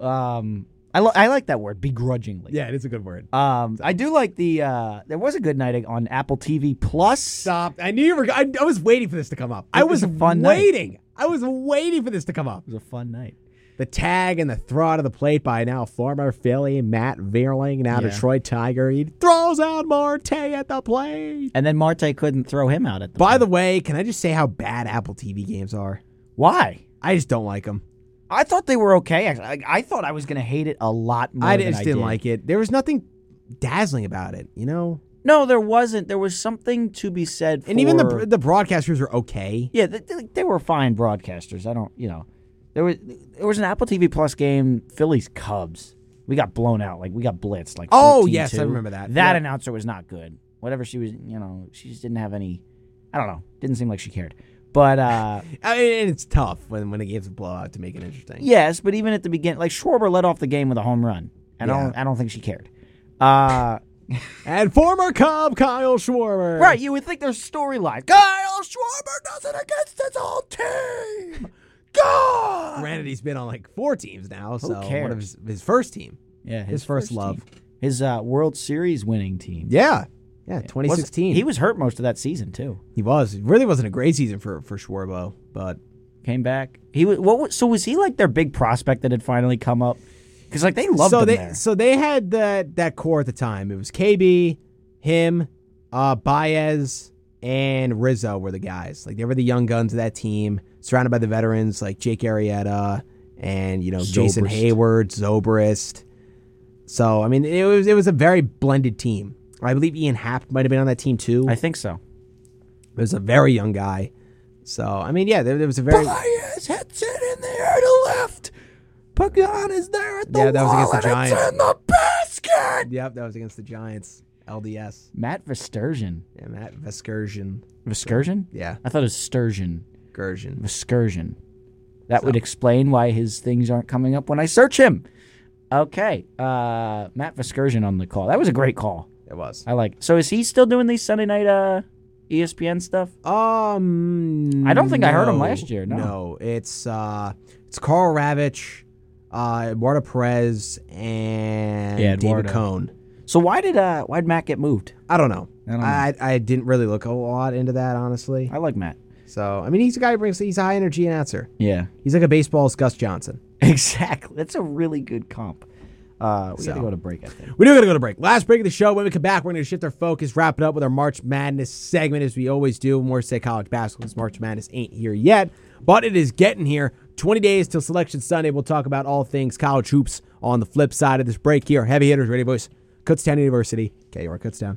Speaker 2: um, I lo- I like that word. Begrudgingly.
Speaker 1: Yeah, it is a good word.
Speaker 2: Um, I do like the. Uh, there was a good night on Apple TV Plus.
Speaker 1: Stop! I knew you were. I, I was waiting for this to come up. I was
Speaker 2: was a fun night.
Speaker 1: waiting. I was waiting for this to come up.
Speaker 2: was a fun night.
Speaker 1: The tag and the throw out of the plate by now former Philly Matt Vierling, now
Speaker 2: Yeah.
Speaker 1: Detroit Tiger. He throws out Marte at the plate.
Speaker 2: And then Marte couldn't throw him out at the.
Speaker 1: By the way, can I just say how bad Apple TV games are?
Speaker 2: Why?
Speaker 1: I just don't like them.
Speaker 2: I thought they were okay. Actually, I, I thought I was gonna hate it a lot more.
Speaker 1: I
Speaker 2: than
Speaker 1: just
Speaker 2: I
Speaker 1: didn't
Speaker 2: did.
Speaker 1: like it. There was nothing dazzling about it, you know.
Speaker 2: No, there wasn't. There was something to be said. For,
Speaker 1: And even the the broadcasters were okay.
Speaker 2: yeah, they, they, they were fine broadcasters. I don't, you know, there was there was an Apple TV Plus game, Phillies Cubs. We got blown out. Like we got blitzed. Like
Speaker 1: Oh, yes, I
Speaker 2: 14-2.
Speaker 1: remember that.
Speaker 2: That
Speaker 1: Yeah.
Speaker 2: announcer was not good. Whatever she was, you know, she just didn't have any. I don't know. Didn't seem like she cared. But uh
Speaker 1: I mean, and it's tough when when the game's a blowout to make it interesting.
Speaker 2: Yes, but even at the beginning, like Schwarber led off the game with a home run, and I
Speaker 1: Yeah.
Speaker 2: don't, I don't think she cared. Uh,
Speaker 1: And former Cub Kyle Schwarber.
Speaker 2: right, you would think there's storyline. Kyle Schwarber does it against his whole team. God.
Speaker 1: Granted, he's been on like four teams now, so one
Speaker 2: cares?
Speaker 1: of his, his first team.
Speaker 2: Yeah,
Speaker 1: His first love.
Speaker 2: team. his uh, World Series winning team.
Speaker 1: Yeah. Yeah,
Speaker 2: Was-
Speaker 1: 2016.
Speaker 2: He was hurt most of that season too.
Speaker 1: He was. It really wasn't a great season for for Schwarbo, but
Speaker 2: Came back. He was what? Was, so was he like their big prospect that had finally come up? Because like they loved
Speaker 1: so
Speaker 2: him
Speaker 1: they
Speaker 2: there.
Speaker 1: so they had that that core at the time. It was KB, him, uh, Baez, and Rizzo were the guys. Like they were the young guns of that team, surrounded by the veterans like Jake Arrieta and you know Jason
Speaker 2: Zobrist.
Speaker 1: Hayward, Zobrist. So I mean, it was it was a very blended team. I believe Ian Happ might have been on that team too.
Speaker 2: I think so.
Speaker 1: It was a very young guy. So I mean, yeah, there, there was a very
Speaker 2: Baez hits it in the air to left. Pagan is there at the
Speaker 1: Yeah, that was against the
Speaker 2: wall, and it's
Speaker 1: Giants.
Speaker 2: in the basket.
Speaker 1: yep. That was against the Giants. LDS.
Speaker 2: Matt Vesturgeon.
Speaker 1: Yeah, Matt Vescursion.
Speaker 2: Vescurgeon?
Speaker 1: Yeah,
Speaker 2: I thought it was Sturgeon.
Speaker 1: Gursion.
Speaker 2: Vescurgeon. That would explain why his things aren't coming up when I search him. Okay. Uh, Matt Vescurgeon on the call. That was a great call.
Speaker 1: It was.
Speaker 2: I like. So is he still doing these Sunday night uh, ESPN stuff?
Speaker 1: Um,
Speaker 2: I don't think I heard him
Speaker 1: no.
Speaker 2: last year, no.
Speaker 1: it's uh, it's Carl Ravitch, uh, Eduardo Perez, and
Speaker 2: Yeah,
Speaker 1: David
Speaker 2: Eduardo.
Speaker 1: Cohn.
Speaker 2: So why did uh, why did Matt get moved?
Speaker 1: I don't know. I,
Speaker 2: I don't know.
Speaker 1: I didn't really look a lot into that honestly.
Speaker 2: I like Matt.
Speaker 1: So I mean, he's a guy who brings he's a high energy announcer.
Speaker 2: Yeah.
Speaker 1: He's like a baseball's Gus Johnson.
Speaker 2: Exactly. That's a really good comp. Uh, we
Speaker 1: So.
Speaker 2: gotta go to break. I think.
Speaker 1: We do gotta go to break. Last break of the show. When we come back, we're gonna shift our focus, wrap it up with our March Madness segment as we always do. More say college basketball because March Madness ain't here yet, but it is getting here. 20 days till Selection Sunday. We'll talk about all things college hoops on the flip side of this break here. Heavy hitters, Radio Voice, Kutztown University, KUR Kutztown.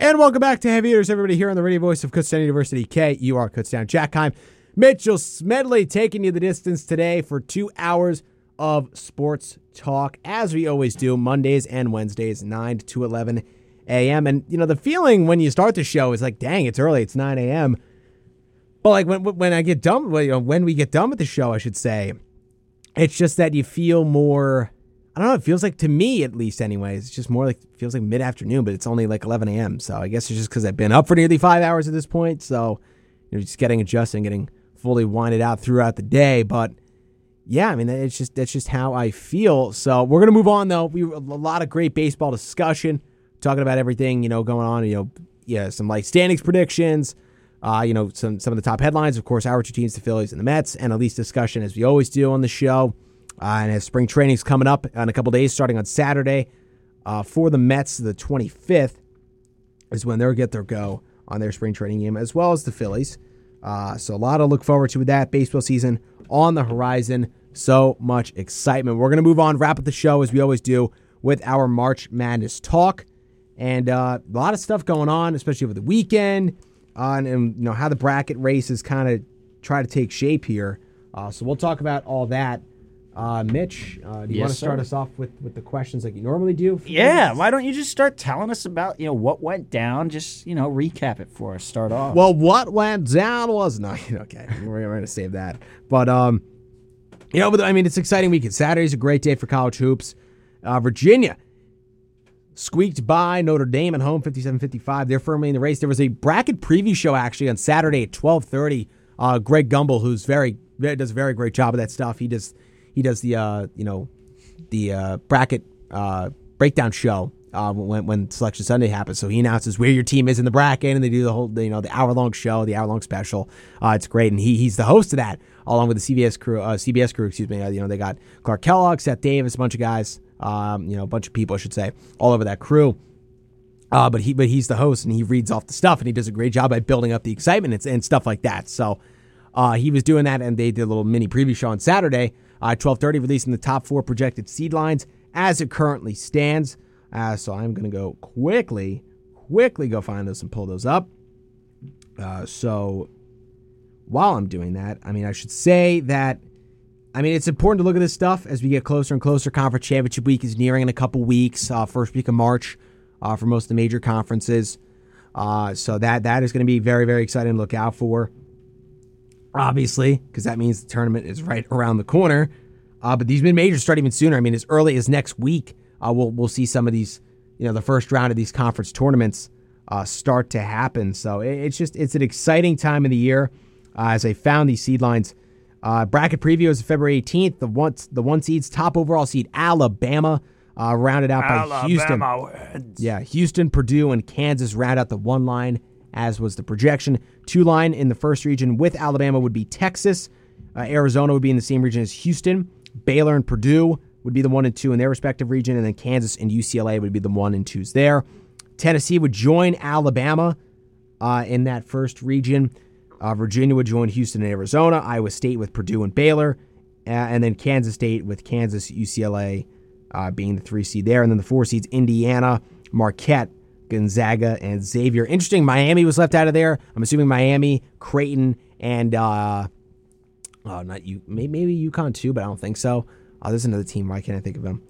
Speaker 1: And welcome back to Heavy Eaters, everybody, here on the radio voice of Kutztown University, KUR Kutztown. Jack Heim, Mitchell Smedley taking you the distance today for two hours of sports talk, as we always do, Mondays and Wednesdays, 9 to 11 a.m. And, you know, the feeling when you start the show is like, dang, it's early, it's 9 a.m. But, like, when, when I get done, well, you know, when we get done with the show, I should say, it's just that you feel more. I don't know. It feels like to me, at least, anyways. It's just more like feels like mid afternoon, but it's only like 11 a.m. So I guess it's just because I've been up for nearly five hours at this point. So you know, just getting adjusted, and getting fully winded out throughout the day. But yeah, I mean, that- it's just that's just how I feel. So we're gonna move on though. We a lot of great baseball discussion, talking about everything you know going on. You know, yeah, some like standings predictions. Uh, you know, some some of the top headlines, of course, our two teams, the Phillies and the Mets, and at least discussion as we always do on the show. Uh, and as spring training's coming up in a couple days, starting on Saturday, uh, for the Mets, the 25th is when they'll get their go on their spring training game, as well as the Phillies. Uh, so a lot to look forward to with that baseball season on the horizon. So much excitement. We're gonna move on, wrap up the show as we always do with our March Madness talk, and uh, a lot of stuff going on, especially over the weekend, uh, and, and you know how the bracket races kind of try to take shape here. Uh, so we'll talk about all that. Uh, Mitch, uh, do you
Speaker 2: Yes,
Speaker 1: want to start
Speaker 2: sir.
Speaker 1: us off with, with the questions like you normally do? for
Speaker 2: Yeah,
Speaker 1: this?
Speaker 2: why don't you just start telling us about you know what went down? Just you know recap it for us. Start off.
Speaker 1: Well, what went down was not okay. We're, we're gonna save that, but um, you know, but I mean, it's an exciting weekend. Saturday's a great day for college hoops. Uh, Virginia squeaked by Notre Dame at home, 57-55. They're firmly in the race. There was a bracket preview show actually on Saturday at twelve thirty. Uh, Greg Gumbel, who's very does a very great job of that stuff. He does he does the uh, you know the uh, bracket uh, breakdown show uh, when, when Selection Sunday happens. So he announces where your team is in the bracket, and they do the whole you know the hour long show, the hour long special. Uh, it's great, and he he's the host of that along with the CBS crew. Uh, CBS crew, excuse me. Uh, you know they got Clark Kellogg, Seth Davis, a bunch of guys. Um, you know, a bunch of people, I should say, all over that crew. Uh, but he but he's the host and he reads off the stuff and he does a great job at building up the excitement and, and stuff like that. So uh, he was doing that and they did a little mini preview show on Saturday, uh, twelve thirty, releasing the top four projected seed lines as it currently stands. Uh, so I'm gonna go quickly, quickly go find those and pull those up. Uh, so while I'm doing that, I mean I should say that I mean, it's important to look at this stuff as we get closer and closer. Conference championship week is nearing in a couple weeks, uh, first week of March uh, for most of the major conferences. Uh, so that that is going to be very very exciting to look out for. Obviously, because that means the tournament is right around the corner. Uh, but these mid majors start even sooner. I mean, as early as next week, uh, we'll we'll see some of these, you know, the first round of these conference tournaments uh, start to happen. So it, it's just it's an exciting time of the year. Uh, as I found these seed lines, uh, bracket preview is February 18th. The one the one seeds top overall seed Alabama, uh, rounded out by Houston. Yeah, Houston, Purdue, and Kansas round out the one line, as was the projection. Two line in the first region with Alabama would be Texas. Uh, Arizona would be in the same region as Houston. Baylor and Purdue would be the one and two in their respective region, and then Kansas and UCLA would be the one and twos there. Tennessee would join Alabama uh, in that first region. Uh, Virginia would join Houston and Arizona. Iowa State with Purdue and Baylor, uh, and then Kansas State with Kansas, UCLA uh, being the three seed there, and then the four seeds Indiana, Marquette, Gonzaga, and Xavier. Interesting. Miami was left out of there. I'm assuming Miami, Creighton, and uh, oh, not you. Maybe, maybe UConn too, but I don't think so. Oh, there's another team. Why can't I think of them?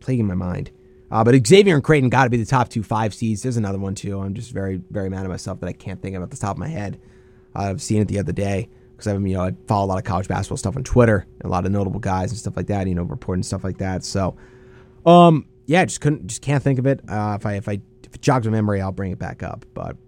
Speaker 1: plaguing my mind. Uh, but Xavier and Creighton got to be the top two five seeds. There's another one too. I'm just very very mad at myself that I can't think of it off the top of my head. I've seen it the other day because I you know I follow a lot of college basketball stuff on Twitter, and a lot of notable guys and stuff like that. You know, reporting stuff like that. So, um, yeah, just couldn't just can't think of it. Uh, if I if I if it jogs my memory, I'll bring it back up. But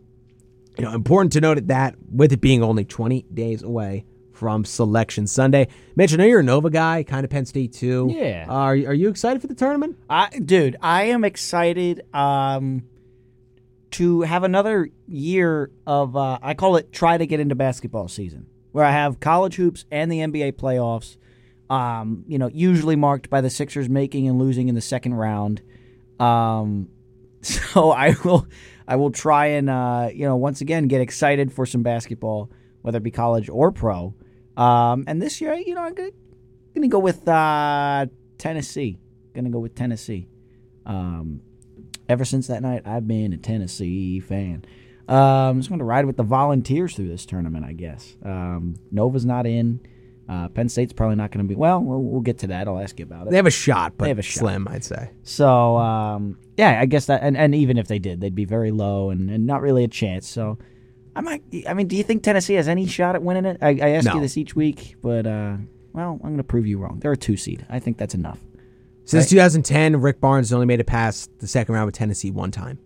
Speaker 1: you know, important to note that with it being only 20 days away from Selection Sunday, Mitch, I know you're a Nova guy, kind of Penn State too.
Speaker 2: Yeah.
Speaker 1: Uh, are you- are you excited for the tournament?
Speaker 2: I, dude, I am excited um, to have another year of uh, I call it try to get into basketball season, where I have college hoops and the NBA playoffs. Um, you know, usually marked by the Sixers making and losing in the second round. Um, so I will, I will try and uh, you know once again get excited for some basketball, whether it be college or pro. Um, and this year, you know, I'm gonna, gonna go with uh, Tennessee. Gonna go with Tennessee. Um, ever since that night, I've been a Tennessee fan. Um, just gonna ride with the Volunteers through this tournament, I guess. Um, Nova's not in. Uh, Penn State's probably not gonna be. Well, we'll, we'll get to that. I'll ask you about it.
Speaker 1: They have a shot, but
Speaker 2: They have a shot.
Speaker 1: slim, I'd say.
Speaker 2: So um, yeah, I guess that, and, and even if they did, they'd be very low and, and not really a chance. So I might, I mean, do you think Tennessee has any shot at winning it? I, I ask
Speaker 1: No.
Speaker 2: you this each week, but uh, well, I'm going to prove you wrong. They're a two seed. I think that's enough.
Speaker 1: Since
Speaker 2: Right.
Speaker 1: 2010, Rick Barnes has only made it past the second round with Tennessee one time.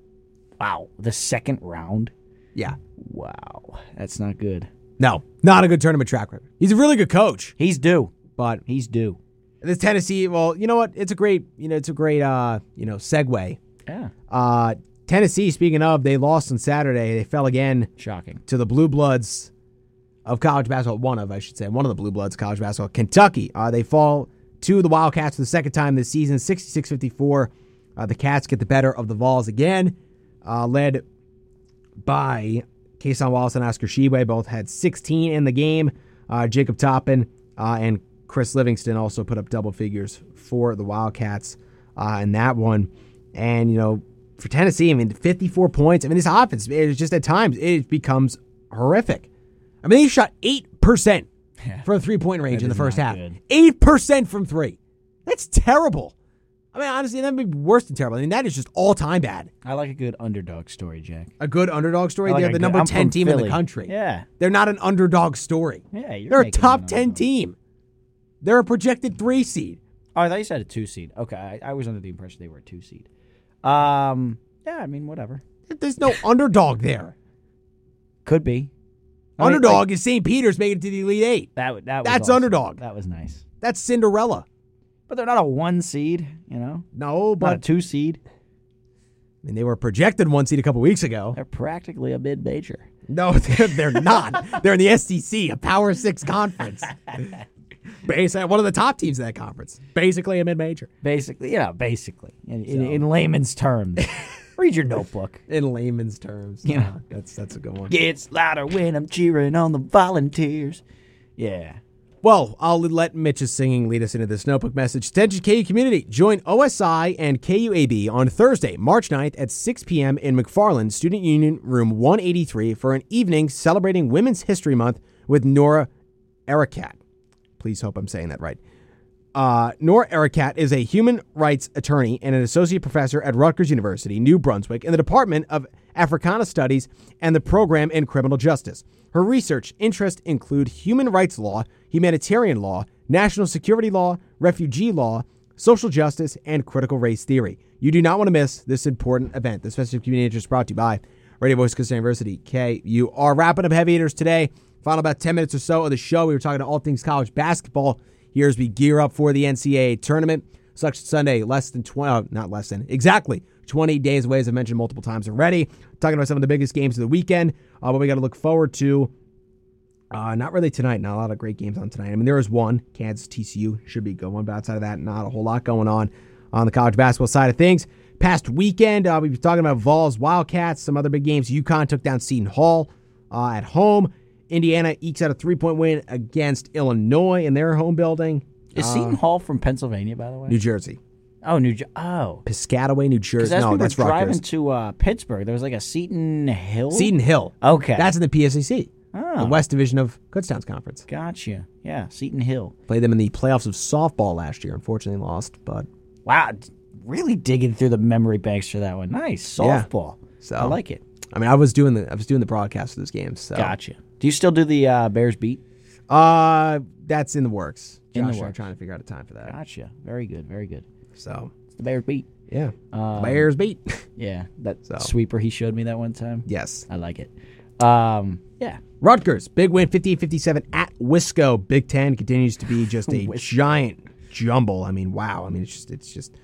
Speaker 2: Wow, the second round.
Speaker 1: Yeah.
Speaker 2: Wow, that's not good.
Speaker 1: No, not a good tournament track record. He's a really good coach,
Speaker 2: He's due.
Speaker 1: but
Speaker 2: He's due.
Speaker 1: the Tennessee, well, you know what? It's a great, you know, it's a great, uh, you know, segue.
Speaker 2: Yeah,
Speaker 1: Uh, Tennessee, speaking of, they lost on Saturday. They fell again
Speaker 2: shocking.
Speaker 1: to the Blue Bloods of college basketball. One of, I should say, one of the Blue Bloods of college basketball. Kentucky. Uh, they fall to the Wildcats for the second time this season, 66 54. Uh, the Cats get the better of the Vols again, uh, led by Kason Wallace and Oscar Shebe. Both had 16 in the game. Uh, Jacob Toppin uh, and Chris Livingston also put up double figures for the Wildcats uh, in that one. And, you know, for Tennessee, I mean, 54 points. I mean, this offense, it's just at times, it becomes horrific. I mean, they shot 8% from three point range in the
Speaker 2: is
Speaker 1: first half.
Speaker 2: not good.
Speaker 1: 8% from three. That's terrible. I mean, honestly, that'd be worse than terrible. I mean, that is just all time bad.
Speaker 2: I like a good underdog story, Jack.
Speaker 1: A good underdog story.
Speaker 2: I like
Speaker 1: They're
Speaker 2: a
Speaker 1: the
Speaker 2: good-
Speaker 1: number
Speaker 2: I'm
Speaker 1: 10
Speaker 2: from
Speaker 1: team in
Speaker 2: Philly.
Speaker 1: the country.
Speaker 2: Yeah.
Speaker 1: They're not an underdog story.
Speaker 2: Yeah, you're
Speaker 1: They're a
Speaker 2: making
Speaker 1: top
Speaker 2: an
Speaker 1: 10
Speaker 2: underdog.
Speaker 1: team. They're a projected three seed.
Speaker 2: Oh, I thought you said a two seed. Okay, I, I was under the impression they were a two seed. Um, yeah, I mean, whatever.
Speaker 1: There's no underdog there.
Speaker 2: Could be. I mean,
Speaker 1: underdog
Speaker 2: like,
Speaker 1: is St. Peter's making it to the Elite Eight.
Speaker 2: that w- that was
Speaker 1: That's
Speaker 2: awesome.
Speaker 1: underdog.
Speaker 2: That was nice.
Speaker 1: That's Cinderella.
Speaker 2: But they're not a one seed, you know.
Speaker 1: No,
Speaker 2: Not a
Speaker 1: but
Speaker 2: two seed.
Speaker 1: I mean, they were projected one seed a couple weeks ago.
Speaker 2: They're practically a mid major.
Speaker 1: No, they're, they're not. They're in the SEC, a Power Six conference. Basically, one of the top teams in that conference. Basically, a mid-major
Speaker 2: Basically, you know, basically in, in, in layman's terms. Read your notebook.
Speaker 1: in layman's terms.
Speaker 2: Yeah.
Speaker 1: Uh, that's that's a good one.
Speaker 2: Gets louder when I'm cheering on the volunteers. Yeah.
Speaker 1: Well, I'll let Mitch's singing lead us into this notebook message. Attention, KU community. Join OSI and KUAB on Thursday, March 9th at 6 p.m. in McFarland Student Union Room 183 for an evening celebrating Women's History Month with Nora Ericat. Please hope I'm saying that right. Uh, Nora Ericat is a human rights attorney and an associate professor at Rutgers University, New Brunswick, in the Department of Africana Studies and the Program in Criminal Justice. Her research interests include human rights law, humanitarian law, national security law, refugee law, social justice, and critical race theory. You do not want to miss this important event. This festive community interest brought to you by Radio Voice Coast University. K, you are wrapping up heavy hitters today. Final about 10 minutes or so of the show. We were talking to all things college basketball here as we gear up for the NCAA tournament. Selection Sunday, less than 20, uh, not less than, exactly 20 days away, as I mentioned multiple times already. Talking about some of the biggest games of the weekend, uh, what we got to look forward to. Uh, not really tonight. Not a lot of great games on tonight. I mean, there is one. Kansas TCU should be a good one, but outside of that, not a whole lot going on on the college basketball side of things. Past weekend, uh, we've been talking about Vols, Wildcats, some other big games. UConn took down Seton Hall uh, at home. Indiana ekes out a three point win against Illinois in their home building.
Speaker 2: Is Seton Hall from Pennsylvania, by the way?
Speaker 1: Uh. New Jersey.
Speaker 2: oh, New. Jer- Oh,
Speaker 1: Piscataway, New
Speaker 2: because
Speaker 1: Jersey.
Speaker 2: as
Speaker 1: No,
Speaker 2: we were
Speaker 1: that's
Speaker 2: driving
Speaker 1: Rutgers.
Speaker 2: to uh, Pittsburgh, there was like a Seton Hill.
Speaker 1: Seton Hill.
Speaker 2: Okay.
Speaker 1: That's in the PSAC,
Speaker 2: Oh.
Speaker 1: the West Division of Kutztown's Conference.
Speaker 2: Gotcha. Yeah, Seton Hill.
Speaker 1: Played them in the playoffs of softball last year. Unfortunately, lost, but
Speaker 2: Wow, d- really digging through the memory banks for that one. Nice
Speaker 1: Yeah.
Speaker 2: softball.
Speaker 1: So- Oh.
Speaker 2: I like it.
Speaker 1: I mean, I was doing the I was doing the broadcast of those games. So
Speaker 2: Gotcha. Do you still do the uh, Bears beat?
Speaker 1: uh, that's in the works.
Speaker 2: In the
Speaker 1: Josh and I are
Speaker 2: works.
Speaker 1: trying to figure out a time for that.
Speaker 2: Gotcha. Very good. Very good.
Speaker 1: So
Speaker 2: It's the Bears beat.
Speaker 1: yeah,
Speaker 2: Um,
Speaker 1: Bears beat.
Speaker 2: Yeah, that
Speaker 1: So.
Speaker 2: sweeper he showed me that one time.
Speaker 1: yes,
Speaker 2: I like it. Um, yeah.
Speaker 1: Rutgers big win, 58-57 at Wisco. Big Ten continues to be just a
Speaker 2: Wisco.
Speaker 1: giant jumble. I mean, wow. I mean, it's just it's just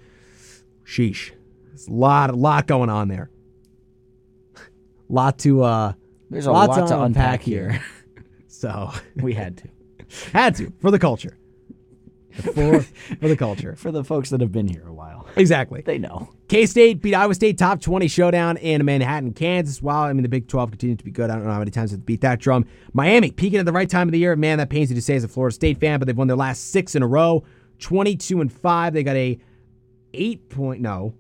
Speaker 1: sheesh. There's a lot a lot going on there. lot to uh,
Speaker 2: There's a
Speaker 1: Lots
Speaker 2: lot to
Speaker 1: to unpack
Speaker 2: unpack here.
Speaker 1: so
Speaker 2: we had to
Speaker 1: had to for the culture, for for the culture.
Speaker 2: for the folks that have been here a while.
Speaker 1: Exactly.
Speaker 2: They know.
Speaker 1: K State beat Iowa State top 20 showdown in Manhattan, Kansas. Wow, I mean, the Big 12 continues to be good. I don't know how many times they've beat that drum. Miami peaking at the right time of the year. Man, that pains me to say as a Florida State fan, but they've won their last six in a row 22 and 5. They got a 8 point, no,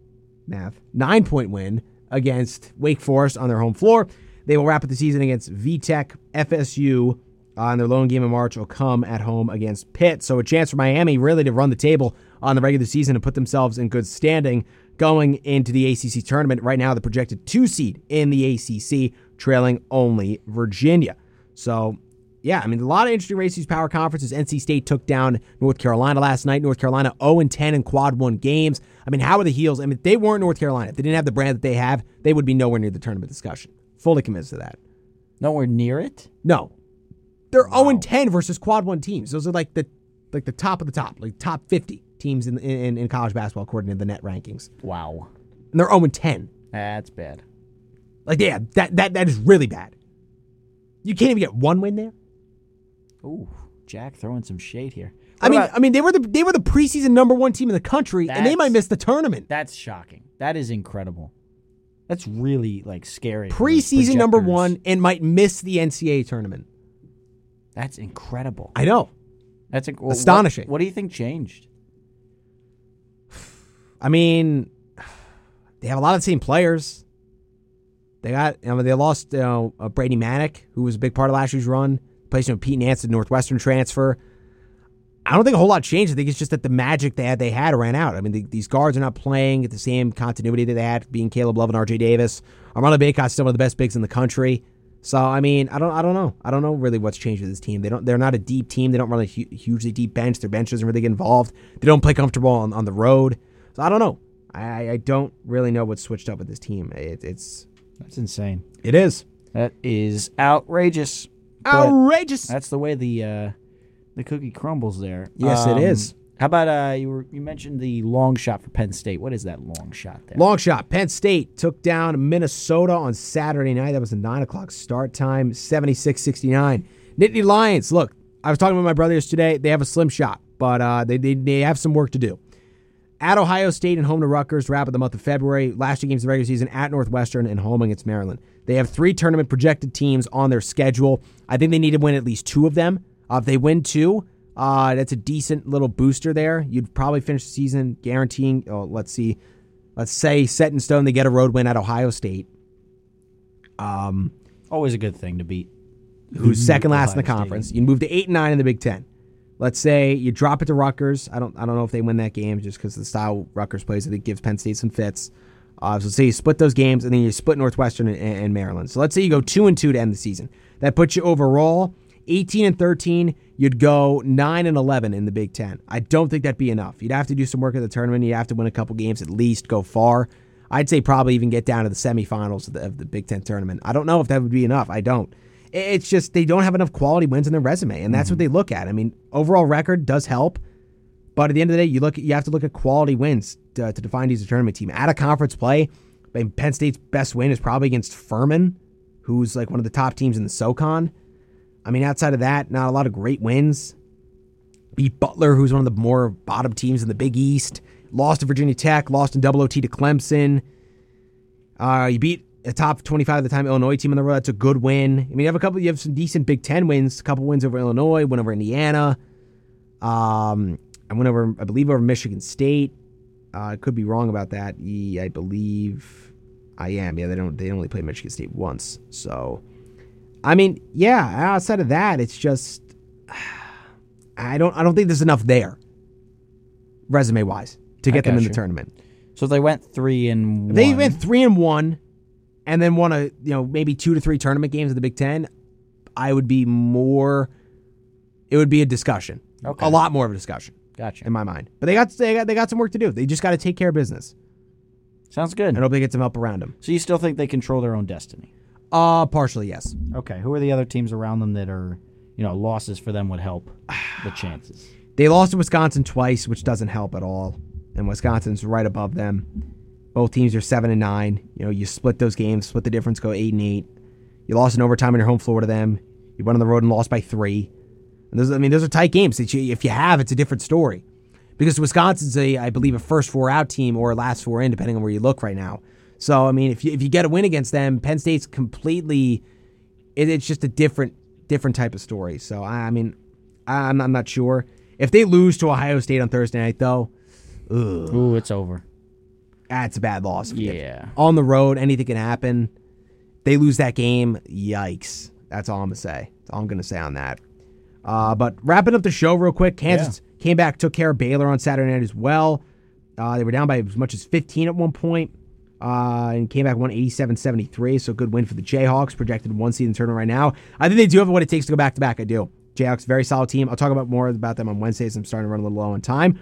Speaker 1: math, 9 point win against Wake Forest on their home floor. They will wrap up the season against VTech, FSU. On their lone game in March will come at home against Pitt. So, a chance for Miami really to run the table on the regular season and put themselves in good standing going into the ACC tournament. Right now, the projected two seed in the ACC, trailing only Virginia. So, yeah, I mean, a lot of interesting races, power conferences. NC State took down North Carolina last night. North Carolina 0 10 in quad one games. I mean, how are the heels? I mean, if they weren't North Carolina, if they didn't have the brand that they have, they would be nowhere near the tournament discussion. Fully convinced of that.
Speaker 2: Nowhere near it.
Speaker 1: No. They're 0 10 versus quad one teams. Those are like the like the top of the top, like top 50 teams in, in, in college basketball according to the net rankings.
Speaker 2: Wow.
Speaker 1: And they're 0 10.
Speaker 2: That's bad.
Speaker 1: Like, yeah, that that that is really bad. You can't even get one win there.
Speaker 2: Ooh, Jack throwing some shade here.
Speaker 1: I
Speaker 2: What
Speaker 1: mean,
Speaker 2: about-
Speaker 1: I mean, they were the they were the preseason number one team in the country, and they
Speaker 2: That's-
Speaker 1: might miss the tournament.
Speaker 2: That's shocking. That is incredible. That's really like scary. for the
Speaker 1: Preseason number
Speaker 2: projectors.
Speaker 1: one and might miss the NCAA tournament.
Speaker 2: That's incredible.
Speaker 1: I know.
Speaker 2: That's inc- well, what-
Speaker 1: Astonishing.
Speaker 2: What, do you think changed?
Speaker 1: I mean, they have a lot of the same players. They got, I mean, they lost you know, uh, Brady Manic, who was a big part of last year's run, replacing with Pete Nance, the Northwestern transfer. I don't think a whole lot changed. I think it's just that the magic they had, they had ran out. I mean, the, these guards are not playing at the same continuity that they had, being Caleb Love and R.J. Davis. Armando Baycott's still one of the best bigs in the country. So I mean, I don't, I don't know, I don't know really what's changed with this team. They don't, they're not a deep team. They don't run a hu- hugely deep bench. Their bench doesn't really get involved. They don't play comfortable on, on the road. So I don't know. I, I don't really know what's switched up with this team. It, it's,
Speaker 2: That's insane.
Speaker 1: it is
Speaker 2: That is outrageous. But
Speaker 1: outrageous.
Speaker 2: That's the way the uh, the cookie crumbles there. Um,
Speaker 1: Yes, it is.
Speaker 2: How about uh, you were you mentioned the long shot for Penn State? What is that long shot there?
Speaker 1: Long shot. Penn State took down Minnesota on Saturday night. That was a 9 o'clock start time, 76 69. Nittany Lions, look, I was talking with my brothers today. They have a slim shot, but uh, they, they, they have some work to do. At Ohio State and home to Rutgers, wrap up the month of February. Last two games of the regular season at Northwestern and home against Maryland. They have three tournament projected teams on their schedule. I think they need to win at least two of them. Uh, if they win two, uh, that's a decent little booster there. You'd probably finish the season guaranteeing, oh, let's see, let's say set in stone they get a road win at Ohio State,
Speaker 2: Always a good thing to beat.
Speaker 1: who's second last in the
Speaker 2: Ohio State.
Speaker 1: conference. You move to eight and nine in the Big Ten. Let's say you drop it to Rutgers. I don't I don't know if they win that game just because the style Rutgers plays. I think gives Penn State some fits. Uh, so say you split those games and then you split Northwestern and, and Maryland. So let's say you go two and two to end the season. That puts you overall eighteen and thirteen. You'd go nine and eleven in the Big Ten. I don't think that'd be enough. You'd have to do some work at the tournament. You'd have to win a couple games at least, go far. I'd say probably even get down to the semifinals of the, of the Big Ten tournament. I don't know if that would be enough. I don't. I- It's just they don't have enough quality wins in their resume, and that's what they look at. I mean, overall record does help, but at the end of the day, you look you have to look at quality wins to, to define these a tournament team. At a conference play, I mean, Penn State's best win is probably against Furman, who's like one of the top teams in the SoCon. I mean, outside of that, not a lot of great wins. Beat Butler, who's one of the more bottom teams in the Big East. Lost to Virginia Tech. Lost in double OT to Clemson. Uh, you beat a top 25 at the time Illinois team on the road. That's a good win. I mean, you have a couple. You have some decent Big Ten wins. A couple wins over Illinois. Win over Indiana. Um, I went over, I believe, over Michigan State. Uh, I could be wrong about that. E- I believe I am. Yeah, they don't. They only play Michigan State once. So, I mean, yeah. Outside of that, it's just I don't. I don't think there's enough there, resume wise, to get them in
Speaker 2: got
Speaker 1: the
Speaker 2: you.
Speaker 1: tournament.
Speaker 2: So they went three and one.
Speaker 1: If They went three and one, and then won a you know maybe two to three tournament games in the Big Ten. I would be more. It would be a discussion,
Speaker 2: Okay.
Speaker 1: a lot more of a discussion
Speaker 2: Gotcha.
Speaker 1: in my mind. But they got they got they got some work to do. They just got to take care of business,
Speaker 2: Sounds
Speaker 1: and
Speaker 2: good.
Speaker 1: hope they get some help around them.
Speaker 2: So you still think they control their own destiny?
Speaker 1: Uh partially yes.
Speaker 2: Okay. Who are the other teams around them that are, you know, losses for them would help the chances?
Speaker 1: They lost to Wisconsin twice, which doesn't help at all. And Wisconsin's right above them. Both teams are seven and nine. You know, you split those games, split the difference, go eight and eight. You lost in overtime on your home floor to them. You went on the road and lost by three. And those, I mean, those are tight games. That you, if you have, it's a different story. Because Wisconsin's a, I believe, a first four out team or a last four in, depending on where you look right now. So I mean, if you if you get a win against them, Penn State's completely it, it's just a different different type of story. So I, I mean, I, I'm, I'm not sure if they lose to Ohio State on Thursday night though. Ugh,
Speaker 2: Ooh, it's over.
Speaker 1: that's a bad loss.
Speaker 2: Yeah.
Speaker 1: on the road, anything can happen. They lose that game, yikes. That's all I'm gonna say. That's all I'm gonna say on that. Uh, but wrapping up the show real quick, Kansas came back, took care of Baylor on Saturday night as well. Uh, they were down by as much as 15 at one point, uh, and came back 187-73. So good win for the Jayhawks, projected one seed in the tournament right now. I think they do have what it takes to go back to back. I do. Jayhawks very solid team. I'll talk about more about them on Wednesdays. I'm starting to run a little low on time.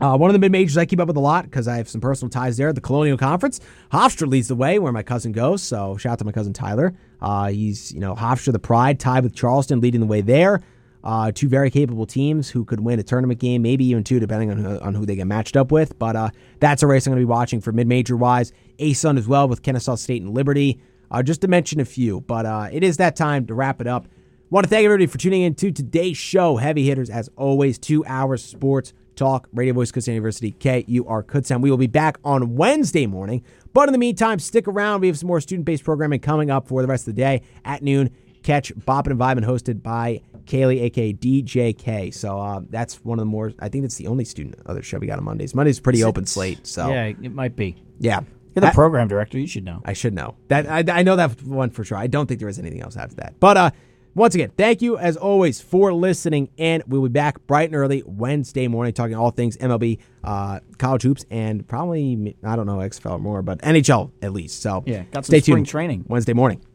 Speaker 1: Uh, one of the mid majors I keep up with a lot because I have some personal ties there. The Colonial Conference, Hofstra leads the way where my cousin goes. So shout out to my cousin Tyler. Uh, he's you know Hofstra the pride, tied with Charleston, leading the way there. Uh, two very capable teams who could win a tournament game, maybe even two, depending on who, on who they get matched up with. But uh, that's a race I'm going to be watching for mid major wise. A Sun as well with Kennesaw State and Liberty, uh, just to mention a few. But uh, it is that time to wrap it up. Want to thank everybody for tuning in to today's show. Heavy hitters, as always, two hours sports Talk, Radio Voice Kutztown University, KUR Kutztown. We will be back on Wednesday morning. But in the meantime, stick around. We have some more student based programming coming up for the rest of the day at noon. Catch Bop and Vibe and hosted by Kaylee, aka DJK. So uh, that's one of the more, I think that's the only student other show we got on Mondays. Monday's a pretty open slate. So
Speaker 2: Yeah, it might be.
Speaker 1: yeah.
Speaker 2: You're the
Speaker 1: That-
Speaker 2: program director. You should know.
Speaker 1: I should know that. I, I know that one for sure. I don't think there is anything else after that. But uh, once again, thank you as always for listening, and we'll be back bright and early Wednesday morning talking all things MLB, uh, college hoops, and probably I don't know XFL or more, but NHL at least. So
Speaker 2: Yeah, got some
Speaker 1: stay
Speaker 2: spring
Speaker 1: tuned.
Speaker 2: training.
Speaker 1: Wednesday morning.